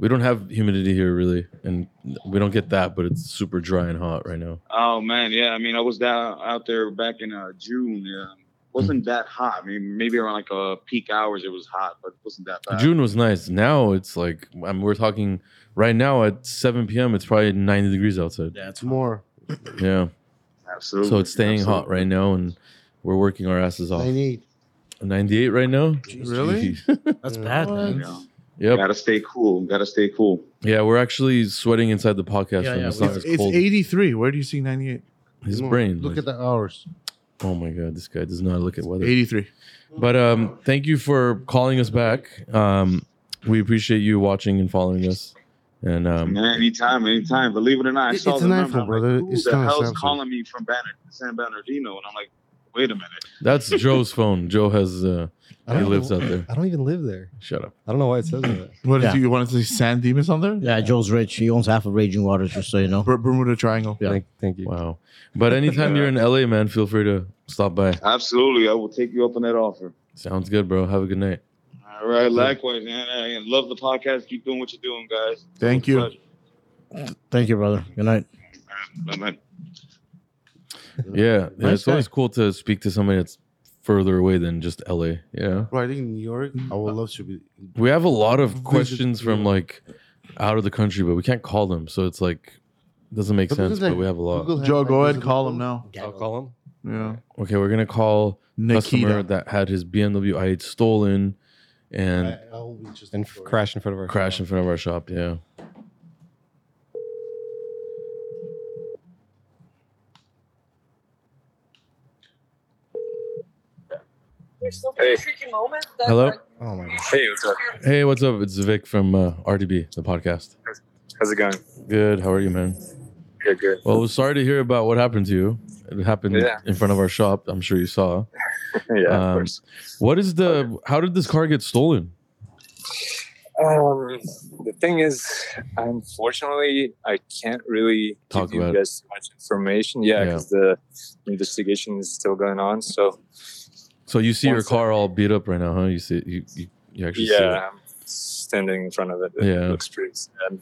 Speaker 1: We don't have humidity here really, and we don't get that, but it's super dry and hot right now.
Speaker 7: Oh man, yeah. I mean, I was down out there back in uh, June. Yeah.
Speaker 1: Mm.
Speaker 7: Wasn't that hot? I mean, maybe around like uh, peak hours it was hot, but it wasn't that bad.
Speaker 1: June was nice. Now it's like I mean, we're talking right now at 7 p.m. It's probably 90 degrees outside.
Speaker 2: That's
Speaker 4: More.
Speaker 1: Yeah,
Speaker 7: Absolutely.
Speaker 1: so it's staying
Speaker 7: Absolutely.
Speaker 1: hot right now, and we're working our asses off.
Speaker 4: I need.
Speaker 1: 98 right now.
Speaker 3: Really?
Speaker 2: that's bad, man.
Speaker 7: Yeah.
Speaker 1: Yep.
Speaker 7: Gotta stay cool. Gotta stay cool.
Speaker 1: Yeah, we're actually sweating inside the podcast
Speaker 2: Yeah,
Speaker 1: room.
Speaker 2: yeah,
Speaker 1: it's
Speaker 2: we-
Speaker 1: not
Speaker 3: It's,
Speaker 1: as
Speaker 3: it's
Speaker 1: cold.
Speaker 3: 83. Where do you see 98?
Speaker 1: His
Speaker 4: more.
Speaker 1: brain.
Speaker 4: Look
Speaker 1: like,
Speaker 4: at the hours.
Speaker 1: oh my god, this guy does not look at weather.
Speaker 3: 83.
Speaker 1: But um, thank you for calling us back. Um, we appreciate you watching and following us. And um,
Speaker 7: Man, anytime, anytime. Believe it or not, I
Speaker 4: It-
Speaker 7: saw
Speaker 4: it's
Speaker 7: the
Speaker 4: an
Speaker 7: number.
Speaker 4: iPhone,
Speaker 7: I'm
Speaker 4: brother.
Speaker 7: Like, Who
Speaker 4: It's
Speaker 7: the
Speaker 4: not a
Speaker 7: hell's
Speaker 4: Samsung.
Speaker 7: calling me from Banner, San Bernardino? And I'm like, wait a minute.
Speaker 1: that's Joe's phone. Joe has uh,
Speaker 5: I
Speaker 1: he
Speaker 5: don't
Speaker 1: lives
Speaker 5: even,
Speaker 1: out there.
Speaker 5: I don't even live there.
Speaker 1: Shut up.
Speaker 5: I don't know why it says that.
Speaker 3: What is
Speaker 2: Yeah.
Speaker 3: it? You want to see San Dimas on there?
Speaker 2: Yeah, Joe's rich. He owns half of Raging Waters, just so you know.
Speaker 3: Ber- Bermuda Triangle.
Speaker 2: Yeah.
Speaker 5: Thank, thank you.
Speaker 1: Wow. But anytime you're in LA, man, feel free to stop by.
Speaker 7: Absolutely, I will take you up on that offer.
Speaker 1: Sounds good, bro. Have a good night.
Speaker 7: All right, likewise, man. I love the podcast. Keep doing what you're doing, guys.
Speaker 3: Thank you.
Speaker 2: Thank you, brother. Good night.
Speaker 8: I'm not-
Speaker 1: Yeah, yeah
Speaker 2: Nice
Speaker 1: it's always
Speaker 2: guy.
Speaker 1: cool to speak to somebody that's further away than just LA. Yeah,
Speaker 4: Bro, I think New York, I would love to be.
Speaker 1: we have a lot of
Speaker 4: Visit-
Speaker 1: questions from
Speaker 4: yeah.
Speaker 1: like out of the country, but we can't call them, so it's like doesn't make
Speaker 4: But
Speaker 1: sense.
Speaker 4: because,
Speaker 1: But
Speaker 4: like,
Speaker 1: we have a lot.
Speaker 4: Google has,
Speaker 3: Joe,
Speaker 4: like,
Speaker 3: go ahead,
Speaker 4: those
Speaker 3: call him
Speaker 4: little-
Speaker 3: now.
Speaker 5: I'll call him.
Speaker 3: Yeah,
Speaker 1: Okay, we're gonna call customer
Speaker 3: Nikita.
Speaker 1: that had his BMW i8 stolen and
Speaker 4: I, I'll be just
Speaker 5: and f- crash in front of our
Speaker 1: crash in front of our shop. Yeah.
Speaker 6: There's so
Speaker 8: Hey.
Speaker 6: many tricky moments that
Speaker 1: Hello?
Speaker 6: like,
Speaker 5: Oh my god.
Speaker 8: Hey, what's up?
Speaker 1: Hey, what's up? It's Vic from uh, RDB, the podcast.
Speaker 8: How's it going?
Speaker 1: Good. How are you, man?
Speaker 8: Good, good.
Speaker 1: Well, we're sorry to hear about what happened to you. It happened
Speaker 8: Yeah.
Speaker 1: in front of our shop. I'm sure you saw.
Speaker 8: yeah,
Speaker 1: of um, course. What is the? How did this car get stolen?
Speaker 8: Um, the thing is, unfortunately, I can't really
Speaker 1: Talk
Speaker 8: give you
Speaker 1: about it.
Speaker 8: guys too much information. Yeah,
Speaker 1: Yeah.
Speaker 8: because the investigation is still going on. So
Speaker 1: So you see
Speaker 8: One
Speaker 1: your car all beat up right now, huh? You see, you you, you actually see it.
Speaker 8: yeah, I'm standing in front of it. It
Speaker 1: Yeah.
Speaker 8: looks pretty sad.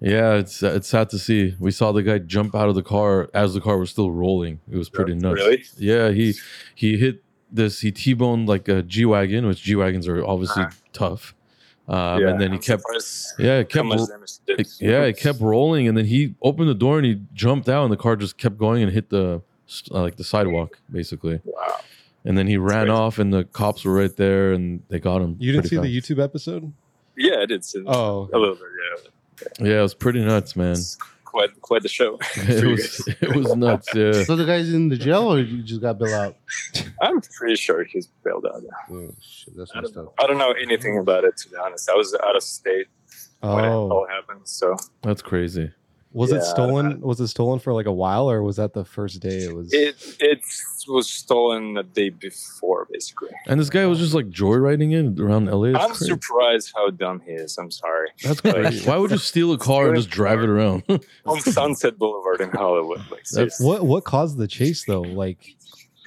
Speaker 1: Yeah, it's it's sad to see. We saw the guy jump out of the car as the car was still rolling. It was pretty nuts.
Speaker 8: Really?
Speaker 1: Yeah, he he hit this. He t-boned like a G wagon, which G wagons are obviously tough. Um,
Speaker 8: Uh-huh. yeah,
Speaker 1: and then he
Speaker 8: I'm
Speaker 1: kept
Speaker 8: surprised
Speaker 1: yeah it
Speaker 8: how
Speaker 1: kept
Speaker 8: much
Speaker 1: ro-
Speaker 8: damage it did.
Speaker 1: it, yeah it kept rolling, and then he opened the door and he jumped out, and the car just kept going and hit the st- uh, like the sidewalk basically.
Speaker 8: Wow.
Speaker 1: And then he ran
Speaker 8: crazy.
Speaker 1: off, and the cops were right there, and they got him.
Speaker 5: You didn't
Speaker 1: pretty
Speaker 5: see
Speaker 1: fast.
Speaker 5: the YouTube episode?
Speaker 8: Yeah, I did. See that.
Speaker 5: Oh, okay.
Speaker 8: A little bit, yeah.
Speaker 1: yeah, it was pretty nuts, man.
Speaker 8: It's quite quite the show.
Speaker 1: it was it was nuts. Yeah.
Speaker 4: So the guy's in the jail or you just got bailed out?
Speaker 8: I'm pretty sure he's bailed out.
Speaker 4: Oh, shit, that's
Speaker 8: I
Speaker 4: messed
Speaker 8: don't,
Speaker 4: up.
Speaker 8: know, I don't know anything about it to be honest. I was out of state when it
Speaker 5: oh.
Speaker 8: all happened, so
Speaker 1: That's crazy.
Speaker 5: Was
Speaker 8: Yeah,
Speaker 5: it stolen? Was it stolen for like a while, or was that the first day? It was.
Speaker 8: it it was stolen the day before, basically.
Speaker 1: And this guy was just like joyriding it around LA. It's
Speaker 8: I'm
Speaker 1: crazy.
Speaker 8: surprised how dumb he is. I'm sorry.
Speaker 1: That's crazy. Why would you steal a car and just drive it around?
Speaker 8: On Sunset Boulevard in Hollywood, like seriously.
Speaker 5: what what caused the chase though? Like,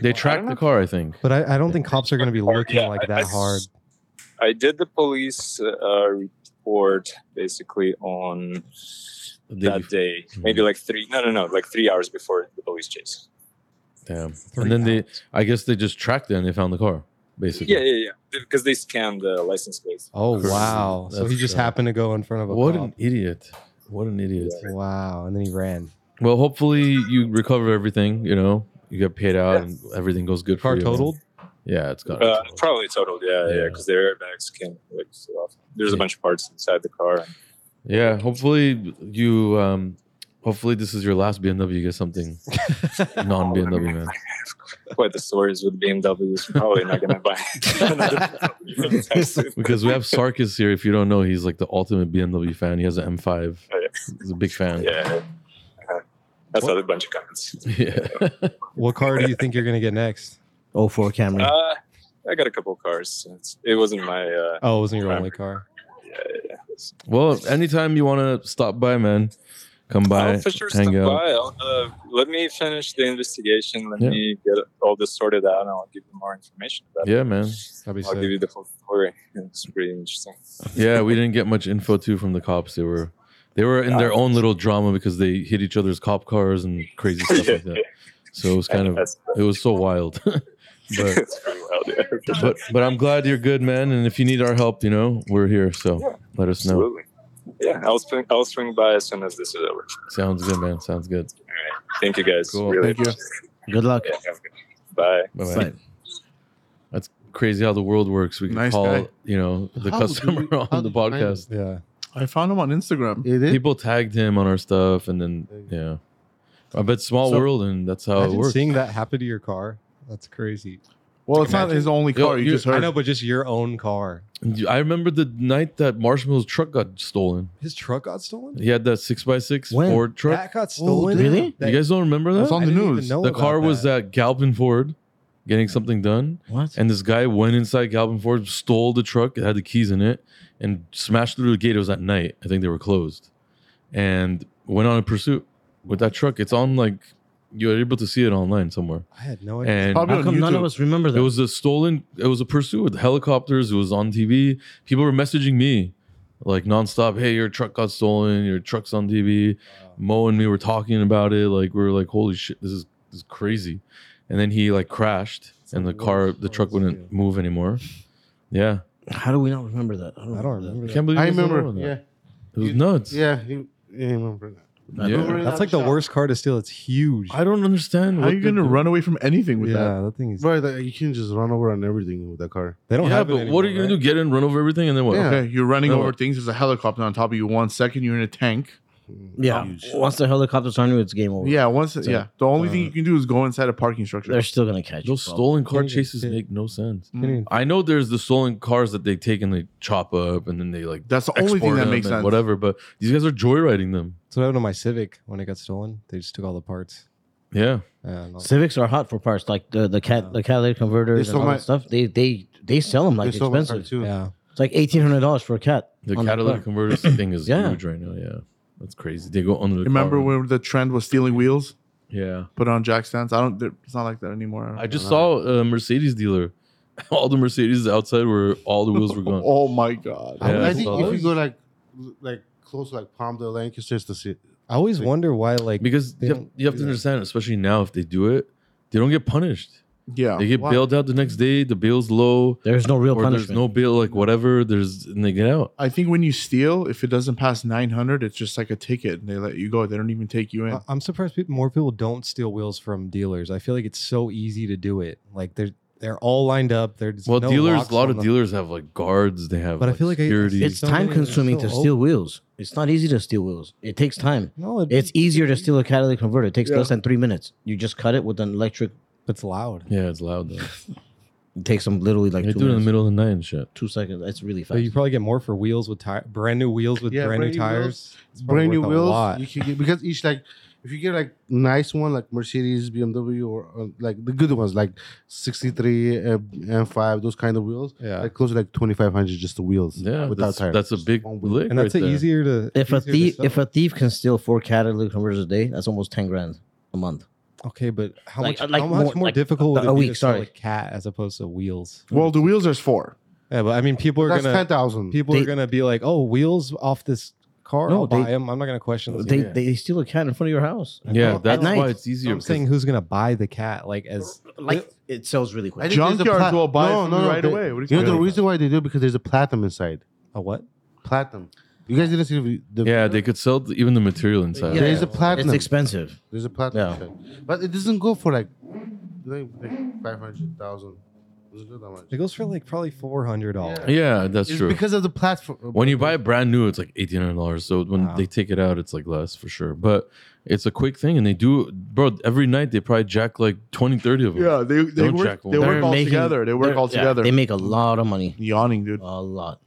Speaker 1: they tracked the car, I think.
Speaker 5: but I, I don't think cops are going to be looking
Speaker 8: Yeah, I-
Speaker 5: like
Speaker 8: I
Speaker 5: that
Speaker 8: s-
Speaker 5: hard.
Speaker 8: I did the police uh, report basically on
Speaker 1: The day Hmm.
Speaker 8: that
Speaker 1: before.
Speaker 8: day, maybe like three. No, no, no, like three hours before the police chase.
Speaker 1: Damn.
Speaker 5: Three
Speaker 1: and then they,
Speaker 5: hours.
Speaker 1: I guess they just tracked it and they found the car, basically.
Speaker 8: Yeah, yeah, yeah. Because they scanned the license plate.
Speaker 5: Oh
Speaker 1: Crazy.
Speaker 5: wow! so he
Speaker 1: That's,
Speaker 5: just
Speaker 1: uh,
Speaker 5: happened to go in front of a
Speaker 1: What
Speaker 5: cop.
Speaker 1: an idiot. What an idiot.
Speaker 5: Wow! And then he ran.
Speaker 1: Well, hopefully you recover everything, you know, you get paid out and everything goes good
Speaker 5: Car
Speaker 1: for you.
Speaker 5: totaled.
Speaker 1: Yeah, it's got
Speaker 8: Uh, probably totaled, yeah, yeah,
Speaker 1: Yeah.
Speaker 8: because their airbags came like so off. There's a
Speaker 1: Yeah.
Speaker 8: bunch of parts inside the car.
Speaker 1: Yeah, hopefully you, um, hopefully this is your last BMW. You get something non BMW, man.
Speaker 8: Quite the stories with BMWs. Probably not gonna buy another BMW anytime soon.
Speaker 1: Because we have Sarkis here. If you don't know, he's like the ultimate BMW fan. He has an M5.
Speaker 8: Oh, yeah.
Speaker 1: He's a big fan.
Speaker 8: Yeah. Uh, That's another bunch of comments.
Speaker 1: Yeah.
Speaker 5: What car do you think you're going to get next?
Speaker 2: Oh four Camry.
Speaker 8: Uh, I got a couple cars. It's, it wasn't my. Uh,
Speaker 5: Oh, it wasn't your only car.
Speaker 8: yeah, yeah.
Speaker 1: well, anytime you want to stop by, man, come by,
Speaker 8: I'll for sure stop
Speaker 1: hang out.
Speaker 8: by. I'll, uh, let me finish the investigation. Let
Speaker 1: Yeah.
Speaker 8: me get all this sorted out, and I'll give you more information about it.
Speaker 1: Yeah, man.
Speaker 5: That'd be
Speaker 8: I'll
Speaker 5: sick.
Speaker 8: give you the whole story. It's pretty interesting.
Speaker 1: Yeah, we didn't get much info too from the cops. They were they were in their own little drama because they hit each other's cop cars and crazy stuff like that. So it was kind of
Speaker 8: That's-
Speaker 1: it was so wild. but
Speaker 8: it's pretty wild, yeah, for sure.
Speaker 1: but but I'm glad you're good, man. And if you need our help, you know, we're here. So
Speaker 8: Yeah.
Speaker 1: let us know.
Speaker 8: Absolutely. Yeah, I'll swing. I'll swing by as soon as this is over.
Speaker 1: Sounds good, man. Sounds good.
Speaker 8: Thank you guys.
Speaker 1: Cool.
Speaker 8: Really
Speaker 3: Thank you.
Speaker 8: appreciate it.
Speaker 2: Good luck.
Speaker 8: Yeah, have a good night. Bye.
Speaker 1: Bye-bye.
Speaker 2: Bye.
Speaker 1: That's crazy how the world works. We can
Speaker 3: Nice
Speaker 1: call,
Speaker 3: guy.
Speaker 1: you know, the
Speaker 4: How did
Speaker 1: customer
Speaker 4: we- how
Speaker 1: on
Speaker 4: did
Speaker 1: the
Speaker 4: you find him?
Speaker 1: podcast.
Speaker 5: Yeah.
Speaker 3: I found him on Instagram.
Speaker 4: It is?
Speaker 1: People tagged him on our stuff, and then yeah, I bet small
Speaker 5: So-
Speaker 1: world, and that's how Oh, it
Speaker 5: Imagine
Speaker 1: works.
Speaker 5: seeing that happen to your car. That's crazy.
Speaker 3: Well, it's not
Speaker 8: Imagine.
Speaker 3: his only
Speaker 1: Yo,
Speaker 3: car. you
Speaker 1: you-
Speaker 3: just
Speaker 5: I
Speaker 3: heard.
Speaker 5: know, but just your own car.
Speaker 1: I remember the night that Marshmallow's truck got stolen.
Speaker 5: His truck got stolen.
Speaker 1: He had that six x six
Speaker 2: When?
Speaker 1: Ford truck.
Speaker 5: That got stolen.
Speaker 2: really?
Speaker 5: That-
Speaker 1: Oh, you guys don't remember
Speaker 3: That's
Speaker 1: that?
Speaker 3: on
Speaker 5: I
Speaker 3: the
Speaker 5: didn't even
Speaker 3: news.
Speaker 5: know
Speaker 1: The
Speaker 5: about
Speaker 1: car was at Galpin Ford, getting something done,
Speaker 2: What?
Speaker 1: and this guy went inside Galpin Ford, stole the truck, it had the keys in it, and smashed through the gate. It was at night. I think they were closed, and went on a pursuit with that truck. It's on like you're able to see it online somewhere.
Speaker 5: I had no idea.
Speaker 1: And
Speaker 3: Probably
Speaker 2: How
Speaker 3: on
Speaker 2: come none of
Speaker 3: YouTube.
Speaker 2: us remember that?
Speaker 1: It was a stolen. It was a pursuit with helicopters. It was on TV. People were messaging me, like nonstop. Hey, your truck got stolen. Your truck's on TV. Mo and me were talking about it. Like we were like, holy shit, this is this is crazy. And then he like crashed,
Speaker 5: It's
Speaker 1: and the
Speaker 5: like
Speaker 1: car,
Speaker 5: worse.
Speaker 1: the
Speaker 5: Oh,
Speaker 1: truck
Speaker 5: it's
Speaker 1: wouldn't
Speaker 5: real.
Speaker 1: move anymore. Yeah,
Speaker 2: How do we not remember that?
Speaker 5: I don't remember
Speaker 1: I
Speaker 5: that.
Speaker 1: can't believe
Speaker 4: I
Speaker 1: he was the
Speaker 4: remember.
Speaker 1: one with
Speaker 4: Yeah,
Speaker 1: that. it was
Speaker 4: You-
Speaker 1: nuts.
Speaker 4: yeah, you, you remember that.
Speaker 2: I
Speaker 1: Yeah.
Speaker 2: don't remember.
Speaker 5: That's like the worst car to steal. It's huge.
Speaker 1: I don't understand.
Speaker 3: How are you
Speaker 1: they
Speaker 3: gonna
Speaker 1: do.
Speaker 3: run away from anything with
Speaker 5: yeah,
Speaker 3: that?
Speaker 5: that. thing is.
Speaker 4: Bro, like, you can just run over on everything with that car.
Speaker 5: They don't
Speaker 1: Yeah,
Speaker 5: have.
Speaker 1: but what are you gonna do? Get in, run over everything, and then what?
Speaker 4: Yeah.
Speaker 3: Okay, you're running
Speaker 1: No,
Speaker 3: over
Speaker 1: what-
Speaker 3: things. There's a helicopter on top of you. One second, you're in a tank.
Speaker 2: Yeah. Once the helicopter's on you, Oh, it's game over.
Speaker 3: Yeah, once.
Speaker 2: So,
Speaker 3: yeah, the only thing
Speaker 5: uh,
Speaker 3: you can do is go inside a parking structure.
Speaker 2: They're still gonna catch you.
Speaker 1: Those
Speaker 2: probably.
Speaker 1: stolen car
Speaker 5: Yeah, yeah,
Speaker 1: chases
Speaker 5: yeah.
Speaker 1: make no sense.
Speaker 3: Mm.
Speaker 5: do?
Speaker 1: I know there's the stolen cars that they take and they chop up and then they like
Speaker 3: That's the only thing
Speaker 1: export
Speaker 3: that
Speaker 1: them
Speaker 3: makes
Speaker 1: and
Speaker 3: sense.
Speaker 1: Whatever, but these guys are joyriding them.
Speaker 5: So what happened to my Civic when it got stolen? They just took all the parts.
Speaker 1: Yeah,
Speaker 5: Yeah, no.
Speaker 2: Civics are hot for parts like the the cat
Speaker 5: Yeah.
Speaker 2: the catalytic
Speaker 4: They
Speaker 2: converters
Speaker 4: stole
Speaker 2: and all
Speaker 4: my-
Speaker 2: that stuff. They they they sell them like
Speaker 4: They stole my car
Speaker 2: expensive.
Speaker 4: too.
Speaker 5: yeah.
Speaker 2: It's like eighteen hundred dollars for a cat.
Speaker 1: the
Speaker 2: on
Speaker 1: catalytic
Speaker 2: car.
Speaker 1: converters thing is
Speaker 2: Yeah.
Speaker 1: huge right now. Yeah, that's crazy. They go under the
Speaker 3: Remember
Speaker 1: car.
Speaker 3: when the trend was stealing wheels,
Speaker 1: Yeah,
Speaker 3: put on jack stands? I don't. there- It's not like that anymore. don't
Speaker 1: I just
Speaker 3: know.
Speaker 1: saw a Mercedes dealer. All the Mercedes outside where all the wheels were gone.
Speaker 3: oh my god!
Speaker 1: Yeah,
Speaker 4: I
Speaker 1: it's
Speaker 4: think
Speaker 1: all-
Speaker 4: if you go like l- like close to like Palmdale, Lancaster, it's the city.
Speaker 5: I always wonder why, like,
Speaker 1: Because
Speaker 5: They
Speaker 1: you have,
Speaker 5: don't
Speaker 1: you have
Speaker 5: do
Speaker 1: to
Speaker 5: that.
Speaker 1: understand, especially now, if they do it, they don't get punished.
Speaker 3: Yeah,
Speaker 1: They get
Speaker 4: why?
Speaker 1: bailed out the next day. The bail's low,
Speaker 2: There's no real
Speaker 1: or there's
Speaker 2: punishment.
Speaker 1: no bail, like whatever. There's and they get out.
Speaker 3: I think when you steal, if it doesn't pass nine hundred, it's just like a ticket, and they let you go. They don't even take you in.
Speaker 1: Uh,
Speaker 5: I- I'm surprised people, more people don't steal wheels from dealers. I feel like it's so easy to do it. Like they're they're all lined up. There's
Speaker 1: Well,
Speaker 5: no
Speaker 1: dealers,
Speaker 5: locks
Speaker 1: a lot
Speaker 5: on
Speaker 1: of
Speaker 5: them.
Speaker 1: dealers have like guards. They have,
Speaker 5: But I
Speaker 1: like,
Speaker 5: feel like I-
Speaker 1: security.
Speaker 2: it's
Speaker 5: so
Speaker 2: time
Speaker 5: many are
Speaker 2: consuming to
Speaker 5: still
Speaker 2: steal wheels. It's not easy to steal wheels. It takes time.
Speaker 5: No, it-
Speaker 2: It's easier to steal a catalytic converter. It takes
Speaker 3: Yeah.
Speaker 2: less than three minutes. You just cut it with an electric.
Speaker 5: It's loud.
Speaker 1: yeah, it's loud though.
Speaker 2: It takes them literally like
Speaker 1: they
Speaker 2: two
Speaker 1: do it in the
Speaker 2: minutes,
Speaker 1: middle of the night and shit.
Speaker 2: two seconds. It's really
Speaker 5: But
Speaker 2: fast.
Speaker 5: you probably get more for wheels with tire, brand new wheels with
Speaker 4: Yeah,
Speaker 5: brand new
Speaker 4: brand new wheels.
Speaker 5: tires. It's probably
Speaker 4: brand new
Speaker 5: worth a
Speaker 4: wheels.
Speaker 5: lot.
Speaker 4: You can get because each like if you get like nice one like Mercedes, BMW, or, or like the good ones like sixty three and five, those kind of wheels.
Speaker 5: Yeah,
Speaker 4: Like close to like twenty five hundred just the wheels.
Speaker 1: Yeah,
Speaker 4: without
Speaker 1: that's,
Speaker 4: tires.
Speaker 1: that's a
Speaker 4: Just
Speaker 1: big
Speaker 4: one wheel.
Speaker 1: lick
Speaker 5: and that's
Speaker 1: right
Speaker 5: a
Speaker 1: there.
Speaker 5: easier to.
Speaker 2: if a
Speaker 5: easier to
Speaker 2: thief
Speaker 5: sell.
Speaker 2: if a thief can steal four catalytic converters a day, that's almost ten grand a month.
Speaker 5: okay, but how
Speaker 2: Like- uh,
Speaker 5: much
Speaker 2: like
Speaker 5: how much
Speaker 2: more-
Speaker 5: more,
Speaker 2: like uh,
Speaker 5: difficult would
Speaker 2: a
Speaker 5: it be
Speaker 2: week,
Speaker 5: to sell
Speaker 2: sorry.
Speaker 5: a cat as opposed to wheels?
Speaker 3: well, the wheels there's four.
Speaker 5: Yeah, but I mean, people are
Speaker 4: That's
Speaker 5: gonna
Speaker 4: ten thousand.
Speaker 5: people
Speaker 2: They-
Speaker 5: are gonna be like, oh, wheels off this car.
Speaker 2: No,
Speaker 5: I'll
Speaker 2: they-
Speaker 5: buy them. I'm not gonna question this.
Speaker 2: They
Speaker 1: yeah.
Speaker 2: they steal a cat in front of your house.
Speaker 1: Yeah,
Speaker 5: At
Speaker 1: that's
Speaker 2: night.
Speaker 1: why it's easier.
Speaker 5: I'm
Speaker 1: because
Speaker 5: saying who's gonna buy the cat? Like as
Speaker 2: Like it sells really
Speaker 4: I
Speaker 2: quick.
Speaker 4: think there's a
Speaker 3: Junkyards
Speaker 4: plat-
Speaker 3: will buy it from you right
Speaker 4: they-
Speaker 3: away. What are you
Speaker 4: you know the
Speaker 3: talking about?
Speaker 4: reason why they do it because there's a platinum inside.
Speaker 5: a what?
Speaker 4: Platinum. You guys didn't see the, the
Speaker 1: yeah, they could sell th- even the material inside.
Speaker 4: There's
Speaker 2: Yeah.
Speaker 4: a platinum.
Speaker 2: It's expensive.
Speaker 4: There's a platinum
Speaker 2: Yeah.
Speaker 4: check. But it doesn't go for like, like, like 500,000. Doesn't go that much.
Speaker 5: It goes for like probably four hundred dollars.
Speaker 1: Yeah, that's
Speaker 4: It's
Speaker 1: true.
Speaker 4: because of the platform.
Speaker 1: when you buy it brand new, it's like eighteen hundred dollars. So when
Speaker 5: Wow.
Speaker 1: they take it out, it's like less for sure. But it's a quick thing, and they do, bro. Every night they probably jack like 20, 30 of them.
Speaker 3: Yeah, they they
Speaker 1: Don't
Speaker 3: work
Speaker 1: jack one.
Speaker 3: they work
Speaker 2: They're
Speaker 3: all
Speaker 2: making-
Speaker 3: together. They work
Speaker 2: They're-
Speaker 3: all
Speaker 2: yeah,
Speaker 3: together.
Speaker 2: They make a lot of money.
Speaker 3: Yawning,
Speaker 1: Oh,
Speaker 3: dude.
Speaker 2: A lot.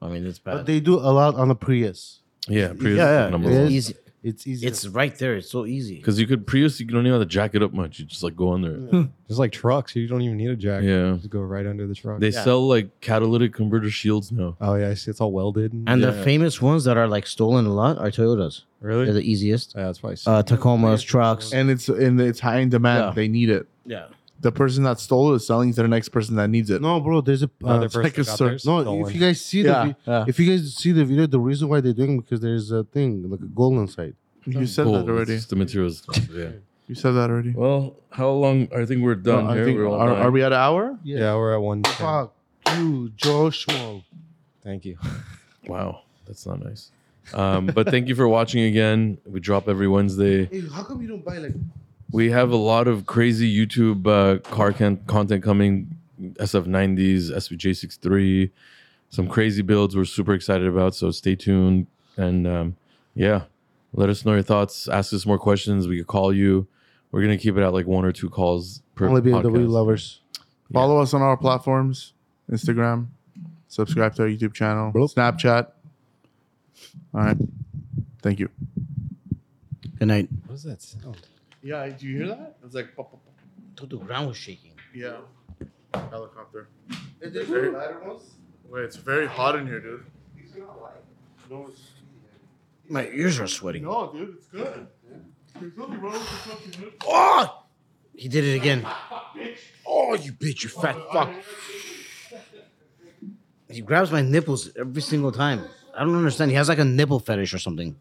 Speaker 2: I mean, it's bad.
Speaker 4: But they do a lot on the Prius.
Speaker 1: yeah, Prius
Speaker 2: yeah,
Speaker 1: is
Speaker 2: yeah.
Speaker 1: number
Speaker 4: it
Speaker 2: It's
Speaker 1: one.
Speaker 4: is.
Speaker 2: easy.
Speaker 4: It's easy.
Speaker 2: It's right there. It's so easy.
Speaker 1: Because you could Prius, you don't even have to jack it up much. You just like go under it.
Speaker 5: Just like trucks, you don't even need a jack.
Speaker 1: Yeah,
Speaker 5: Just go right under the truck.
Speaker 1: they
Speaker 2: Yeah.
Speaker 1: sell like catalytic converter shields now.
Speaker 5: oh yeah, I see. It's all welded.
Speaker 2: And
Speaker 1: Yeah.
Speaker 2: the famous ones that are like stolen a lot are Toyotas.
Speaker 5: really,
Speaker 2: They're
Speaker 5: yeah,
Speaker 2: the easiest.
Speaker 5: that's probably. s-
Speaker 2: Uh, Tacomas, trucks.
Speaker 3: And it's and it's high in demand.
Speaker 2: Yeah.
Speaker 3: They need it.
Speaker 2: Yeah.
Speaker 3: The person that stole it is selling it to the next person that needs it.
Speaker 4: no, bro. There's a
Speaker 5: Another
Speaker 4: uh,
Speaker 5: person
Speaker 3: like a
Speaker 5: got
Speaker 3: cir-
Speaker 5: theirs
Speaker 4: no.
Speaker 5: stolen.
Speaker 4: If you guys see
Speaker 3: Yeah.
Speaker 4: the vi-
Speaker 2: Yeah.
Speaker 4: if you guys see the video, the reason why they're doing it because there's a thing like a gold inside.
Speaker 3: You said
Speaker 1: Cool,
Speaker 3: that already.
Speaker 1: it's The materials. yeah.
Speaker 3: You said that already.
Speaker 1: Well, how long? I think we're done
Speaker 3: No, I
Speaker 1: here.
Speaker 3: think-
Speaker 1: we're all
Speaker 3: are,
Speaker 1: done.
Speaker 3: are we at an hour?
Speaker 5: yeah. we're at one. ten.
Speaker 4: Fuck you, Joe Schmo.
Speaker 5: Thank you.
Speaker 1: Wow, that's not nice. Um, but thank you for watching again. We drop every Wednesday.
Speaker 4: Hey, how come you don't buy like?
Speaker 1: We have a lot of crazy YouTube uh, car can- content coming. SF90s, SVJ63, some crazy builds we're super excited about. So stay tuned and um, yeah, let us know your thoughts. Ask us more questions. We could call you. We're gonna keep it at like one or two calls per
Speaker 4: Only BMW
Speaker 1: podcast.
Speaker 4: lovers.
Speaker 3: Follow us on our platforms Instagram, subscribe to our YouTube channel, Snapchat. All right. Thank you.
Speaker 2: Good night.
Speaker 5: What was that sound?
Speaker 3: Yeah, do you hear that? It's like, pop, pop, pop.
Speaker 2: Dude, the ground was shaking.
Speaker 3: yeah, helicopter. Very- Wait, it's very hot in here, dude.
Speaker 2: My ears are sweating.
Speaker 3: No, dude, it's good. There's nothing wrong with the fucking dude.
Speaker 2: Oh! He did it again. Oh, you bitch, you fat fuck. He grabs my nipples every single time. I don't understand. He has like a nipple fetish or something.